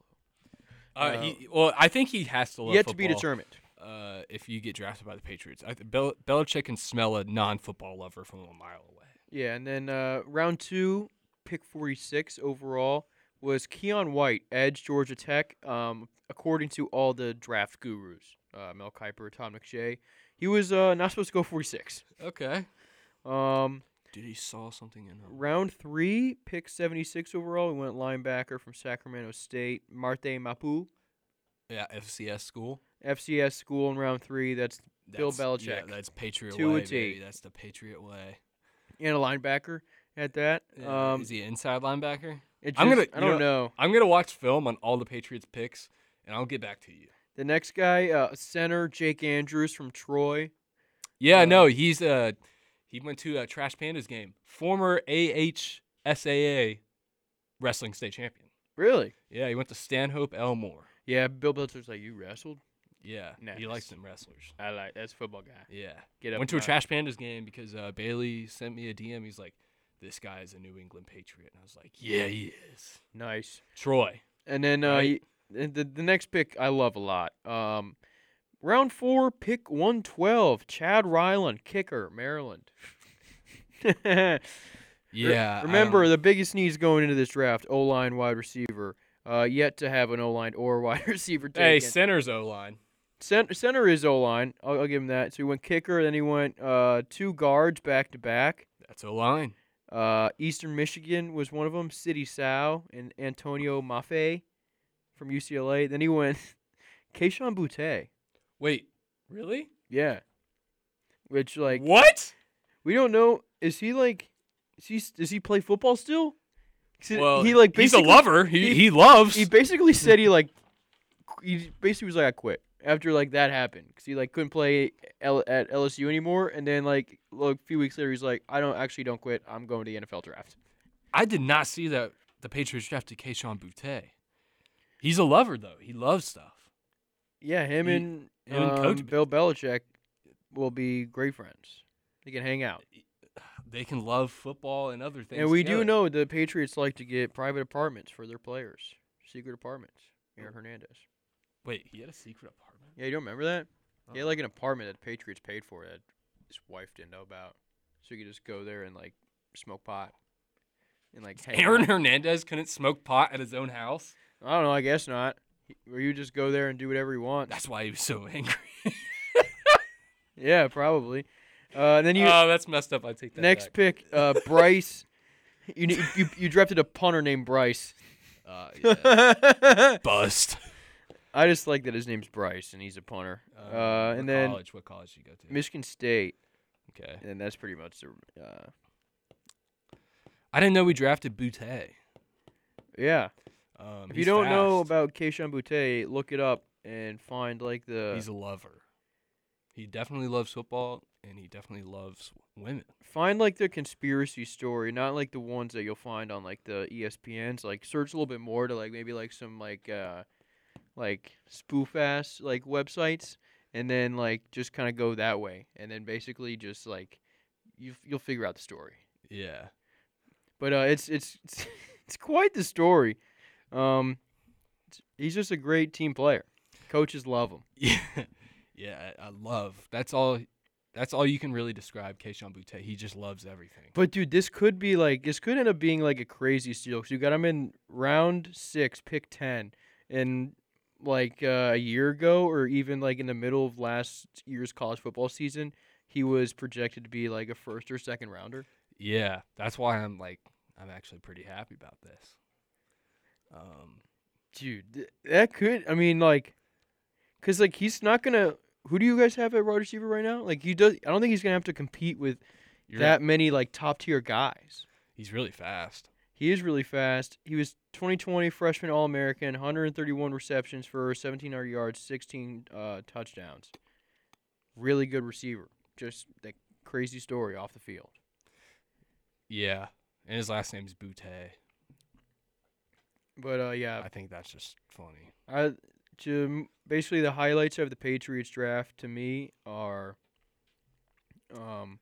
Speaker 3: Uh, he, well, I think he has to. Love
Speaker 4: Yet to be
Speaker 3: football,
Speaker 4: determined.
Speaker 3: Uh, if you get drafted by the Patriots, I, th- Bel- Belichick can smell a non football lover from a mile away.
Speaker 4: Yeah, and then uh, round two, pick 46 overall was Keon White, Edge, Georgia Tech. Um, according to all the draft gurus, uh, Mel Kiper, Tom McShay, he was uh, not supposed to go 46.
Speaker 3: Okay.
Speaker 4: Um,
Speaker 3: Dude, he saw something in uh, him.
Speaker 4: round three, pick 76 overall, we went linebacker from Sacramento State, Marte Mapu,
Speaker 3: Yeah, FCS school.
Speaker 4: FCS school in round three. That's Bill
Speaker 3: That's- Yeah,
Speaker 4: Belichick.
Speaker 3: that's Patriot
Speaker 4: To a
Speaker 3: way,
Speaker 4: T.
Speaker 3: baby. That's the Patriot way.
Speaker 4: and a linebacker at that.
Speaker 3: Yeah,
Speaker 4: Um,
Speaker 3: is he an inside linebacker?
Speaker 4: it
Speaker 3: I'm
Speaker 4: just- I
Speaker 3: gonna- you
Speaker 4: don't know.
Speaker 3: I'm gonna watch film on all the Patriots picks, and I'll get back to you.
Speaker 4: The next guy, uh, center Jake Andrews from Troy.
Speaker 3: Yeah,
Speaker 4: Uh,
Speaker 3: no, he's uh, he went to a Trash Pandas game. Former AHSAA wrestling state champion.
Speaker 4: Really?
Speaker 3: Yeah, he went to Stanhope Elmore.
Speaker 4: Yeah, Bill Belichick's like, you wrestled?
Speaker 3: Yeah, he
Speaker 4: Nice.
Speaker 3: likes them wrestlers.
Speaker 4: I like that's a football guy.
Speaker 3: Yeah,
Speaker 4: Get up.
Speaker 3: went to a
Speaker 4: and out.
Speaker 3: Trash Pandas game because uh, Bailey sent me a DM. He's like, "This guy is a New England Patriot," and I was like, "Yeah, he is."
Speaker 4: Nice.
Speaker 3: Troy.
Speaker 4: And then uh,
Speaker 3: Right.
Speaker 4: he- and the the next pick I love a lot. Um, round four, pick one twelve, Chad Ryland, kicker, Maryland. Re-
Speaker 3: Yeah, I
Speaker 4: remember
Speaker 3: don't-
Speaker 4: the biggest needs going into this draft: O line, wide receiver. Uh, yet to have an O line or wide receiver taken.
Speaker 3: Hey, center's O line.
Speaker 4: Center, center is O line. I'll, I'll give him that. So he went kicker, then he went uh, two guards back to back.
Speaker 3: That's O line.
Speaker 4: Uh, Eastern Michigan was one of them. City Sow and Antonio Maffei from UCLA. Then he went Keishon Butte.
Speaker 3: Wait, really?
Speaker 4: Yeah. Which like
Speaker 3: what?
Speaker 4: we don't know. Is he like? Is he s- does he play football still? 'Cause
Speaker 3: Well,
Speaker 4: he like
Speaker 3: he's a
Speaker 4: basically-
Speaker 3: lover. He
Speaker 4: he-
Speaker 3: he, loves.
Speaker 4: He basically said he like. qu- He basically was like I quit after like that happened because he like couldn't play L- at LSU anymore, and then like look, a few weeks later he's like I don't actually don't quit. I'm going to the NFL draft.
Speaker 3: I did not see that the Patriots drafted Keishon Butte. He's a lover though. He loves stuff.
Speaker 4: Yeah, him
Speaker 3: He-
Speaker 4: and,
Speaker 3: him and
Speaker 4: um,
Speaker 3: Coach
Speaker 4: Bill Belichick will be great friends. They can hang out.
Speaker 3: They can love football and other things.
Speaker 4: And we do
Speaker 3: together.
Speaker 4: know the Patriots like to get private apartments for their players, secret apartments.
Speaker 3: Oh.
Speaker 4: Aaron Hernandez.
Speaker 3: Wait, he had a secret apartment.
Speaker 4: Yeah, you don't remember that? He
Speaker 3: Oh.
Speaker 4: had like an apartment that Patriots paid for that his wife didn't know about, so you could just go there and like smoke pot and like hang
Speaker 3: Aaron
Speaker 4: out.
Speaker 3: Hernandez couldn't smoke pot at his own house.
Speaker 4: I don't know. I guess not. He- Or you just go there and do whatever you want.
Speaker 3: That's why he was so angry.
Speaker 4: Yeah, probably. Uh, and then you
Speaker 3: oh, that's messed up. I take that
Speaker 4: next
Speaker 3: back.
Speaker 4: pick, uh, Bryce. You, ne- you you drafted a punter named Bryce.
Speaker 3: Uh, yeah.
Speaker 4: I
Speaker 3: Bust.
Speaker 4: just like that his name's Bryce and he's a punter.
Speaker 3: Um,
Speaker 4: Uh,
Speaker 3: what
Speaker 4: and then
Speaker 3: college? What college did you go to?
Speaker 4: Michigan State,
Speaker 3: okay.
Speaker 4: and that's pretty much the. Uh,
Speaker 3: I didn't know we drafted Butte.
Speaker 4: yeah,
Speaker 3: Um,
Speaker 4: if you
Speaker 3: he's
Speaker 4: don't know
Speaker 3: fast.
Speaker 4: about Keishon Butte, look it up and find like the
Speaker 3: he's a lover. He definitely loves football, and he definitely loves women.
Speaker 4: find like the conspiracy story, not like the ones that you'll find on like the E ESPNs. Like search a little bit more to like maybe like some like uh like spoof ass like websites, and then like just kind of go that way, and then basically just like you you'll figure out the story.
Speaker 3: Yeah.
Speaker 4: But uh, it's it's it's, it's quite the story. Um, it's- he's just a great team player. Coaches love him.
Speaker 3: Yeah. Yeah. I I love. That's all. That's all you can really describe Keishon Butte. He just loves everything.
Speaker 4: But dude, this could be like this could end up being like a crazy steal because you got him in round six, pick ten, and like uh, a year ago or even like in the middle of last year's college football season, he was projected to be like a first or second rounder.
Speaker 3: Yeah. That's why I'm like, I'm actually pretty happy about this. Um.
Speaker 4: Dude, th- that could I mean like, cause like he's not gonna. Who do you guys have at wide receiver right now? Like he does. I don't think he's gonna have to compete with
Speaker 3: You're
Speaker 4: that many like top tier guys.
Speaker 3: He's really fast.
Speaker 4: He is really fast. He was 2020 freshman All American, 131 receptions for 1,700 yards, 16 uh, touchdowns. Really good receiver. Just that crazy story off the field.
Speaker 3: Yeah. And his last name's Butte.
Speaker 4: But uh, yeah,
Speaker 3: I think that's just funny.
Speaker 4: I to m- basically the highlights of the Patriots draft to me are um,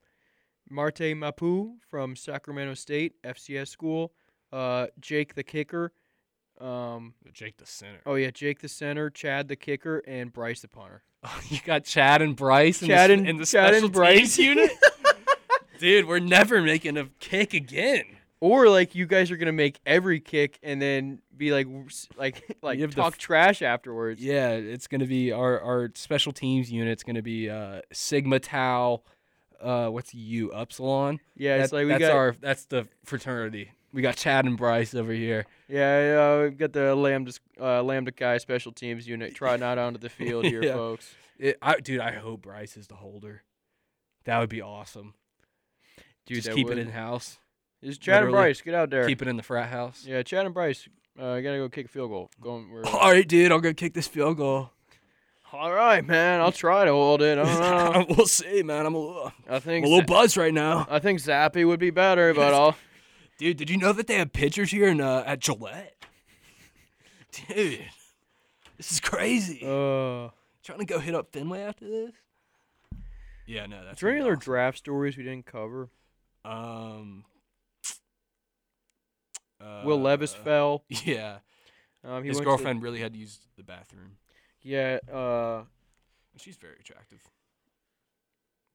Speaker 4: Marte Mapu from Sacramento State FCS school, uh, Jake the kicker, um,
Speaker 3: Jake the center.
Speaker 4: Oh yeah, Jake the center, Chad the kicker, and Bryce the punter.
Speaker 3: you got Chad and Bryce. in the
Speaker 4: Chad
Speaker 3: s-
Speaker 4: and-
Speaker 3: in the
Speaker 4: Chad and
Speaker 3: special
Speaker 4: Bryce.
Speaker 3: teams unit. Dude, we're never making a kick again.
Speaker 4: Or like you guys are gonna make every kick and then be like w- s- like like
Speaker 3: You have the
Speaker 4: talk
Speaker 3: f-
Speaker 4: trash afterwards.
Speaker 3: Yeah, it's gonna be our our special teams unit's gonna be uh, Sigma Tau. Uh, what's U Upsilon?
Speaker 4: Yeah, it's
Speaker 3: That-
Speaker 4: like we
Speaker 3: that's
Speaker 4: got
Speaker 3: our that's the fraternity. We got Chad and Bryce over here.
Speaker 4: yeah uh, we got the lambda s- uh, lambda guy special teams unit. Try not onto the field here,
Speaker 3: Yeah.
Speaker 4: folks.
Speaker 3: It, I, dude, I hope Bryce is the holder. That would be awesome.
Speaker 4: Dude,
Speaker 3: Just
Speaker 4: that
Speaker 3: keep
Speaker 4: would-
Speaker 3: it in house.
Speaker 4: Just Chad and
Speaker 3: literally.
Speaker 4: Bryce, get out there.
Speaker 3: Keep it in the frat house.
Speaker 4: yeah, Chad and Bryce, uh, gotta go kick a field goal. Going, we're,
Speaker 3: All right, dude, I'll go kick this field goal.
Speaker 4: all right, man. I'll try to hold it. I don't know.
Speaker 3: we'll see, man. I'm a little,
Speaker 4: I
Speaker 3: I'm
Speaker 4: think
Speaker 3: a little
Speaker 4: Za-
Speaker 3: buzzed right now,
Speaker 4: I think Zappy would be better, but I'll
Speaker 3: dude. Did you know that they have pitchers here in uh, at Gillette? Dude, this is crazy.
Speaker 4: uh,
Speaker 3: Trying to go hit up Fenway after this? Yeah, no, that's
Speaker 4: Is there
Speaker 3: gonna
Speaker 4: any
Speaker 3: be
Speaker 4: other draft stories we didn't cover?
Speaker 3: awesome. Um,
Speaker 4: Will Levis
Speaker 3: uh,
Speaker 4: fell.
Speaker 3: Yeah,
Speaker 4: Um, he
Speaker 3: his
Speaker 4: went to-
Speaker 3: girlfriend really had to use the bathroom.
Speaker 4: yeah, uh,
Speaker 3: She's very attractive,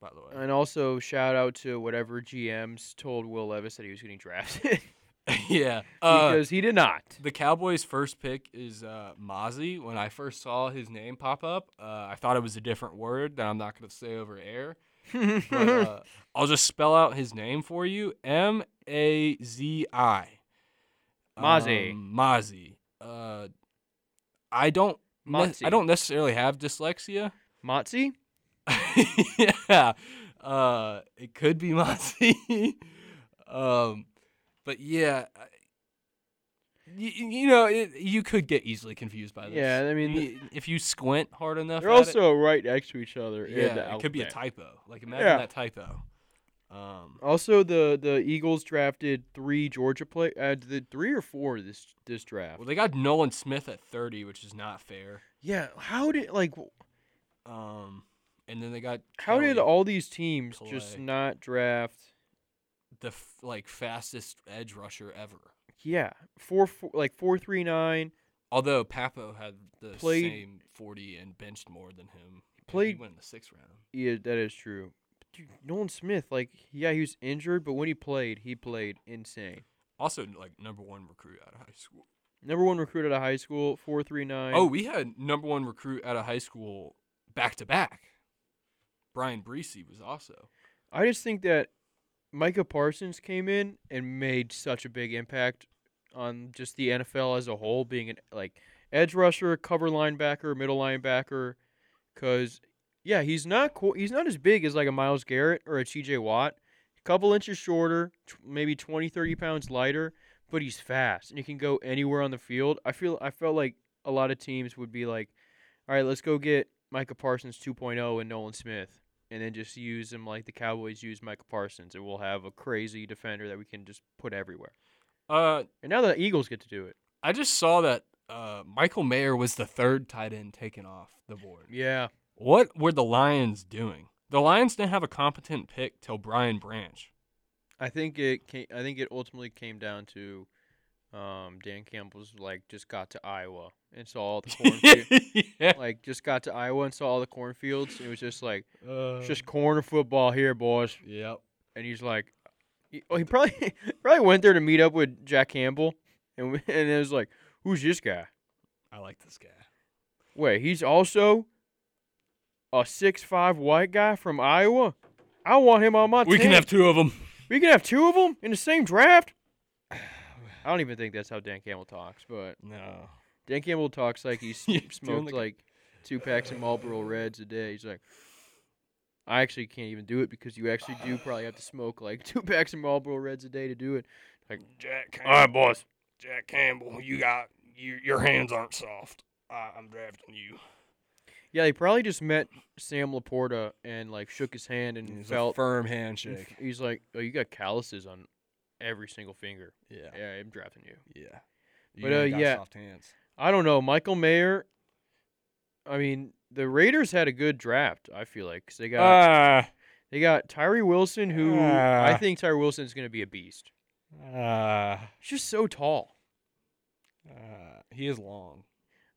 Speaker 3: by the way.
Speaker 4: and also shout out to whatever GMs told Will Levis that he was getting drafted
Speaker 3: yeah. Uh,
Speaker 4: because he did not.
Speaker 3: the Cowboys' first pick is uh, Mozzie. When I first saw his name pop up, uh, I thought it was a different word that I'm not going to say over air. But, uh, I'll just spell out his name for you M A Z I.
Speaker 4: Mozzie.
Speaker 3: Um, Mozzie. Uh, I don't. ne-
Speaker 4: Motsy.
Speaker 3: I don't necessarily have dyslexia.
Speaker 4: Motzi?
Speaker 3: yeah. Uh, it could be Monty. um, but yeah, I- y- y- you know, it, you could get easily confused by this.
Speaker 4: Yeah, I mean,
Speaker 3: Y- if you squint hard enough,
Speaker 4: They're
Speaker 3: at it-
Speaker 4: also right next to each other. in the
Speaker 3: yeah, it could be a
Speaker 4: alphabet.
Speaker 3: typo. Like imagine
Speaker 4: Yeah. Oh,
Speaker 3: that typo. Um,
Speaker 4: Also, the the Eagles drafted three Georgia play. Uh, the three or four this this draft.
Speaker 3: well, they got Nolan Smith at thirty, which is not fair.
Speaker 4: yeah, how did like
Speaker 3: Um, and then they got
Speaker 4: how did
Speaker 3: Kelly,
Speaker 4: all these teams just
Speaker 3: Kalai.
Speaker 4: not draft?
Speaker 3: the f- like fastest edge rusher ever?
Speaker 4: Yeah, four, four like four three nine.
Speaker 3: Although Papo had the
Speaker 4: Played-
Speaker 3: same forty and benched more than him. and he
Speaker 4: Played-
Speaker 3: went in the sixth round.
Speaker 4: Yeah, that is true. But Dude, Nolan Smith, like yeah, he was injured, but when he played, he played insane.
Speaker 3: Also, like number one recruit out of high school.
Speaker 4: Number one recruit out of high school, four three nine.
Speaker 3: Oh, we had number one recruit out of high school back to back. Brian Breesy was also.
Speaker 4: I just think that Micah Parsons came in and made such a big impact on just the NFL as a whole, being an like edge rusher, cover linebacker, middle linebacker. Cause yeah, he's not qu- he's not as big as like a Miles Garrett or a T.J. Watt. A couple inches shorter, t- maybe 20, 30 pounds lighter, but he's fast and he can go anywhere on the field. I feel I felt like a lot of teams would be like, all right, let's go get Micah Parsons 2.0 and Nolan Smith and then just use him like the Cowboys use Michael Parsons, and we'll have a crazy defender that we can just put everywhere.
Speaker 3: Uh,
Speaker 4: And now the Eagles get to do it.
Speaker 3: I just saw that uh, Michael Mayer was the third tight end taken off the board.
Speaker 4: Yeah,
Speaker 3: What were the Lions doing? The Lions didn't have a competent pick till Brian Branch.
Speaker 4: I think it. Came, I think it ultimately came down to um, Dan Campbell's like just got to Iowa and saw all the cornfields.
Speaker 3: yeah.
Speaker 4: like just got to Iowa and saw all the cornfields. and It was just like
Speaker 3: Uh,
Speaker 4: it's just corner football here, boys.
Speaker 3: yep.
Speaker 4: And he's like, he- oh, he probably probably went there to meet up with Jack Campbell, and we- and it was like, who's this guy?
Speaker 3: I like this guy.
Speaker 4: Wait, he's also a six-five white guy from Iowa. I want him on my
Speaker 3: We
Speaker 4: team.
Speaker 3: can have two of them.
Speaker 4: we can have two of them in the same draft. I don't even think that's how Dan Campbell talks, but
Speaker 3: No.
Speaker 4: Dan Campbell talks like he's
Speaker 3: You're doing
Speaker 4: smoked
Speaker 3: the-
Speaker 4: like two packs of Marlboro Reds a day. He's like, I actually can't even do it because you actually do probably have to smoke like two packs of Marlboro Reds a day to do it.
Speaker 5: Jack Campbell.
Speaker 4: All right, boys.
Speaker 5: Jack Campbell, you got you, your hands aren't soft. I, I'm drafting you.
Speaker 4: Yeah, they probably just met Sam Laporta and like shook his hand and
Speaker 3: He's a
Speaker 4: felt
Speaker 3: firm
Speaker 4: And
Speaker 3: handshake.
Speaker 4: f- He's like, "Oh, you got calluses on every single finger."
Speaker 3: Yeah.
Speaker 4: Yeah, I'm drafting you.
Speaker 3: Yeah.
Speaker 4: But, uh, yeah.
Speaker 3: soft hands.
Speaker 4: I don't know, Michael Mayer. I mean, the Raiders had a good draft. I feel like 'cause they got
Speaker 3: Ah,
Speaker 4: they got Tyree Wilson, who I
Speaker 3: Ah.
Speaker 4: think Tyree Wilson's going to be a beast.
Speaker 3: ah,
Speaker 4: He's just so tall.
Speaker 3: ah. he is long.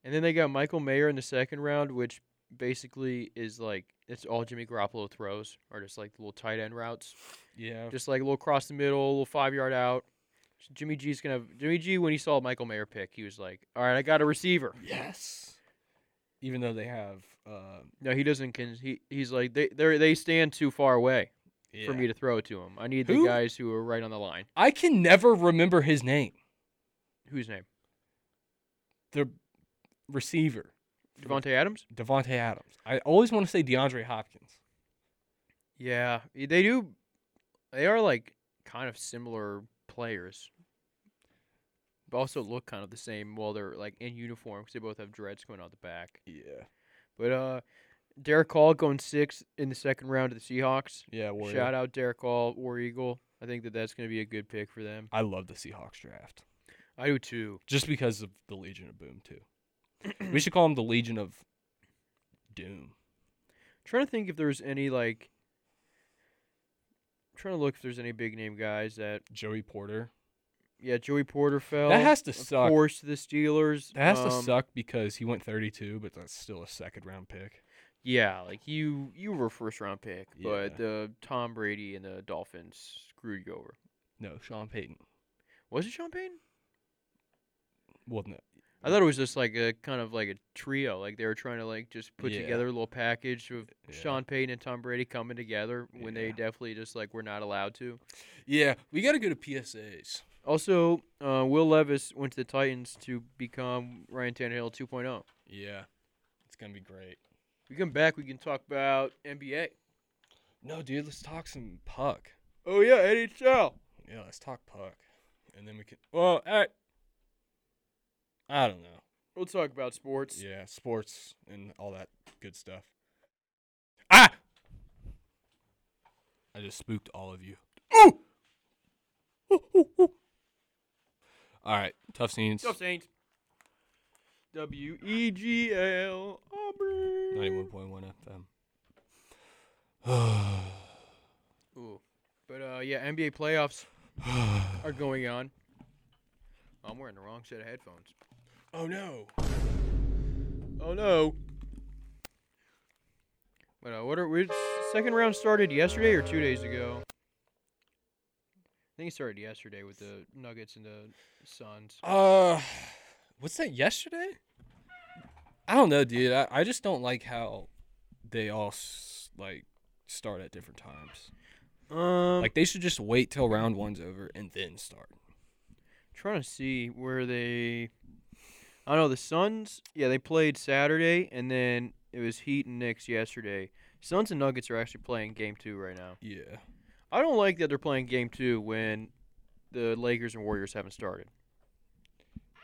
Speaker 4: And then they got Michael Mayer in the second round, which basically is like it's all Jimmy Garoppolo throws, are just like little tight end routes.
Speaker 3: Yeah.
Speaker 4: just like a little cross the middle, a little five yard out. Jimmy G's gonna have Jimmy G when he saw Michael Mayer pick, he was like, "All right, I got a receiver."
Speaker 3: Yes. Even though they have, uh,
Speaker 4: No, he doesn't. Can he? He's like they they they stand too far away for me
Speaker 3: yeah.
Speaker 4: to throw to him. I need
Speaker 3: Who?
Speaker 4: the guys who are right on the line.
Speaker 3: I can never remember his name.
Speaker 4: Whose name?
Speaker 3: The receiver,
Speaker 4: Devonte Adams.
Speaker 3: Devonte Adams. I always want to say DeAndre Hopkins.
Speaker 4: Yeah, y- they do. They are like kind of similar players, but also look kind of the same while they're like in uniform because they both have dreads going out the back.
Speaker 3: Yeah.
Speaker 4: But uh, Derek Hall going sixth in the second round to the Seahawks.
Speaker 3: Yeah. Warrior.
Speaker 4: Shout out Derek Hall, War Eagle. I think that that's going to be a good pick for them.
Speaker 3: I love the Seahawks draft
Speaker 4: I do too.
Speaker 3: just because of the Legion of Boom too. we should call him the Legion of Doom.
Speaker 4: trying to think if there's any like. trying to look if there's any big name guys that
Speaker 3: Joey Porter.
Speaker 4: yeah Joey Porter fell.
Speaker 3: That has to
Speaker 4: of
Speaker 3: suck.
Speaker 4: course to the Steelers.
Speaker 3: That has to
Speaker 4: Um,
Speaker 3: suck because he went 32, but that's still a second round pick.
Speaker 4: Yeah, like you you were a first round pick,
Speaker 3: Yeah.
Speaker 4: but the Tom Brady and the Dolphins screwed you over.
Speaker 3: No, Sean Payton
Speaker 4: Was it Sean Payton?
Speaker 3: wasn't it?
Speaker 4: I thought it was just like a kind of like a trio. Like they were trying to like just put
Speaker 3: Yeah.
Speaker 4: together a little package of
Speaker 3: Yeah.
Speaker 4: Sean Payton and Tom Brady coming together when they
Speaker 3: Yeah.
Speaker 4: definitely just like were not allowed to.
Speaker 3: Yeah, we got to go to PSAs.
Speaker 4: Also, uh, Will Levis went to the Titans to become Ryan Tannehill 2.0.
Speaker 3: Yeah, it's gonna be great.
Speaker 4: We come back, we can talk about NBA.
Speaker 3: No, dude, let's talk some puck.
Speaker 4: Oh yeah, NHL.
Speaker 3: Yeah, let's talk puck, and then we can. Well, I, I don't know.
Speaker 4: We'll talk about sports.
Speaker 3: Yeah, sports and all that good stuff. Ah! I just spooked all of you. All right, tough scenes.
Speaker 4: Go Saints. W E G L Auburn.
Speaker 3: Ninety-one point one FM.
Speaker 4: Ooh. But uh, yeah, NBA playoffs are going on. I'm wearing the wrong set of headphones.
Speaker 3: oh no!
Speaker 4: Oh no. But uh, what are we? Second round started yesterday or two days ago? I think it started yesterday with the Nuggets and the Suns.
Speaker 3: Uh, what's that? Yesterday? I don't know, dude. I, I just don't like how they all s- like start at different times.
Speaker 4: Um,
Speaker 3: Like they should just wait till round one's over and then start.
Speaker 4: trying to see where they. I know the Suns. Yeah, they played Saturday, and then it was Heat and Knicks yesterday. Suns and Nuggets are actually playing Game Two right now.
Speaker 3: Yeah.
Speaker 4: I don't like that they're playing Game Two when the Lakers and Warriors haven't started.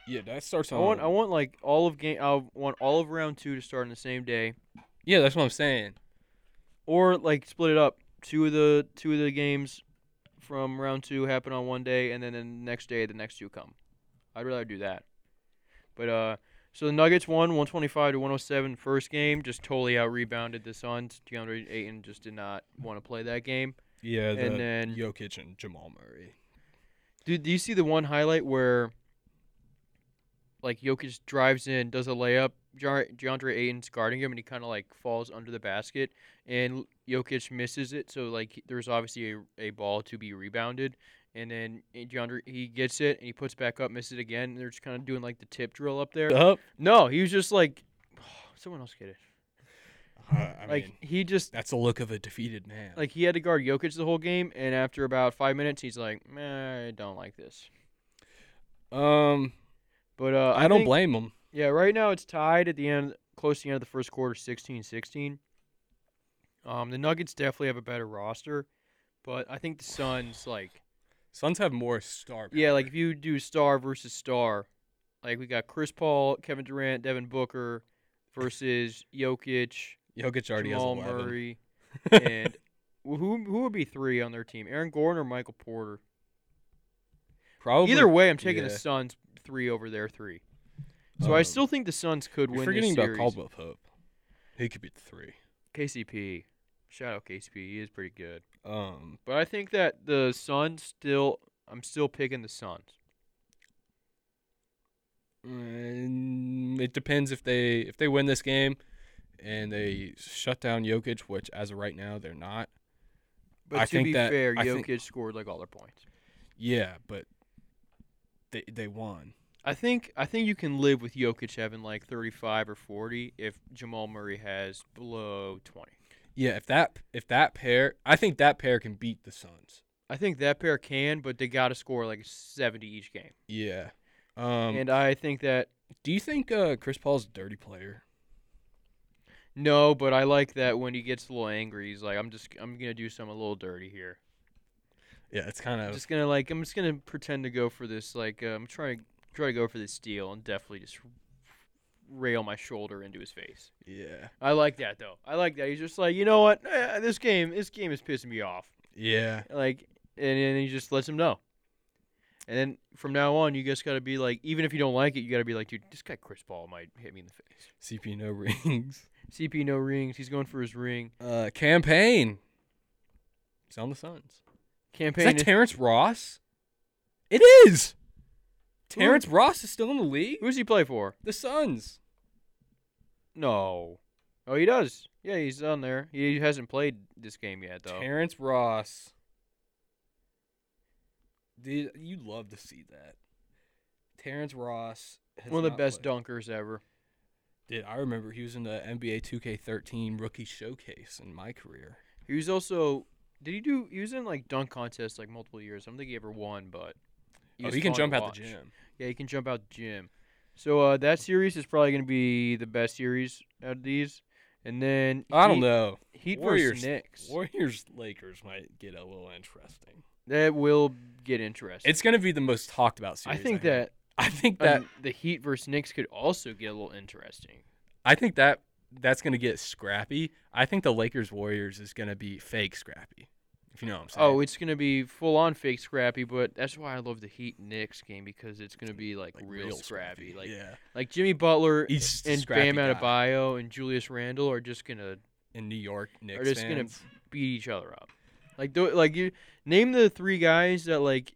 Speaker 3: Yeah, that starts
Speaker 4: I
Speaker 3: on.
Speaker 4: want I want like all of game I want all of round two to start on the same day,
Speaker 3: yeah, that's what I'm saying.
Speaker 4: or like split it up. Two of the two of the games from round two happen on one day, and then the next day the next two come. I'd rather do that. But uh, so the Nuggets won 125 to 107 first game, just totally out rebounded the Suns. DeAndre Ayton just did not want to play that game.
Speaker 3: Yeah,
Speaker 4: And the then-
Speaker 3: Jokic and Jamal Murray.
Speaker 4: Dude, do you see the one highlight where like Jokic drives in, does a layup, Ja- DeAndre Ayton's guarding him and he kind of like falls under the basket and Jokic misses it, so like there's obviously a, a ball to be rebounded and then DeAndre he gets it and he puts back up, misses it again, and they're just kind of doing like the tip drill up there.
Speaker 3: Up.
Speaker 4: No, he was just like someone else get it.
Speaker 3: I mean,
Speaker 4: like he just
Speaker 3: that's the look of a defeated man.
Speaker 4: like he had to guard Jokic the whole game and after about 5 minutes he's like, "Meh, I don't like this."
Speaker 3: um,
Speaker 4: But uh
Speaker 3: I, don't
Speaker 4: think-
Speaker 3: blame him.
Speaker 4: Yeah, right now it's tied at the end, close to the end of the first quarter, 16-16. Um, the Nuggets definitely have a better roster, but I think the Suns, like,
Speaker 3: Suns have more star.
Speaker 4: yeah,
Speaker 3: power.
Speaker 4: like if you do star versus star, like we got Chris Paul, Kevin Durant, Devin Booker versus Jokic,
Speaker 3: Jokic already
Speaker 4: Jamal
Speaker 3: has 11.
Speaker 4: Murray, and who who would be three on their team? Aaron Gordon or Michael Porter?
Speaker 3: Probably
Speaker 4: Either way, I'm taking
Speaker 3: yeah.
Speaker 4: the Suns three over their three. So I
Speaker 3: Um,
Speaker 4: still think the Suns could
Speaker 3: You're
Speaker 4: win.
Speaker 3: forgetting
Speaker 4: this
Speaker 3: about
Speaker 4: series.
Speaker 3: Caldwell Pope. He could be the three.
Speaker 4: KCP. Shout out KCP. He is pretty good.
Speaker 3: Um,
Speaker 4: But I think that the Suns still. I'm still picking the Suns.
Speaker 3: and it depends if they if they win this game and they shut down Jokic, which as of right now they're not.
Speaker 4: But
Speaker 3: I
Speaker 4: to
Speaker 3: think
Speaker 4: be
Speaker 3: that-
Speaker 4: fair,
Speaker 3: I
Speaker 4: Jokic
Speaker 3: think-
Speaker 4: scored like all their points.
Speaker 3: Yeah, but they they won.
Speaker 4: I think I think you can live with Jokic having like 35 or 40 if Jamal Murray has below 20.
Speaker 3: Yeah, if that if that pair, I think that pair can beat the Suns.
Speaker 4: I think that pair can, but they got to score like 70 each game.
Speaker 3: Yeah. Um,
Speaker 4: and I think that
Speaker 3: do you think uh, Chris Paul's a dirty player?
Speaker 4: no, but I like that when he gets a little angry, he's like, "I'm just I'm gonna do something a little dirty here."
Speaker 3: Yeah, it's kind
Speaker 4: I'm
Speaker 3: of
Speaker 4: just gonna like I'm just gonna pretend to go for this like uh, I'm trying to try to go for this steal and definitely just rail my shoulder into his face.
Speaker 3: yeah,
Speaker 4: I like that though. I like that. He's just like you know what Eh, this game this game is pissing me off.
Speaker 3: yeah.
Speaker 4: Like and then he just lets him know. And then from now on, you just gotta be like, even if you don't like it, you gotta be like, dude, this guy Chris Paul might hit me in the face.
Speaker 3: CP no rings.
Speaker 4: CP no rings. He's going for his ring.
Speaker 3: Uh, campaign. He's on the Suns. Is
Speaker 4: Campaign.
Speaker 3: that
Speaker 4: Is
Speaker 3: Terrence Ross? It is. Terrence Ross is still in the league.
Speaker 4: Who does he play for?
Speaker 3: The Suns.
Speaker 4: No. Oh, he does. Yeah, he's on there. He hasn't played this game yet though.
Speaker 3: Terrence Ross. Dude, you love to see that. Terrence Ross. has
Speaker 4: One of the
Speaker 3: not
Speaker 4: best
Speaker 3: played.
Speaker 4: dunkers ever.
Speaker 3: Dude, I remember he was in the NBA 2K13 rookie showcase in my career.
Speaker 4: He was also did he do he was in like dunk contests like multiple years. I don't think he ever won, but
Speaker 3: oh,
Speaker 4: was
Speaker 3: he can
Speaker 4: fun to
Speaker 3: jump out
Speaker 4: watch.
Speaker 3: the gym.
Speaker 4: Yeah, he can jump out the gym. So uh, that series is probably going to be the best series out of these. And then
Speaker 3: I don't
Speaker 4: Heat-
Speaker 3: know.
Speaker 4: Heat
Speaker 3: Warriors-
Speaker 4: versus Knicks.
Speaker 3: Warriors Lakers might get a little interesting.
Speaker 4: that will get interesting.
Speaker 3: It's going to be the most talked about
Speaker 4: I
Speaker 3: series.
Speaker 4: think that
Speaker 3: I think
Speaker 4: that um,
Speaker 3: that
Speaker 4: the Heat versus Knicks could also get a little interesting.
Speaker 3: I think that that's going to get scrappy. I think the Lakers Warriors is going to be fake scrappy. If you know what I'm saying.
Speaker 4: Oh, it's gonna be full on fake scrappy, but that's why I love the Heat Knicks game because it's gonna be like, real, scrappy. Like
Speaker 3: yeah.
Speaker 4: like Jimmy Butler
Speaker 3: He's the
Speaker 4: and
Speaker 3: scrappy
Speaker 4: Bam
Speaker 3: guy.
Speaker 4: Adebayo and Julius Randle are just gonna
Speaker 3: in New York Knicks
Speaker 4: are just gonna
Speaker 3: fans.
Speaker 4: beat each other up. Like tho- like you name the three guys that like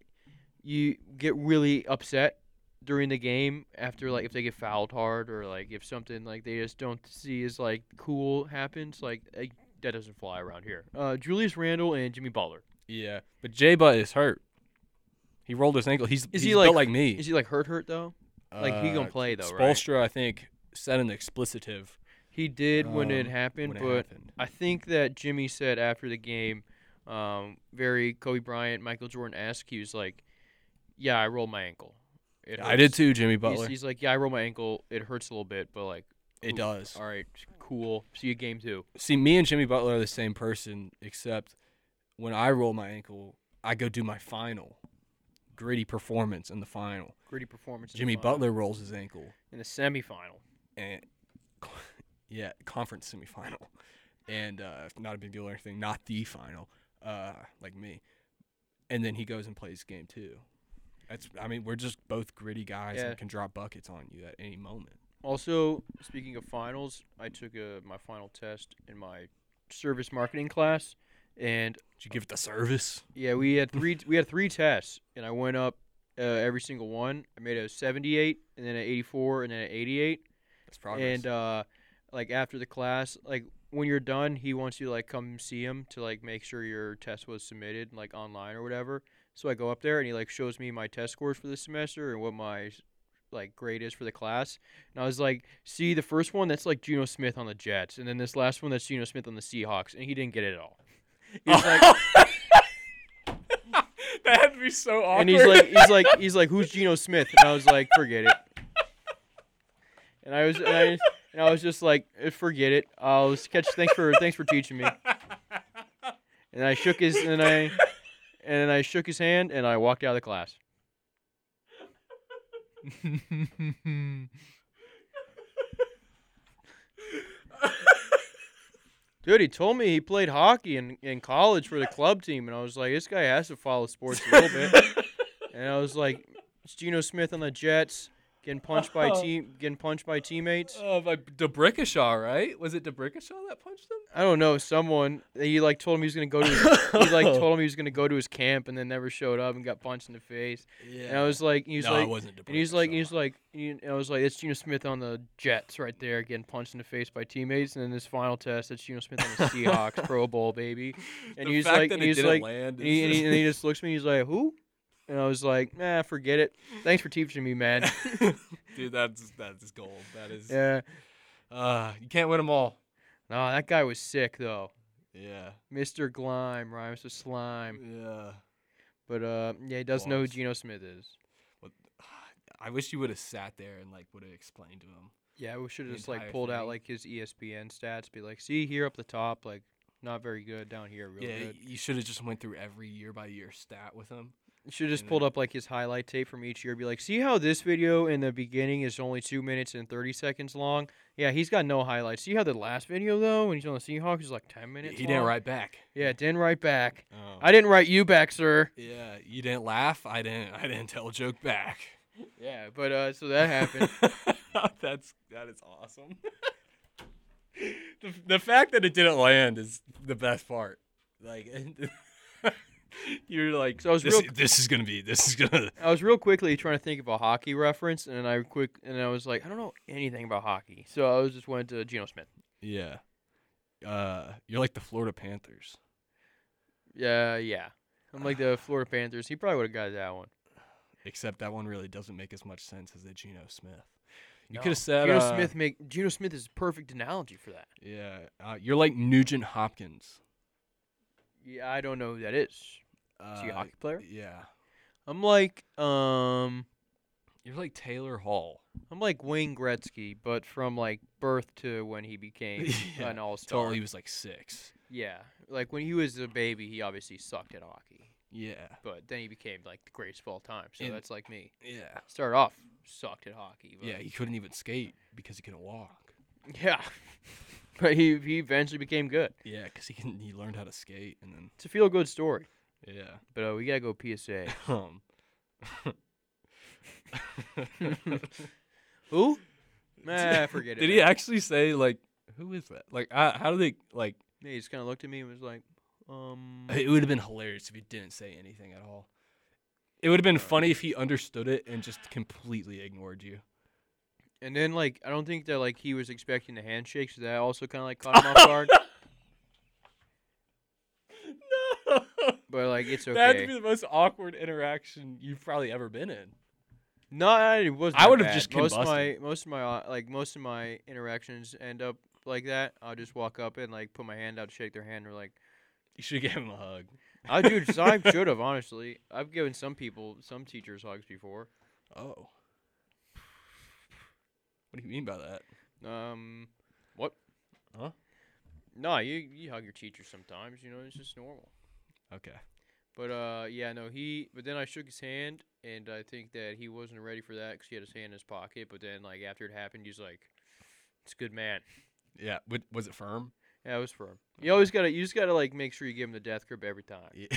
Speaker 4: you get really upset during the game after like if they get fouled hard or like if something like they just don't see as like cool happens like eh, that doesn't fly around here. Uh, Julius Randle and Jimmy Butler.
Speaker 3: Yeah, but Jay Butt is hurt. He rolled his ankle. He's
Speaker 4: Is
Speaker 3: he's
Speaker 4: he, like-
Speaker 3: built like me. Uh,
Speaker 4: Is he like hurt hurt though? like, he gonna play, though, right?
Speaker 3: Spolstra, I think, said an explicitive
Speaker 4: He did when it
Speaker 3: Um,
Speaker 4: happened,
Speaker 3: when it
Speaker 4: but
Speaker 3: happened.
Speaker 4: I think that Jimmy said after the game, um, very Kobe Bryant, Michael Jordan esque. He was like, "Yeah, I rolled my ankle. It
Speaker 3: I did
Speaker 4: hurts."
Speaker 3: too, Jimmy
Speaker 4: He's-
Speaker 3: Butler.
Speaker 4: He's, like, "Yeah, I rolled my ankle. It hurts a little bit, but like,
Speaker 3: it
Speaker 4: "Ooh,
Speaker 3: does.
Speaker 4: All right, cool. See you game two.
Speaker 3: See, me and Jimmy Butler are the same person, except when I roll my ankle, I go do my final gritty performance in the final.
Speaker 4: Gritty performance. in the
Speaker 3: Jimmy
Speaker 4: final.
Speaker 3: Butler rolls his ankle,
Speaker 4: in the semifinal.
Speaker 3: and yeah, conference semifinal, and uh, not a big deal or anything. Not the final, uh, like me. And then he goes and plays game two. That's I mean, we're just both gritty guys
Speaker 4: Yeah.
Speaker 3: and can drop buckets on you at any moment.
Speaker 4: Also, speaking of finals, I took a, my final test in my service marketing class, and
Speaker 3: Did you give it the service?
Speaker 4: Yeah, we had three. we had three tests, and I went up uh, every single one. I made a seventy-eight, and then an eighty-four, and then an eighty-eight.
Speaker 3: That's progress.
Speaker 4: And uh, like after the class, like when you're done, he wants you to like come see him to like make sure your test was submitted like online or whatever. So I go up there, and he like shows me my test scores for the semester and what my like grade is for the class. And I was like, see the first one that's like Geno Smith on the Jets, and then this last one that's Geno Smith on the Seahawks, and he didn't get it at all. He was like.
Speaker 3: that had to be so awkward.
Speaker 4: And he's like, he's like, he's like, who's Geno Smith? And I was like, forget it. And I was, and I, and I was just like, "Eh, forget it. I'll just catch. Thanks for, thanks for teaching me. And I shook his, and I, and I shook his hand, and I walked out of the class. Dude, he told me he played hockey in, in college for the club team, and I was like, this guy has to follow sports a little bit. and I was like, it's Geno Smith on the Jets getting punched by team, getting punched by teammates.
Speaker 3: Uh, by DeBrickashaw, right? Was it DeBrickashaw that punched him?
Speaker 4: I don't know, someone he like told him he was gonna go to his, he like
Speaker 3: Oh.
Speaker 4: told him he was gonna go to his camp and then never showed up and got punched in the face.
Speaker 3: Yeah.
Speaker 4: And I was like, he was
Speaker 3: no,
Speaker 4: like,
Speaker 3: it wasn't DeBrickashaw.
Speaker 4: and he's like, he's like, and I was like, it's Geno Smith on the Jets right there getting punched in the face by teammates, and then this final test, it's Geno Smith on the Seahawks Pro Bowl baby. And
Speaker 3: the
Speaker 4: he's
Speaker 3: fact
Speaker 4: like,
Speaker 3: that
Speaker 4: and
Speaker 3: it
Speaker 4: he's
Speaker 3: didn't
Speaker 4: like,
Speaker 3: land
Speaker 4: and he, and,
Speaker 3: is
Speaker 4: he, and he just looks at me, he's like, who? And I was like, nah, forget it. Thanks for teaching me, man.
Speaker 3: dude, that's that's gold. That is.
Speaker 4: yeah.
Speaker 3: Uh, you can't win them all.
Speaker 4: No, that guy was sick though.
Speaker 3: Yeah.
Speaker 4: Mr. Glime rhymes with slime,
Speaker 3: Yeah.
Speaker 4: but uh, yeah, he doesn't know who
Speaker 3: Glime.
Speaker 4: Geno Smith is.
Speaker 3: I wish you would have sat there and like would have explained to him.
Speaker 4: Yeah, we should have
Speaker 3: the
Speaker 4: just like
Speaker 3: entire
Speaker 4: pulled out
Speaker 3: thing.
Speaker 4: like his E ESPN stats, be like, see here up the top, like not very good down here, real
Speaker 3: yeah,
Speaker 4: good.
Speaker 3: you should have just went through every year by year stat with him.
Speaker 4: You should have just
Speaker 3: and
Speaker 4: pulled up like his highlight tape from each year, be like, see how this video in the beginning is only two minutes and thirty seconds long. Yeah, he's got no highlights. See how the last video though, when he's on the Seahawks, is like ten minutes.
Speaker 3: he didn't
Speaker 4: long?
Speaker 3: write back.
Speaker 4: Yeah, didn't write back.
Speaker 3: Oh.
Speaker 4: I didn't write you back, sir.
Speaker 3: yeah, you didn't laugh. I didn't. I didn't tell a joke back.
Speaker 4: Yeah, but uh, so that happened.
Speaker 3: That's that is awesome. the, the fact that it didn't land is the best part. Like you're like
Speaker 4: So I was
Speaker 3: this,
Speaker 4: real-
Speaker 3: this is gonna be this is gonna
Speaker 4: I was real quickly trying to think of a hockey reference, and then I quick and I was like, I don't know anything about hockey, so I was just went to Geno Smith.
Speaker 3: yeah. Uh, you're like the Florida Panthers.
Speaker 4: Yeah, yeah. I'm like the Florida Panthers. He probably would have got that one.
Speaker 3: Except that one really doesn't make as much sense as the Geno Smith. You
Speaker 4: No.
Speaker 3: could have said
Speaker 4: Geno
Speaker 3: uh,
Speaker 4: Smith make Geno Smith is a perfect analogy for that.
Speaker 3: Yeah, uh, you're like Nugent Hopkins.
Speaker 4: Yeah, I don't know who that is. Is
Speaker 3: Uh,
Speaker 4: he a hockey player?
Speaker 3: Yeah.
Speaker 4: I'm like um
Speaker 3: You're like Taylor Hall.
Speaker 4: I'm like Wayne Gretzky, but from like birth to when he became
Speaker 3: Yeah,
Speaker 4: an all star.
Speaker 3: Until he was like six.
Speaker 4: Yeah. Like when he was a baby he obviously sucked at hockey.
Speaker 3: Yeah.
Speaker 4: But then he became like the greatest of all time. So
Speaker 3: And-
Speaker 4: that's like me.
Speaker 3: Yeah.
Speaker 4: Started off sucked at hockey. But
Speaker 3: Yeah. He couldn't even skate because he couldn't walk.
Speaker 4: Yeah. but he he eventually became good.
Speaker 3: Yeah, because he can, he learned how to skate and then
Speaker 4: It's a feel good story.
Speaker 3: yeah.
Speaker 4: But uh, we gotta go PSA.
Speaker 3: Um.
Speaker 4: Who? Nah, forget it.
Speaker 3: Did he
Speaker 4: man.
Speaker 3: actually say like who is that? Like I, how do they like?
Speaker 4: Yeah, he just kind of looked at me and was like, um.
Speaker 3: It would have been hilarious if he didn't say anything at all. It would have been funny if he understood it and just completely ignored you.
Speaker 4: And then like, I don't think that like he was expecting the handshake, so that also kind of like caught him off guard.
Speaker 3: no.
Speaker 4: But like, it's
Speaker 3: That'd
Speaker 4: okay.
Speaker 3: be the most awkward interaction you've probably ever been in.
Speaker 4: No, I- it was.
Speaker 3: I
Speaker 4: my
Speaker 3: would've
Speaker 4: bad.
Speaker 3: just
Speaker 4: most of my
Speaker 3: combusted.
Speaker 4: most of my uh, like most of my interactions end up like that. I'll just walk up and like put my hand out, shake their hand, or like,
Speaker 3: You should give him a hug.
Speaker 4: I dude, so I should have honestly. I've given some people, some teachers hugs before.
Speaker 3: Oh. What do you mean by that?
Speaker 4: Um, what?
Speaker 3: Huh?
Speaker 4: No, you you hug your teacher sometimes. You know, it's just normal.
Speaker 3: Okay.
Speaker 4: But uh, yeah, no, he. But then I shook his hand, and I think that he wasn't ready for that because he had his hand in his pocket. But then, like after it happened, he's like, "It's a good man."
Speaker 3: Yeah. wa- Was it firm?
Speaker 4: Yeah, it was firm. You always gotta, you just gotta like make sure you give him the death grip every time.
Speaker 3: Yeah.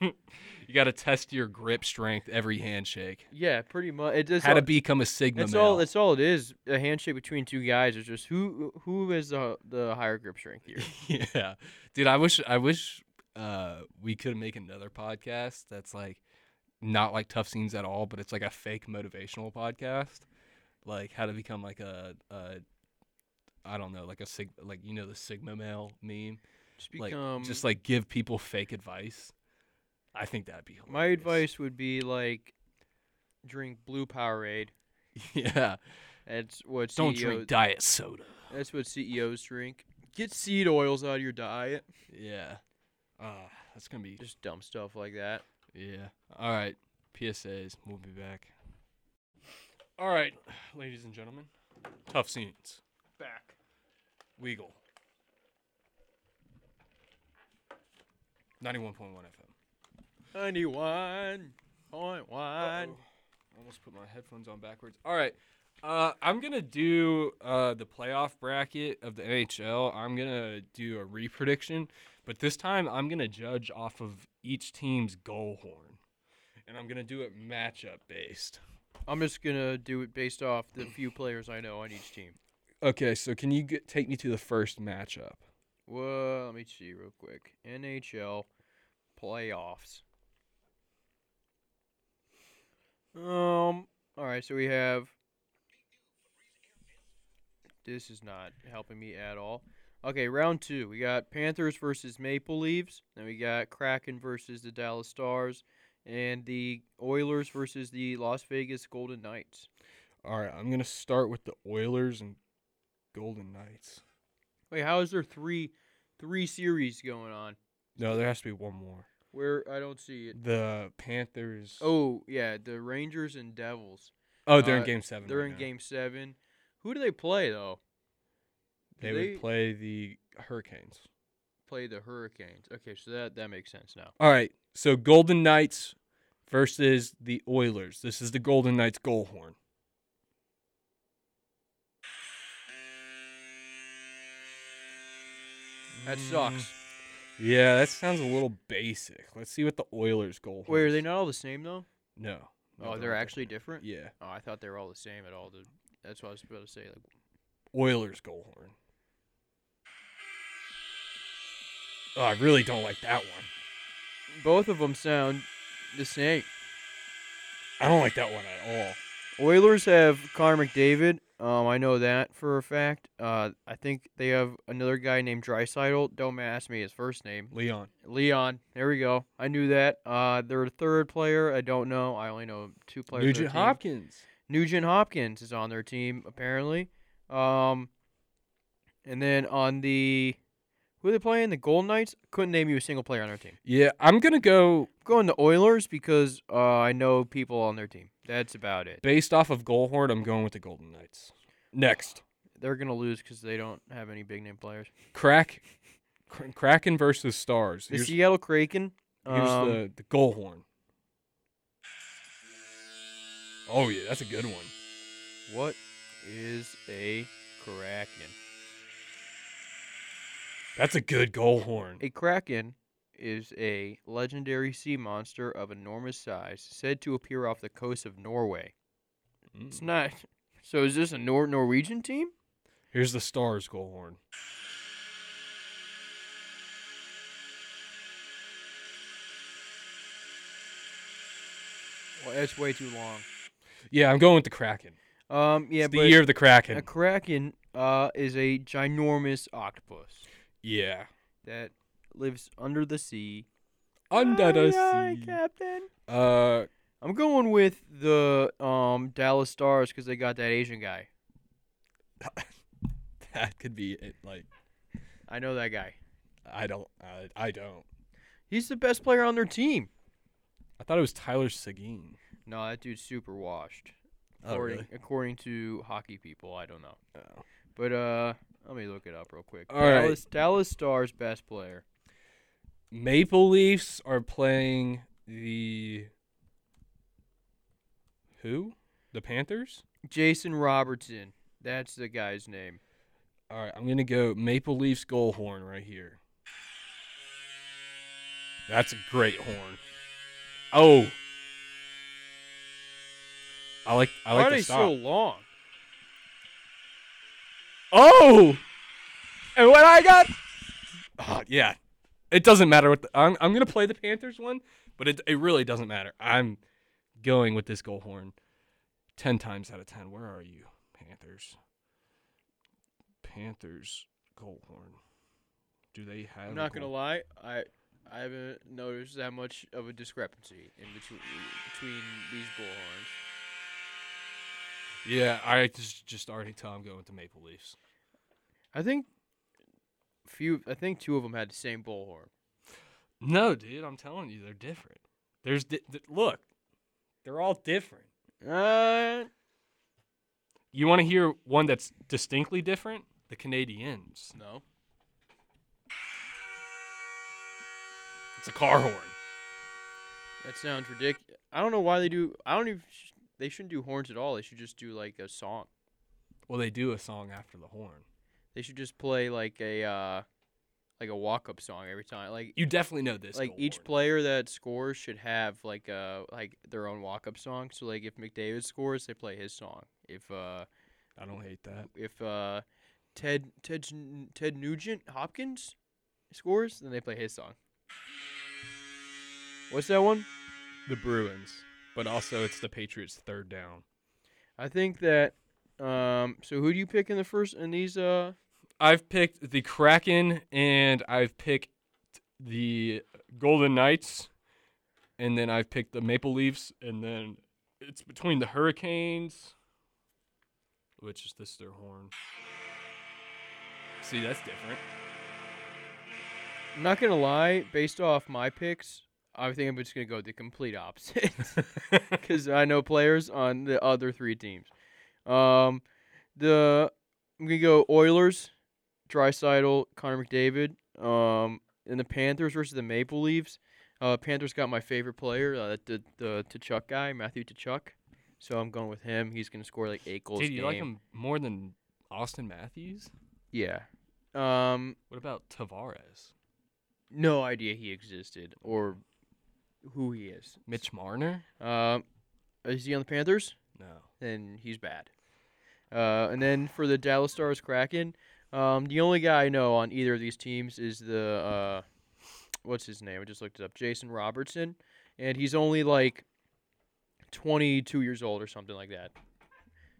Speaker 3: you got to test your grip strength every handshake.
Speaker 4: Yeah, pretty much. It does.
Speaker 3: How to become a sigma
Speaker 4: That's
Speaker 3: male.
Speaker 4: all. That's all it is. A handshake between two guys is just who who has the the higher grip strength here.
Speaker 3: yeah, dude. I wish. I wish uh, we could make another podcast that's like not like tough scenes at all, but it's like a fake motivational podcast, like how to become like a. a I don't know, like a sig, like you know the sigma male meme,
Speaker 4: Just
Speaker 3: like
Speaker 4: become.
Speaker 3: just like give people fake advice. I think that'd be
Speaker 4: my
Speaker 3: hilarious.
Speaker 4: advice would be like, drink blue Powerade.
Speaker 3: Yeah,
Speaker 4: That's what CEOs.
Speaker 3: don't drink diet soda.
Speaker 4: That's what CEOs drink. Get seed oils out of your diet.
Speaker 3: Yeah. Uh, that's going to be.
Speaker 4: Just dumb stuff like that.
Speaker 3: Yeah. All right. PSAs. We'll be back. All right, ladies and gentlemen. Tough scenes.
Speaker 5: Back.
Speaker 3: Weagle. 91.1 FM.
Speaker 4: 91.1.
Speaker 3: Almost put my headphones on backwards. All right. Uh, I'm going to do uh, the playoff bracket of the NHL. I'm going to do a re prediction, but this time I'm going to judge off of each team's goal horn. And I'm going to do it matchup based.
Speaker 4: I'm just going to do it based off the few players I know on each team.
Speaker 3: Okay, so can you get, take me to the first matchup?
Speaker 4: Well, let me see real quick. NHL playoffs. Um. All right, so we have. This is not helping me at all. Okay, round two. We got Panthers versus Maple Leafs. Then we got Kraken versus the Dallas Stars, and the Oilers versus the Las Vegas Golden Knights.
Speaker 3: All right, I'm gonna start with the Oilers and Golden Knights.
Speaker 4: Wait, how is there three, three series going on?
Speaker 3: No, there has to be one more.
Speaker 4: Where I don't see it.
Speaker 3: The Panthers.
Speaker 4: Oh yeah, the Rangers and Devils.
Speaker 3: oh, they're in
Speaker 4: uh,
Speaker 3: Game Seven.
Speaker 4: They're
Speaker 3: right
Speaker 4: in
Speaker 3: now.
Speaker 4: Game Seven. Who do they play though?
Speaker 3: They,
Speaker 4: do
Speaker 3: would play the Hurricanes.
Speaker 4: play the Hurricanes. Okay, so that that makes sense now.
Speaker 3: All right, so Golden Knights versus the Oilers. This is the Golden Knights goal horn.
Speaker 4: That
Speaker 3: Mm,
Speaker 4: sucks.
Speaker 3: Yeah, that sounds a little basic. Let's see what the Oilers goal.
Speaker 4: Wait, are
Speaker 3: horns-
Speaker 4: they not all the same though?
Speaker 3: No. no,
Speaker 4: Oh,
Speaker 3: not
Speaker 4: they're
Speaker 3: different.
Speaker 4: actually different.
Speaker 3: Yeah,
Speaker 4: Oh, I thought they were all the same at all. The that's what I was about to say. Like,
Speaker 3: Oilers goal horn. Oh, I really don't like that one.
Speaker 4: both of them sound the same.
Speaker 3: I don't like that one at all.
Speaker 4: Oilers have Connor McDavid. Um, I know that for a fact. Uh, I think they have another guy named Drysidle. Don't ask me his first name.
Speaker 3: Leon.
Speaker 4: Leon. There we go. I knew that. Uh, their third player, I don't know. I only know two players. on their
Speaker 3: Nugent
Speaker 4: team.
Speaker 3: Hopkins.
Speaker 4: Nugent Hopkins is on their team apparently. Um, and then on the Who are they playing? The Golden Knights? Couldn't name you a single player on their team.
Speaker 3: Yeah, I'm gonna go
Speaker 4: Going to Oilers because uh, I know people on their team. That's about it.
Speaker 3: based off of goal hoard. I'm going with the Golden Knights. Next,
Speaker 4: They're gonna lose because they don't have any big name players.
Speaker 3: crack, Kra- Kraken versus Stars.
Speaker 4: The
Speaker 3: Here's,
Speaker 4: Seattle Kraken.
Speaker 3: here's
Speaker 4: um,
Speaker 3: the the goal horn. Oh yeah, that's a good one.
Speaker 4: What is a Kraken?
Speaker 3: That's a good goal horn.
Speaker 4: A kraken is a legendary sea monster of enormous size, said to appear off the coast of Norway. It's
Speaker 3: Mm.
Speaker 4: not. So is this a Nor- Norwegian team?
Speaker 3: Here's the Stars goal horn.
Speaker 4: Well, that's way too long.
Speaker 3: Yeah, I'm going with the Kraken.
Speaker 4: Um, yeah,
Speaker 3: it's
Speaker 4: but
Speaker 3: the year of the Kraken.
Speaker 4: a kraken uh is a ginormous octopus
Speaker 3: yeah,
Speaker 4: that lives under the sea.
Speaker 3: under the
Speaker 4: Aye, aye,
Speaker 3: sea.
Speaker 4: Captain.
Speaker 3: Uh,
Speaker 4: I'm going with the um Dallas Stars because they got that Asian guy.
Speaker 3: that could be it. Like
Speaker 4: I know that guy.
Speaker 3: I don't, I, I don't.
Speaker 4: He's the best player on their team.
Speaker 3: I thought it was Tyler Seguin.
Speaker 4: No, that dude's super washed.
Speaker 3: Oh,
Speaker 4: according,
Speaker 3: really?
Speaker 4: according to hockey people. I don't know.
Speaker 3: Oh.
Speaker 4: But uh, let me look it up real quick.
Speaker 3: All right.
Speaker 4: Dallas, Dallas Stars best player.
Speaker 3: Maple Leafs are playing the who? The Panthers.
Speaker 4: Jason Robertson. That's the guy's name.
Speaker 3: All right, I'm gonna go Maple Leafs goal horn right here. That's a great horn. Oh, I like I
Speaker 4: Why
Speaker 3: like
Speaker 4: are
Speaker 3: the
Speaker 4: they
Speaker 3: stop.
Speaker 4: so long?
Speaker 3: Oh, and what I got? Oh, yeah, it doesn't matter what the, I'm. I'm gonna play the Panthers one, but it it really doesn't matter. I'm going with this goal horn. Ten times out of ten. Where are you, Panthers? Panthers goal horn. Do they have?
Speaker 4: I'm
Speaker 3: a
Speaker 4: not gonna
Speaker 3: goal-
Speaker 4: lie. I I haven't noticed that much of a discrepancy in between between these bullhorns.
Speaker 3: Yeah, I just just already tell I'm going with the Maple Leafs.
Speaker 4: I think few. I think two of them had the same bullhorn.
Speaker 3: No, dude, I'm telling you, they're different. There's di- th- look, they're all different.
Speaker 4: Uh,
Speaker 3: You want to hear one that's distinctly different? The Canadians.
Speaker 4: no.
Speaker 3: It's a car horn.
Speaker 4: That sounds ridiculous. I don't know why they do. I don't even. sh- They shouldn't do horns at all. They should just do like a song.
Speaker 3: Well, they do a song after the horn.
Speaker 4: They should just play like a uh like a walk up song every time. Like
Speaker 3: You definitely know this.
Speaker 4: like
Speaker 3: goal
Speaker 4: each
Speaker 3: horn.
Speaker 4: player that scores should have like uh like their own walk up song. So like if McDavid scores, they play his song. If uh
Speaker 3: I don't hate that.
Speaker 4: if uh Ted Ted Ted Nugent Hopkins scores, then they play his song. What's that one?
Speaker 3: The Bruins, but also it's the Patriots' third down.
Speaker 4: I think that um so who do you pick in the first in these uh
Speaker 3: I've picked the Kraken and I've picked the Golden Knights, and then I've picked the Maple Leafs, and then it's between the Hurricanes, which is this their horn. See, that's different.
Speaker 4: I'm not gonna lie, based off my picks, I think I'm just gonna go the complete opposite because I know players on the other three teams. Um, the I'm gonna go Oilers, Drysital, Connor McDavid, um, and the Panthers versus the Maple Leafs. Uh, Panthers got my favorite player, uh, the the Tuchuk guy, Matthew Tuchuk. So I'm going with him. He's gonna score like eight goals.
Speaker 3: Dude, you
Speaker 4: game.
Speaker 3: like him more than Austin Matthews?
Speaker 4: Yeah. Um,
Speaker 3: What about Tavares?
Speaker 4: no idea he existed or who he is.
Speaker 3: Mitch Marner?
Speaker 4: Um, is he on the Panthers?
Speaker 3: No.
Speaker 4: Then he's bad. Uh, and then for the Dallas Stars Kraken, um, the only guy I know on either of these teams is the uh, what's his name? I just looked it up. Jason Robertson, and he's only like 22 years old or something like that.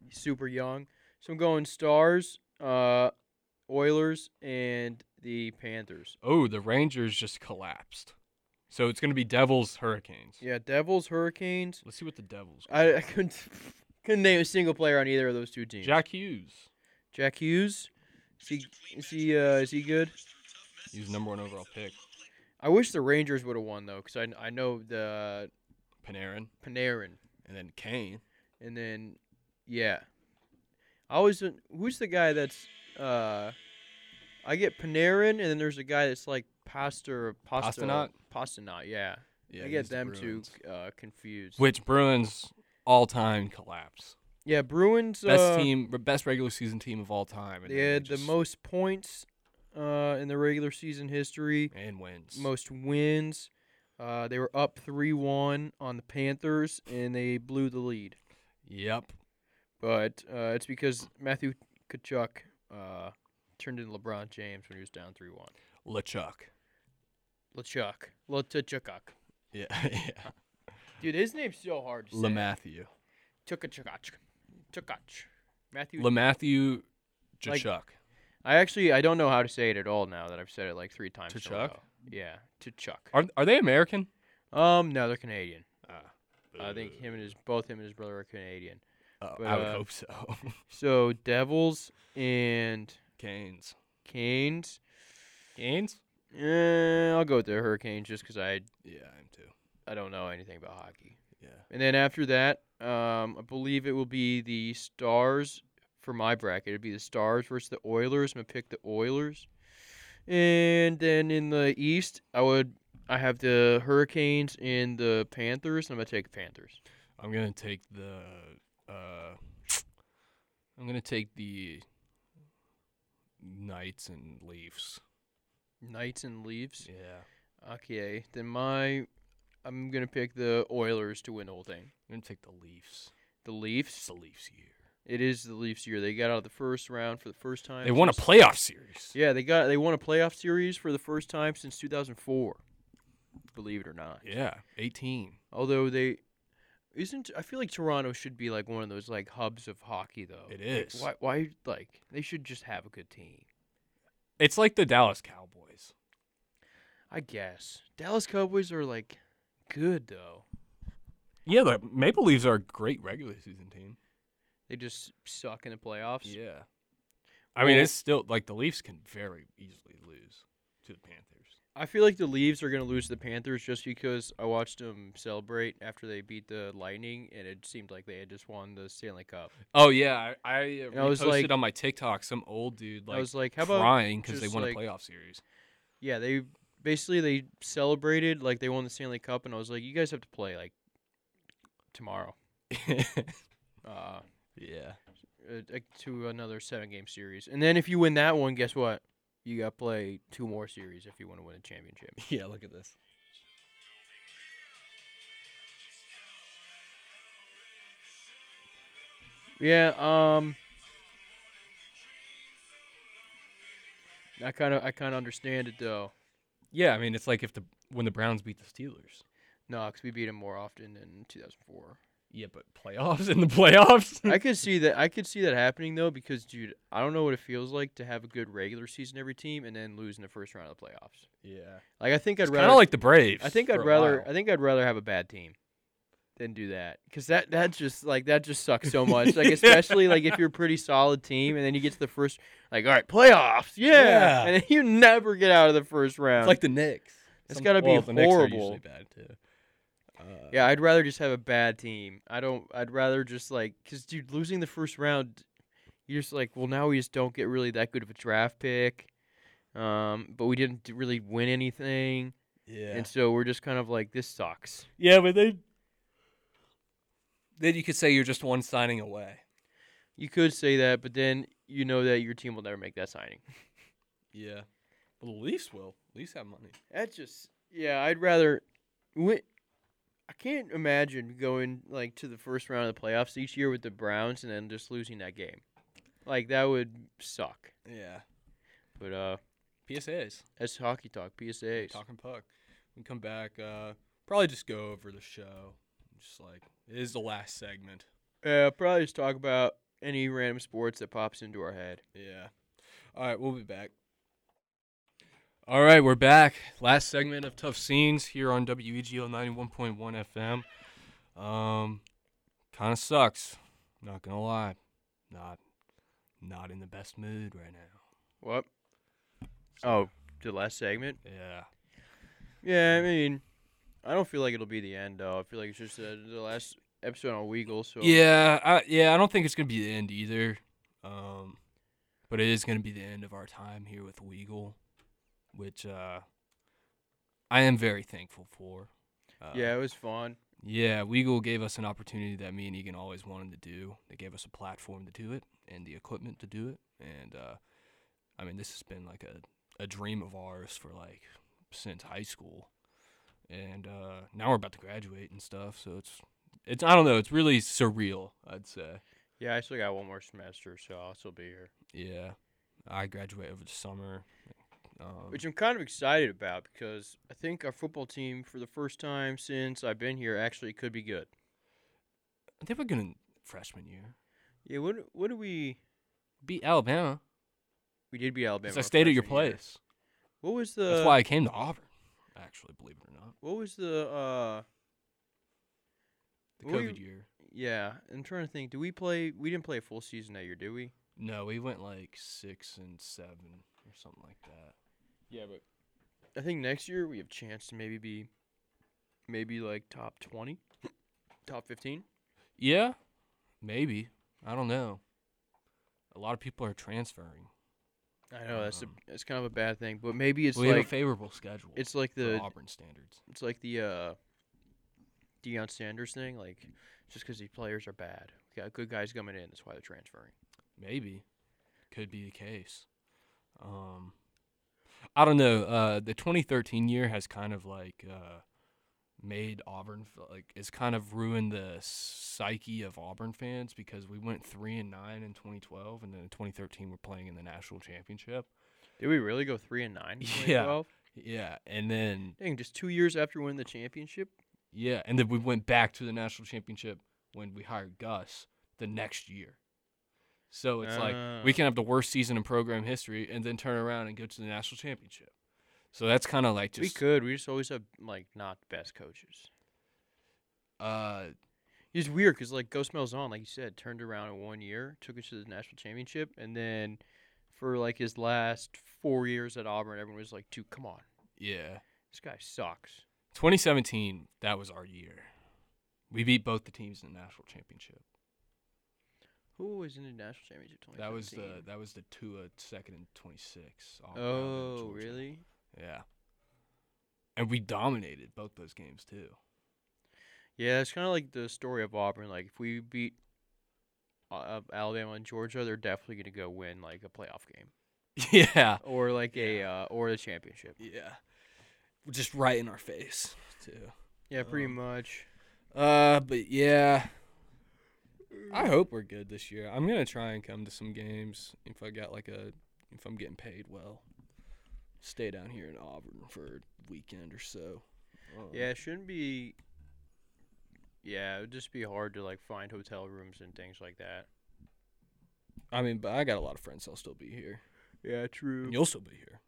Speaker 4: He's super young. So I'm going Stars, uh, Oilers, and the Panthers.
Speaker 3: Oh, the Rangers just collapsed. So it's going to be Devils Hurricanes.
Speaker 4: Yeah, Devils, Hurricanes.
Speaker 3: Let's see what the Devils.
Speaker 4: I, I couldn't couldn't name a single player on either of those two teams.
Speaker 3: Jack Hughes.
Speaker 4: Jack Hughes. Is he, is he, uh, is he good?
Speaker 3: He was number one overall pick.
Speaker 4: I wish the Rangers would have won though, because I I know the uh,
Speaker 3: Panarin,
Speaker 4: Panarin
Speaker 3: and then Kane.
Speaker 4: and then yeah, I always who's the guy that's uh, I get Panarin and then there's a guy that's like Pastor Pasta
Speaker 3: Pasternak?
Speaker 4: Pasternak, yeah.
Speaker 3: Yeah,
Speaker 4: I
Speaker 3: he's
Speaker 4: get
Speaker 3: the
Speaker 4: them two
Speaker 3: Bruins.
Speaker 4: uh, confused.
Speaker 3: Which Bruins all time collapse.
Speaker 4: yeah, Bruins
Speaker 3: Best
Speaker 4: uh,
Speaker 3: team, best regular season team of all time. and
Speaker 4: They
Speaker 3: then
Speaker 4: had
Speaker 3: just-
Speaker 4: the most points uh, in the regular season history.
Speaker 3: and wins.
Speaker 4: most wins. Uh, they were up three one on the Panthers, and they blew the lead.
Speaker 3: Yep.
Speaker 4: But uh, it's because Matthew Kachuk uh, turned into LeBron James when he was down three one.
Speaker 3: LeChuck.
Speaker 4: LeChuck, LeChuck,
Speaker 3: Yeah. yeah.
Speaker 4: dude, his name's so hard to say.
Speaker 3: LeMatthew.
Speaker 4: Chukachukach, Chukach, Matthew.
Speaker 3: LeMatthew
Speaker 4: Like-
Speaker 3: Chuck.
Speaker 4: I actually I don't know how to say it at all now that I've said it like three times. in a
Speaker 3: Tkachuk?
Speaker 4: row. Yeah, Kachuk.
Speaker 3: Are are they American?
Speaker 4: Um, no, they're Canadian.
Speaker 3: Ah.
Speaker 4: I think him and his both him and his brother are Canadian.
Speaker 3: Oh,
Speaker 4: but,
Speaker 3: I would
Speaker 4: uh,
Speaker 3: hope so.
Speaker 4: So Devils and
Speaker 3: Canes.
Speaker 4: Canes.
Speaker 3: Canes?
Speaker 4: Eh, I'll go with the Hurricanes just because I
Speaker 3: Yeah, I am too.
Speaker 4: I don't know anything about hockey.
Speaker 3: Yeah.
Speaker 4: And then after that, um, I believe it will be the Stars for my bracket. It'd be the Stars versus the Oilers. I'm gonna pick the Oilers. And then in the East, I would I have the Hurricanes and the Panthers. And I'm gonna take the Panthers.
Speaker 3: I'm gonna take the. Uh, I'm gonna take the. Knights and Leafs.
Speaker 4: Knights and Leafs.
Speaker 3: Yeah.
Speaker 4: Okay, then my I'm gonna pick the Oilers to win the whole thing.
Speaker 3: I'm gonna take the Leafs.
Speaker 4: The
Speaker 3: It's
Speaker 4: Leafs.
Speaker 3: the Leafs year.
Speaker 4: It is the Leafs' year. They got out of the first round for the first time.
Speaker 3: They won a
Speaker 4: since-
Speaker 3: playoff series.
Speaker 4: Yeah, they got they won a playoff series for the first time since 2004. Believe it or not.
Speaker 3: Yeah. 18.
Speaker 4: Although they isn't I feel like Toronto should be like one of those like hubs of hockey though.
Speaker 3: It is.
Speaker 4: Why why like they should just have a good team.
Speaker 3: It's like the Dallas Cowboys.
Speaker 4: I guess. Dallas Cowboys are like good though.
Speaker 3: Yeah, the Maple Leafs are a great regular season team.
Speaker 4: They just suck in the playoffs.
Speaker 3: Yeah. I mean,
Speaker 4: Well-
Speaker 3: it's still like the Leafs can very easily lose to the Panthers.
Speaker 4: I feel like the Leaves are going to lose to the Panthers just because I watched them celebrate after they beat the Lightning, and it seemed like they had just won the Stanley Cup.
Speaker 3: Oh yeah, I, I,
Speaker 4: I was
Speaker 3: posted
Speaker 4: like-
Speaker 3: on my TikTok some old dude like,
Speaker 4: I was like, how about
Speaker 3: crying because they
Speaker 4: just,
Speaker 3: won
Speaker 4: like-
Speaker 3: a playoff series.
Speaker 4: yeah, they basically they celebrated like they won the Stanley Cup, and I was like, you guys have to play like tomorrow uh,
Speaker 3: yeah,
Speaker 4: uh, like, to another seven game series, and then if you win that one, guess what? You got to play two more series if you want to win a championship.
Speaker 3: yeah. Look at this.
Speaker 4: Yeah, um I kind of I kind of understand it though.
Speaker 3: Yeah, I mean, it's like if the when the Browns beat the Steelers.
Speaker 4: No, because we beat him more often in 2004.
Speaker 3: Yeah, but playoffs in the playoffs.
Speaker 4: I could see that. I could see that happening though, because dude, I don't know what it feels like to have a good regular season every team and then lose in the first round of the playoffs.
Speaker 3: yeah,
Speaker 4: Like I think I'd
Speaker 3: it's kind
Speaker 4: rather.
Speaker 3: of like the Braves.
Speaker 4: I think
Speaker 3: for
Speaker 4: I'd
Speaker 3: a
Speaker 4: rather.
Speaker 3: while.
Speaker 4: I think I'd rather have a bad team than do that, because that that just like that just sucks so much. like especially like if you're a pretty solid team and then you get to the first, like all right playoffs, yeah,
Speaker 3: Yeah.
Speaker 4: and then you never get out of the first round.
Speaker 3: it's like the Knicks.
Speaker 4: It's
Speaker 3: Some-
Speaker 4: gotta be
Speaker 3: well, the Knicks are usually
Speaker 4: horrible.
Speaker 3: bad too. Uh,
Speaker 4: Yeah, I'd rather just have a bad team. I don't. I'd rather just like because dude, losing the first round, you're just like, well, now we just don't get really that good of a draft pick. Um, but we didn't d- really win anything,
Speaker 3: yeah.
Speaker 4: and so we're just kind of like, this sucks.
Speaker 3: Yeah, but then then you could say you're just one signing away.
Speaker 4: You could say that, but then you know that your team will never make that signing.
Speaker 3: Yeah. Well, the Leafs will. Leafs have money.
Speaker 4: That's just yeah. I'd rather. Wi- I can't imagine going like to the first round of the playoffs each year with the Browns and then just losing that game. Like that would suck.
Speaker 3: Yeah.
Speaker 4: But uh.
Speaker 3: PSAs.
Speaker 4: That's hockey talk, PSAs.
Speaker 3: Talking puck. We come back. Uh, probably just go over the show. Just like it is the last segment.
Speaker 4: Yeah, Uh, probably just talk about any random sports that pops into our head.
Speaker 3: Yeah. All right, we'll be back. All right, we're back. Last segment of Tough Scenes here on E WEGO 91.1 FM. Um, kind of sucks. Not gonna lie, not not in the best mood right now.
Speaker 4: What? Oh, to the last segment.
Speaker 3: Yeah.
Speaker 4: Yeah, I mean, I don't feel like it'll be the end though. I feel like it's just uh, the last episode on Weagle. So
Speaker 3: Yeah, I, yeah. I don't think it's gonna be the end either, um, but it is gonna be the end of our time here with Weagle, which uh, I am very thankful for. Uh,
Speaker 4: yeah, it was fun.
Speaker 3: yeah. Weagle gave us an opportunity that me and Egan always wanted to do. They gave us a platform to do it and the equipment to do it, and uh, I mean, this has been like a a dream of ours for like since high school, and uh, now we're about to graduate and stuff. So it's it's I don't know. It's really surreal. I'd say.
Speaker 4: Yeah, I still got one more semester, so I'll still be here,
Speaker 3: Yeah, I graduate over the summer. Um,
Speaker 4: which I'm kind of excited about because I think our football team, for the first time since I've been here, actually could be good.
Speaker 3: they were gonna freshman year
Speaker 4: Yeah, what what do we?
Speaker 3: beat Alabama.
Speaker 4: We did beat Alabama.
Speaker 3: Because I
Speaker 4: our
Speaker 3: stayed at your
Speaker 4: freshman year.
Speaker 3: place.
Speaker 4: What was the?
Speaker 3: That's why I came to Auburn. Actually, believe it or not,
Speaker 4: What was the? uh
Speaker 3: the
Speaker 4: Well,
Speaker 3: COVID
Speaker 4: you-
Speaker 3: year.
Speaker 4: Yeah, I'm trying to think. Do we play? We didn't play a full season that year, did we?
Speaker 3: No, we went like six and seven or something like that.
Speaker 4: Yeah, but I think next year we have chance to maybe be, maybe like top twenty, top fifteen.
Speaker 3: Yeah, maybe. I don't know. A lot of people are transferring.
Speaker 4: I know that's a,
Speaker 3: Um,
Speaker 4: that's kind of a bad thing, but maybe it's
Speaker 3: we have a
Speaker 4: like
Speaker 3: favorable schedule.
Speaker 4: it's like
Speaker 3: for
Speaker 4: the
Speaker 3: Auburn standards.
Speaker 4: it's like the uh, Deion Sanders thing. Like just because these players are bad, we got good guys coming in. That's why they're transferring.
Speaker 3: Maybe. Could be the case. Um I don't know. Uh the 2013 year has kind of like uh made Auburn f- like it's kind of ruined the psyche of Auburn fans because we went 3 and 9 in 2012 and then in 2013 we're playing in the national championship.
Speaker 4: Did we really go three and nine? In
Speaker 3: Yeah.
Speaker 4: 2012?
Speaker 3: Yeah, and then
Speaker 4: Dang, just two years after winning the championship.
Speaker 3: yeah, and then we went back to the national championship when we hired Gus the next year. So it's like we
Speaker 4: Ah.
Speaker 3: can have the worst season in program history and then turn around and go to the national championship. So that's kind of like
Speaker 4: we
Speaker 3: just
Speaker 4: could. We just always have like not the best coaches.
Speaker 3: uh
Speaker 4: It's weird because like Ghost Mel's on, like you said, turned around in one year, took us to the national championship, and then for like his last four years at Auburn, everyone was like, "Dude, come on,
Speaker 3: yeah.
Speaker 4: this guy sucks."
Speaker 3: 2017, that was our year. We beat both the teams in the national championship.
Speaker 4: Who was in the national championship? 2017?
Speaker 3: That was the that was the Tua second and 26. all around in
Speaker 4: Oh,
Speaker 3: Georgia.
Speaker 4: really?
Speaker 3: Yeah. And we dominated both those games too.
Speaker 4: Yeah, it's kind of like the story of Auburn. Like if we beat uh, uh, Alabama and Georgia, they're definitely gonna go win like a playoff game
Speaker 3: yeah.
Speaker 4: or like a uh, or the championship.
Speaker 3: Yeah. Just right in our face too.
Speaker 4: Yeah, pretty
Speaker 3: Um,
Speaker 4: much.
Speaker 3: Uh, but yeah, I hope we're good this year. I'm gonna try and come to some games if I got like a if I'm getting paid well. Stay down here in Auburn for a weekend or so. Um,
Speaker 4: Yeah, it shouldn't be. Yeah, it would just be hard to like find hotel rooms and things like that.
Speaker 3: I mean, but I got a lot of friends. I'll still be here.
Speaker 4: Yeah, true.
Speaker 3: And you'll still be here.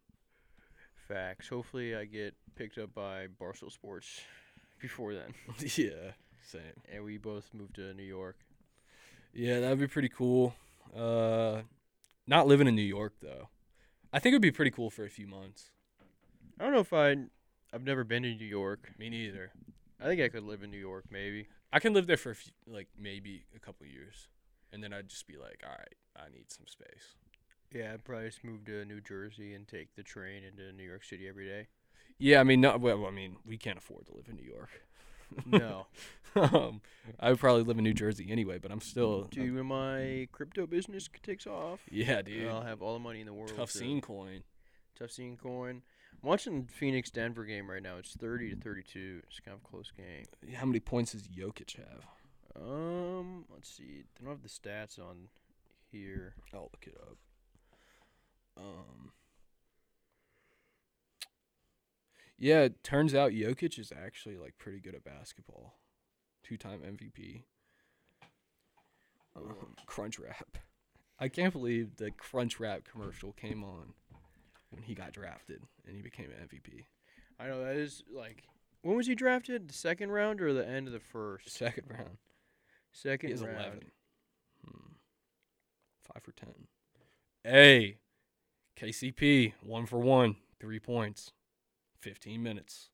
Speaker 4: Facts. Hopefully, I get picked up by Barstool Sports before then,
Speaker 3: yeah, same.
Speaker 4: and we both move to New York.
Speaker 3: Yeah, that'd be pretty cool. Uh, not living in New York though. I think it'd be pretty cool for a few months.
Speaker 4: I don't know if I. I've never been to New York.
Speaker 3: Me neither.
Speaker 4: I think I could live in New York, maybe.
Speaker 3: I can live there for a few, like maybe a couple years, and then I'd just be like, all right, I need some space.
Speaker 4: Yeah, I'd probably just move to New Jersey and take the train into New York City every day.
Speaker 3: Yeah, I mean, not well. I mean, we can't afford to live in New York.
Speaker 4: No,
Speaker 3: um, I would probably live in New Jersey anyway, but I'm still.
Speaker 4: dude, when my crypto business takes off,
Speaker 3: yeah, dude.
Speaker 4: I'll have all the money in the Oh, world.
Speaker 3: Tough
Speaker 4: to-
Speaker 3: scene coin.
Speaker 4: Tough scene coin. I'm watching Phoenix Denver game right now. It's 30 to 32. It's kind of a close game.
Speaker 3: How many points does Jokic have?
Speaker 4: Um, let's see. They don't have the stats on here.
Speaker 3: I'll look it up. Um. Yeah, it turns out Jokic is actually like pretty good at basketball. Two-time MVP. Um, crunch wrap. I can't believe the crunch wrap commercial came on when he got drafted and he became an MVP.
Speaker 4: I know that is like when was he drafted? The second round or the end of the first?
Speaker 3: Second round.
Speaker 4: Second
Speaker 3: He is
Speaker 4: round.
Speaker 3: 11. Hmm. Five for 10. Hey, KCP, one for one, Three points, 15 minutes.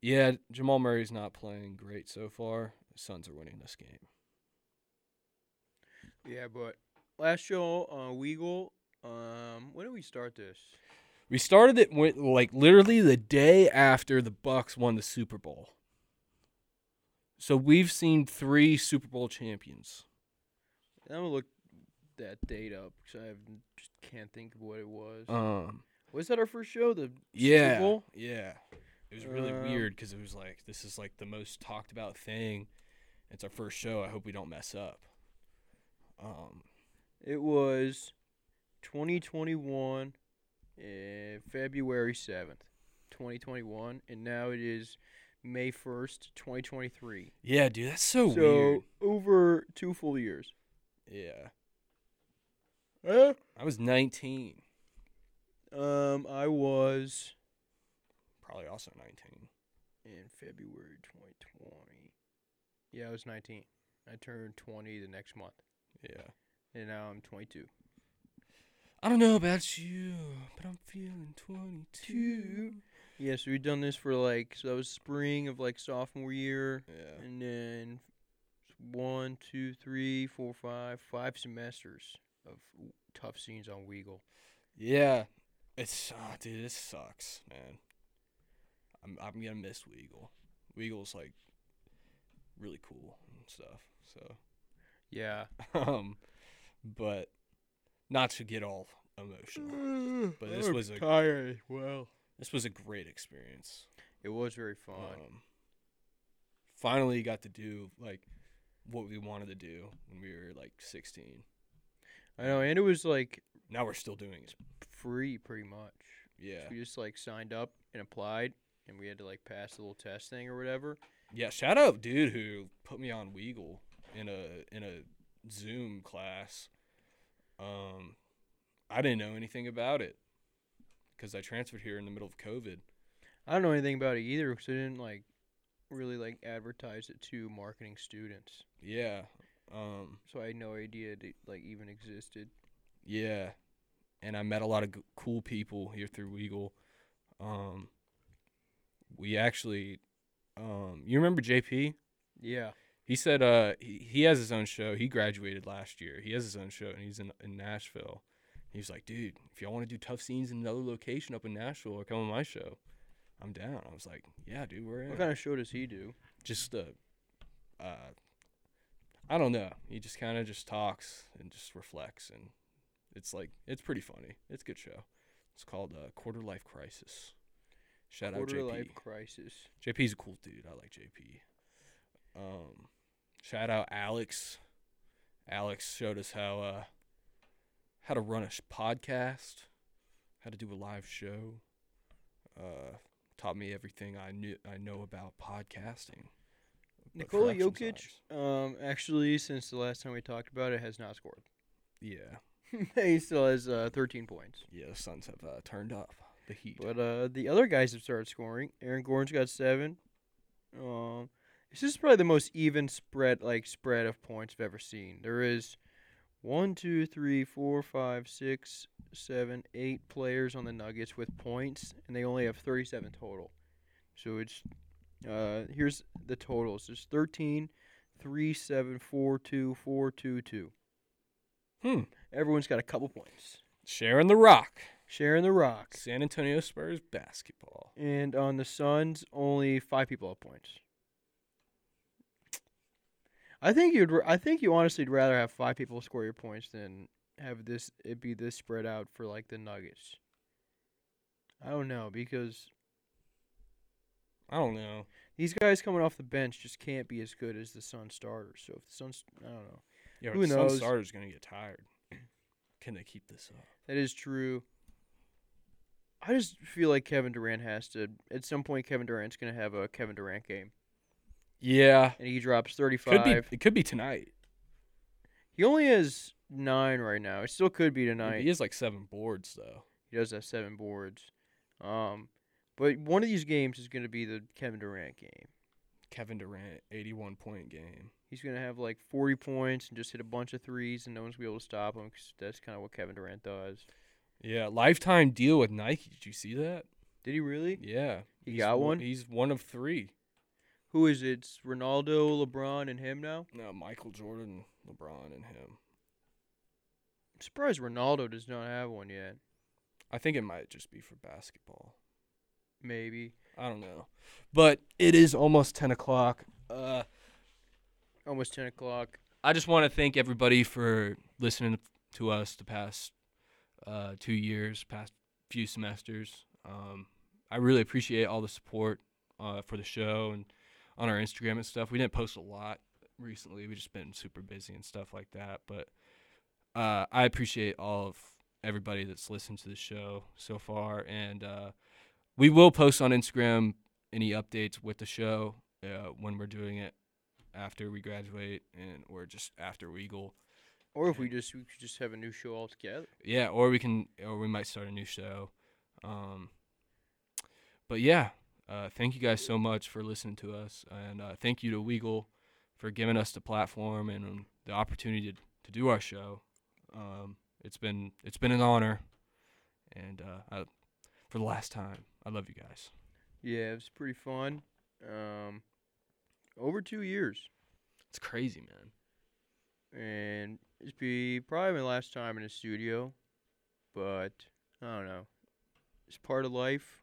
Speaker 3: Yeah, Jamal Murray's not playing great so far. The Suns are winning this game.
Speaker 4: Yeah, but last show, uh, Weagle. Um, when did we start this?
Speaker 3: We started it with, like literally the day after the Bucks won the Super Bowl. So we've seen three Super Bowl champions.
Speaker 4: I'm gonna look that date up because I have, just can't think of what it was.
Speaker 3: Um,
Speaker 4: was that our first show? The
Speaker 3: yeah,
Speaker 4: Super Bowl?
Speaker 3: yeah. It was really
Speaker 4: Um,
Speaker 3: weird because it was like this is like the most talked about thing. It's our first show. I hope we don't mess up. Um,
Speaker 4: It was 2021, eh, February 7th, 2021, and now it is May 1st, 2023.
Speaker 3: yeah, dude, that's so,
Speaker 4: so
Speaker 3: weird.
Speaker 4: over two full years.
Speaker 3: Yeah,
Speaker 4: Yeah.
Speaker 3: I was 19,
Speaker 4: Um, I was
Speaker 3: probably also 19.
Speaker 4: in February 2020. Yeah, I was 19. I turned 20 the next month,
Speaker 3: Yeah,
Speaker 4: and now I'm 22.
Speaker 3: I don't know about you, but I'm feeling 22.
Speaker 4: Yeah, so we've done this for like so that was spring of like sophomore year.
Speaker 3: Yeah.
Speaker 4: And then one, two, three, four, five, five semesters of w- tough scenes on Weagle.
Speaker 3: Yeah. It's ah, dude, this sucks, man. I'm I'm gonna miss Weagle. Weagle's like really cool and stuff. So
Speaker 4: Yeah.
Speaker 3: um but not to get all emotional.
Speaker 4: but
Speaker 3: But this was a
Speaker 4: tired as well.
Speaker 3: this was a great experience.
Speaker 4: It was very fun.
Speaker 3: Um finally got to do like what we wanted to do when we were like sixteen.
Speaker 4: I know, and it was like
Speaker 3: Now we're still doing it.
Speaker 4: free pretty much.
Speaker 3: Yeah.
Speaker 4: We just like signed up and applied and we had to like pass the little test thing or whatever.
Speaker 3: Yeah, shout out dude who put me on Weagle in a in a Zoom class. Um, I didn't know anything about it because I transferred here in the middle of COVID.
Speaker 4: I don't know anything about it either because I didn't like really like advertise it to marketing students.
Speaker 3: Yeah, um,
Speaker 4: So I had no idea it like even existed.
Speaker 3: yeah, and I met a lot of g- cool people here through Weagle. Um, we actually, um, you remember JP?
Speaker 4: Yeah.
Speaker 3: He said uh he, he has his own show. He graduated last year. He has his own show and he's in, in Nashville. He was like, dude, if y'all want to do tough scenes in another location up in Nashville or come on my show, I'm down. I was like, yeah, dude, we're in.
Speaker 4: What kind of show does he do?
Speaker 3: Just uh, uh, I don't know. He just kind of just talks and just reflects and it's like it's pretty funny. It's a good show. It's called uh, Quarter Life Crisis. Shout
Speaker 4: Quarter
Speaker 3: out JP.
Speaker 4: life crisis.
Speaker 3: JP's a cool dude. I like JP. Um, shout out Alex. Alex showed us how uh, how to run a sh- podcast, how to do a live show. Uh, taught me everything I knew I know about podcasting. but
Speaker 4: Nikola
Speaker 3: production
Speaker 4: Jokic,
Speaker 3: size.
Speaker 4: um, actually, since the last time we talked about it, has not scored.
Speaker 3: Yeah,
Speaker 4: he still has uh, 13 points.
Speaker 3: yeah. The Suns have uh, turned up the Heat.
Speaker 4: But uh, the other guys have started scoring. Aaron Gordon's got seven. Um, this is probably the most even spread, like spread of points I've ever seen. There is one, two, three, four, five, six, seven, eight players on the Nuggets with points, and they only have 37 total. So it's uh, here's the totals. There's 13, 3, 7, 4, 2, 4, 2, 2.
Speaker 3: Hmm.
Speaker 4: Everyone's got a couple points.
Speaker 3: Sharon the Rock,
Speaker 4: Sharing the rock.
Speaker 3: San Antonio Spurs basketball.
Speaker 4: And on the Suns, only five people have points. I think you'd. I think you honestly would rather have five people score your points than have this. It be this spread out for like the Nuggets. I don't know because
Speaker 3: I don't know.
Speaker 4: these guys coming off the bench just can't be as good as the Sun starters. So if the Suns, I don't know.
Speaker 3: Yeah,
Speaker 4: Who
Speaker 3: but some
Speaker 4: knows?
Speaker 3: starters gonna get tired. Can they keep this up?
Speaker 4: That is true. I just feel like Kevin Durant has to. At some point, Kevin Durant's gonna have a Kevin Durant game,
Speaker 3: Yeah,
Speaker 4: and he drops
Speaker 3: could
Speaker 4: thirty-five.
Speaker 3: be. It could be tonight.
Speaker 4: He only has nine right now. It still could be tonight.
Speaker 3: He has like seven boards though.
Speaker 4: He does have seven boards. Um, but one of these games is going to be the Kevin Durant game.
Speaker 3: Kevin Durant, eighty-one point game.
Speaker 4: He's going to have like 40 points and just hit a bunch of threes, and no one's going to be able to stop him because that's kind of what Kevin Durant does.
Speaker 3: Yeah, lifetime deal with Nike. Did you see that?
Speaker 4: Did he really?
Speaker 3: Yeah.
Speaker 4: He
Speaker 3: he's
Speaker 4: got
Speaker 3: wo-
Speaker 4: one?
Speaker 3: He's one of three.
Speaker 4: Who is it? It's Ronaldo, LeBron, and him now.
Speaker 3: No, Michael Jordan, LeBron, and him.
Speaker 4: I'm surprised Ronaldo does not have one yet.
Speaker 3: I think it might just be for basketball.
Speaker 4: Maybe
Speaker 3: I don't know. But it is almost 10 o'clock. Uh,
Speaker 4: almost ten o'clock.
Speaker 3: I just want to thank everybody for listening to us the past uh, two years, past few semesters. Um, I really appreciate all the support uh, for the show and on our Instagram and stuff. We didn't post a lot recently. We've just been super busy and stuff like that. But uh, I appreciate all of everybody that's listened to the show so far. And uh, we will post on Instagram any updates with the show uh, when we're doing it after we graduate and or just after Weagle.
Speaker 4: Or if we
Speaker 3: And-
Speaker 4: just we could just have a new show altogether.
Speaker 3: Yeah, or we can or we might start a new show. Um but yeah, uh thank you guys so much for listening to us and uh thank you to Weagle for giving us the platform and um, the opportunity to, to do our show. Um it's been it's been an honor and uh I, for the last time, I love you guys.
Speaker 4: Yeah, it was pretty fun. Um, over two years,
Speaker 3: It's crazy, man.
Speaker 4: and it's be probably my last time in a studio, but I don't know. It's part of life.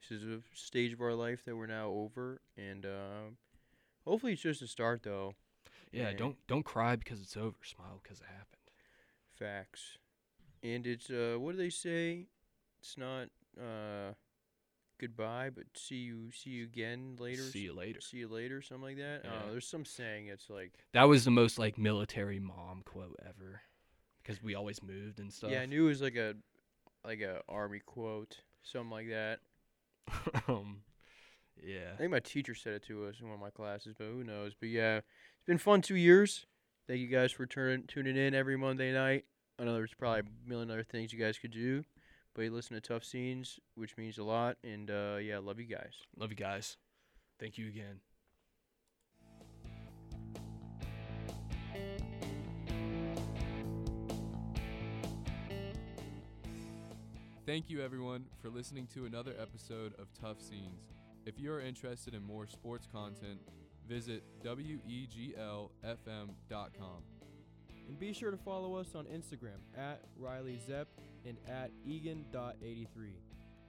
Speaker 4: This is a stage of our life that we're now over, and um, hopefully it's just a start, though.
Speaker 3: Yeah,
Speaker 4: Yeah.
Speaker 3: don't don't cry because it's over. Smile because it happened.
Speaker 4: Facts. And it's uh what do they say? It's not uh goodbye, but see you see you again later.
Speaker 3: See you later.
Speaker 4: See you later, something like that. I don't know,
Speaker 3: Yeah.
Speaker 4: there's some saying it's like
Speaker 3: That was the most like military mom quote ever, because we always moved and stuff.
Speaker 4: Yeah, I knew it was like a like a army quote, something like that.
Speaker 3: um,
Speaker 4: I
Speaker 3: yeah.
Speaker 4: think my teacher said it to us in one of my classes, but who knows? But yeah, it's been fun two years. Thank you guys for turn, tuning in every Monday night. I know there's probably a million other things you guys could do, but you listen to Tough Scenes, which means a lot. And uh, yeah, love you guys.
Speaker 3: Love you guys. Thank you again.
Speaker 2: Thank you, everyone, for listening to another episode of Tough Scenes. If you are interested in more sports content, visit E weglfm.com.
Speaker 1: And be sure to follow us on Instagram at Riley Zepp and at Egan.83.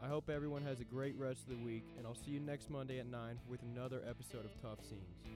Speaker 1: I hope everyone has a great rest of the week, and I'll see you next Monday at 9 with another episode of Tough Scenes.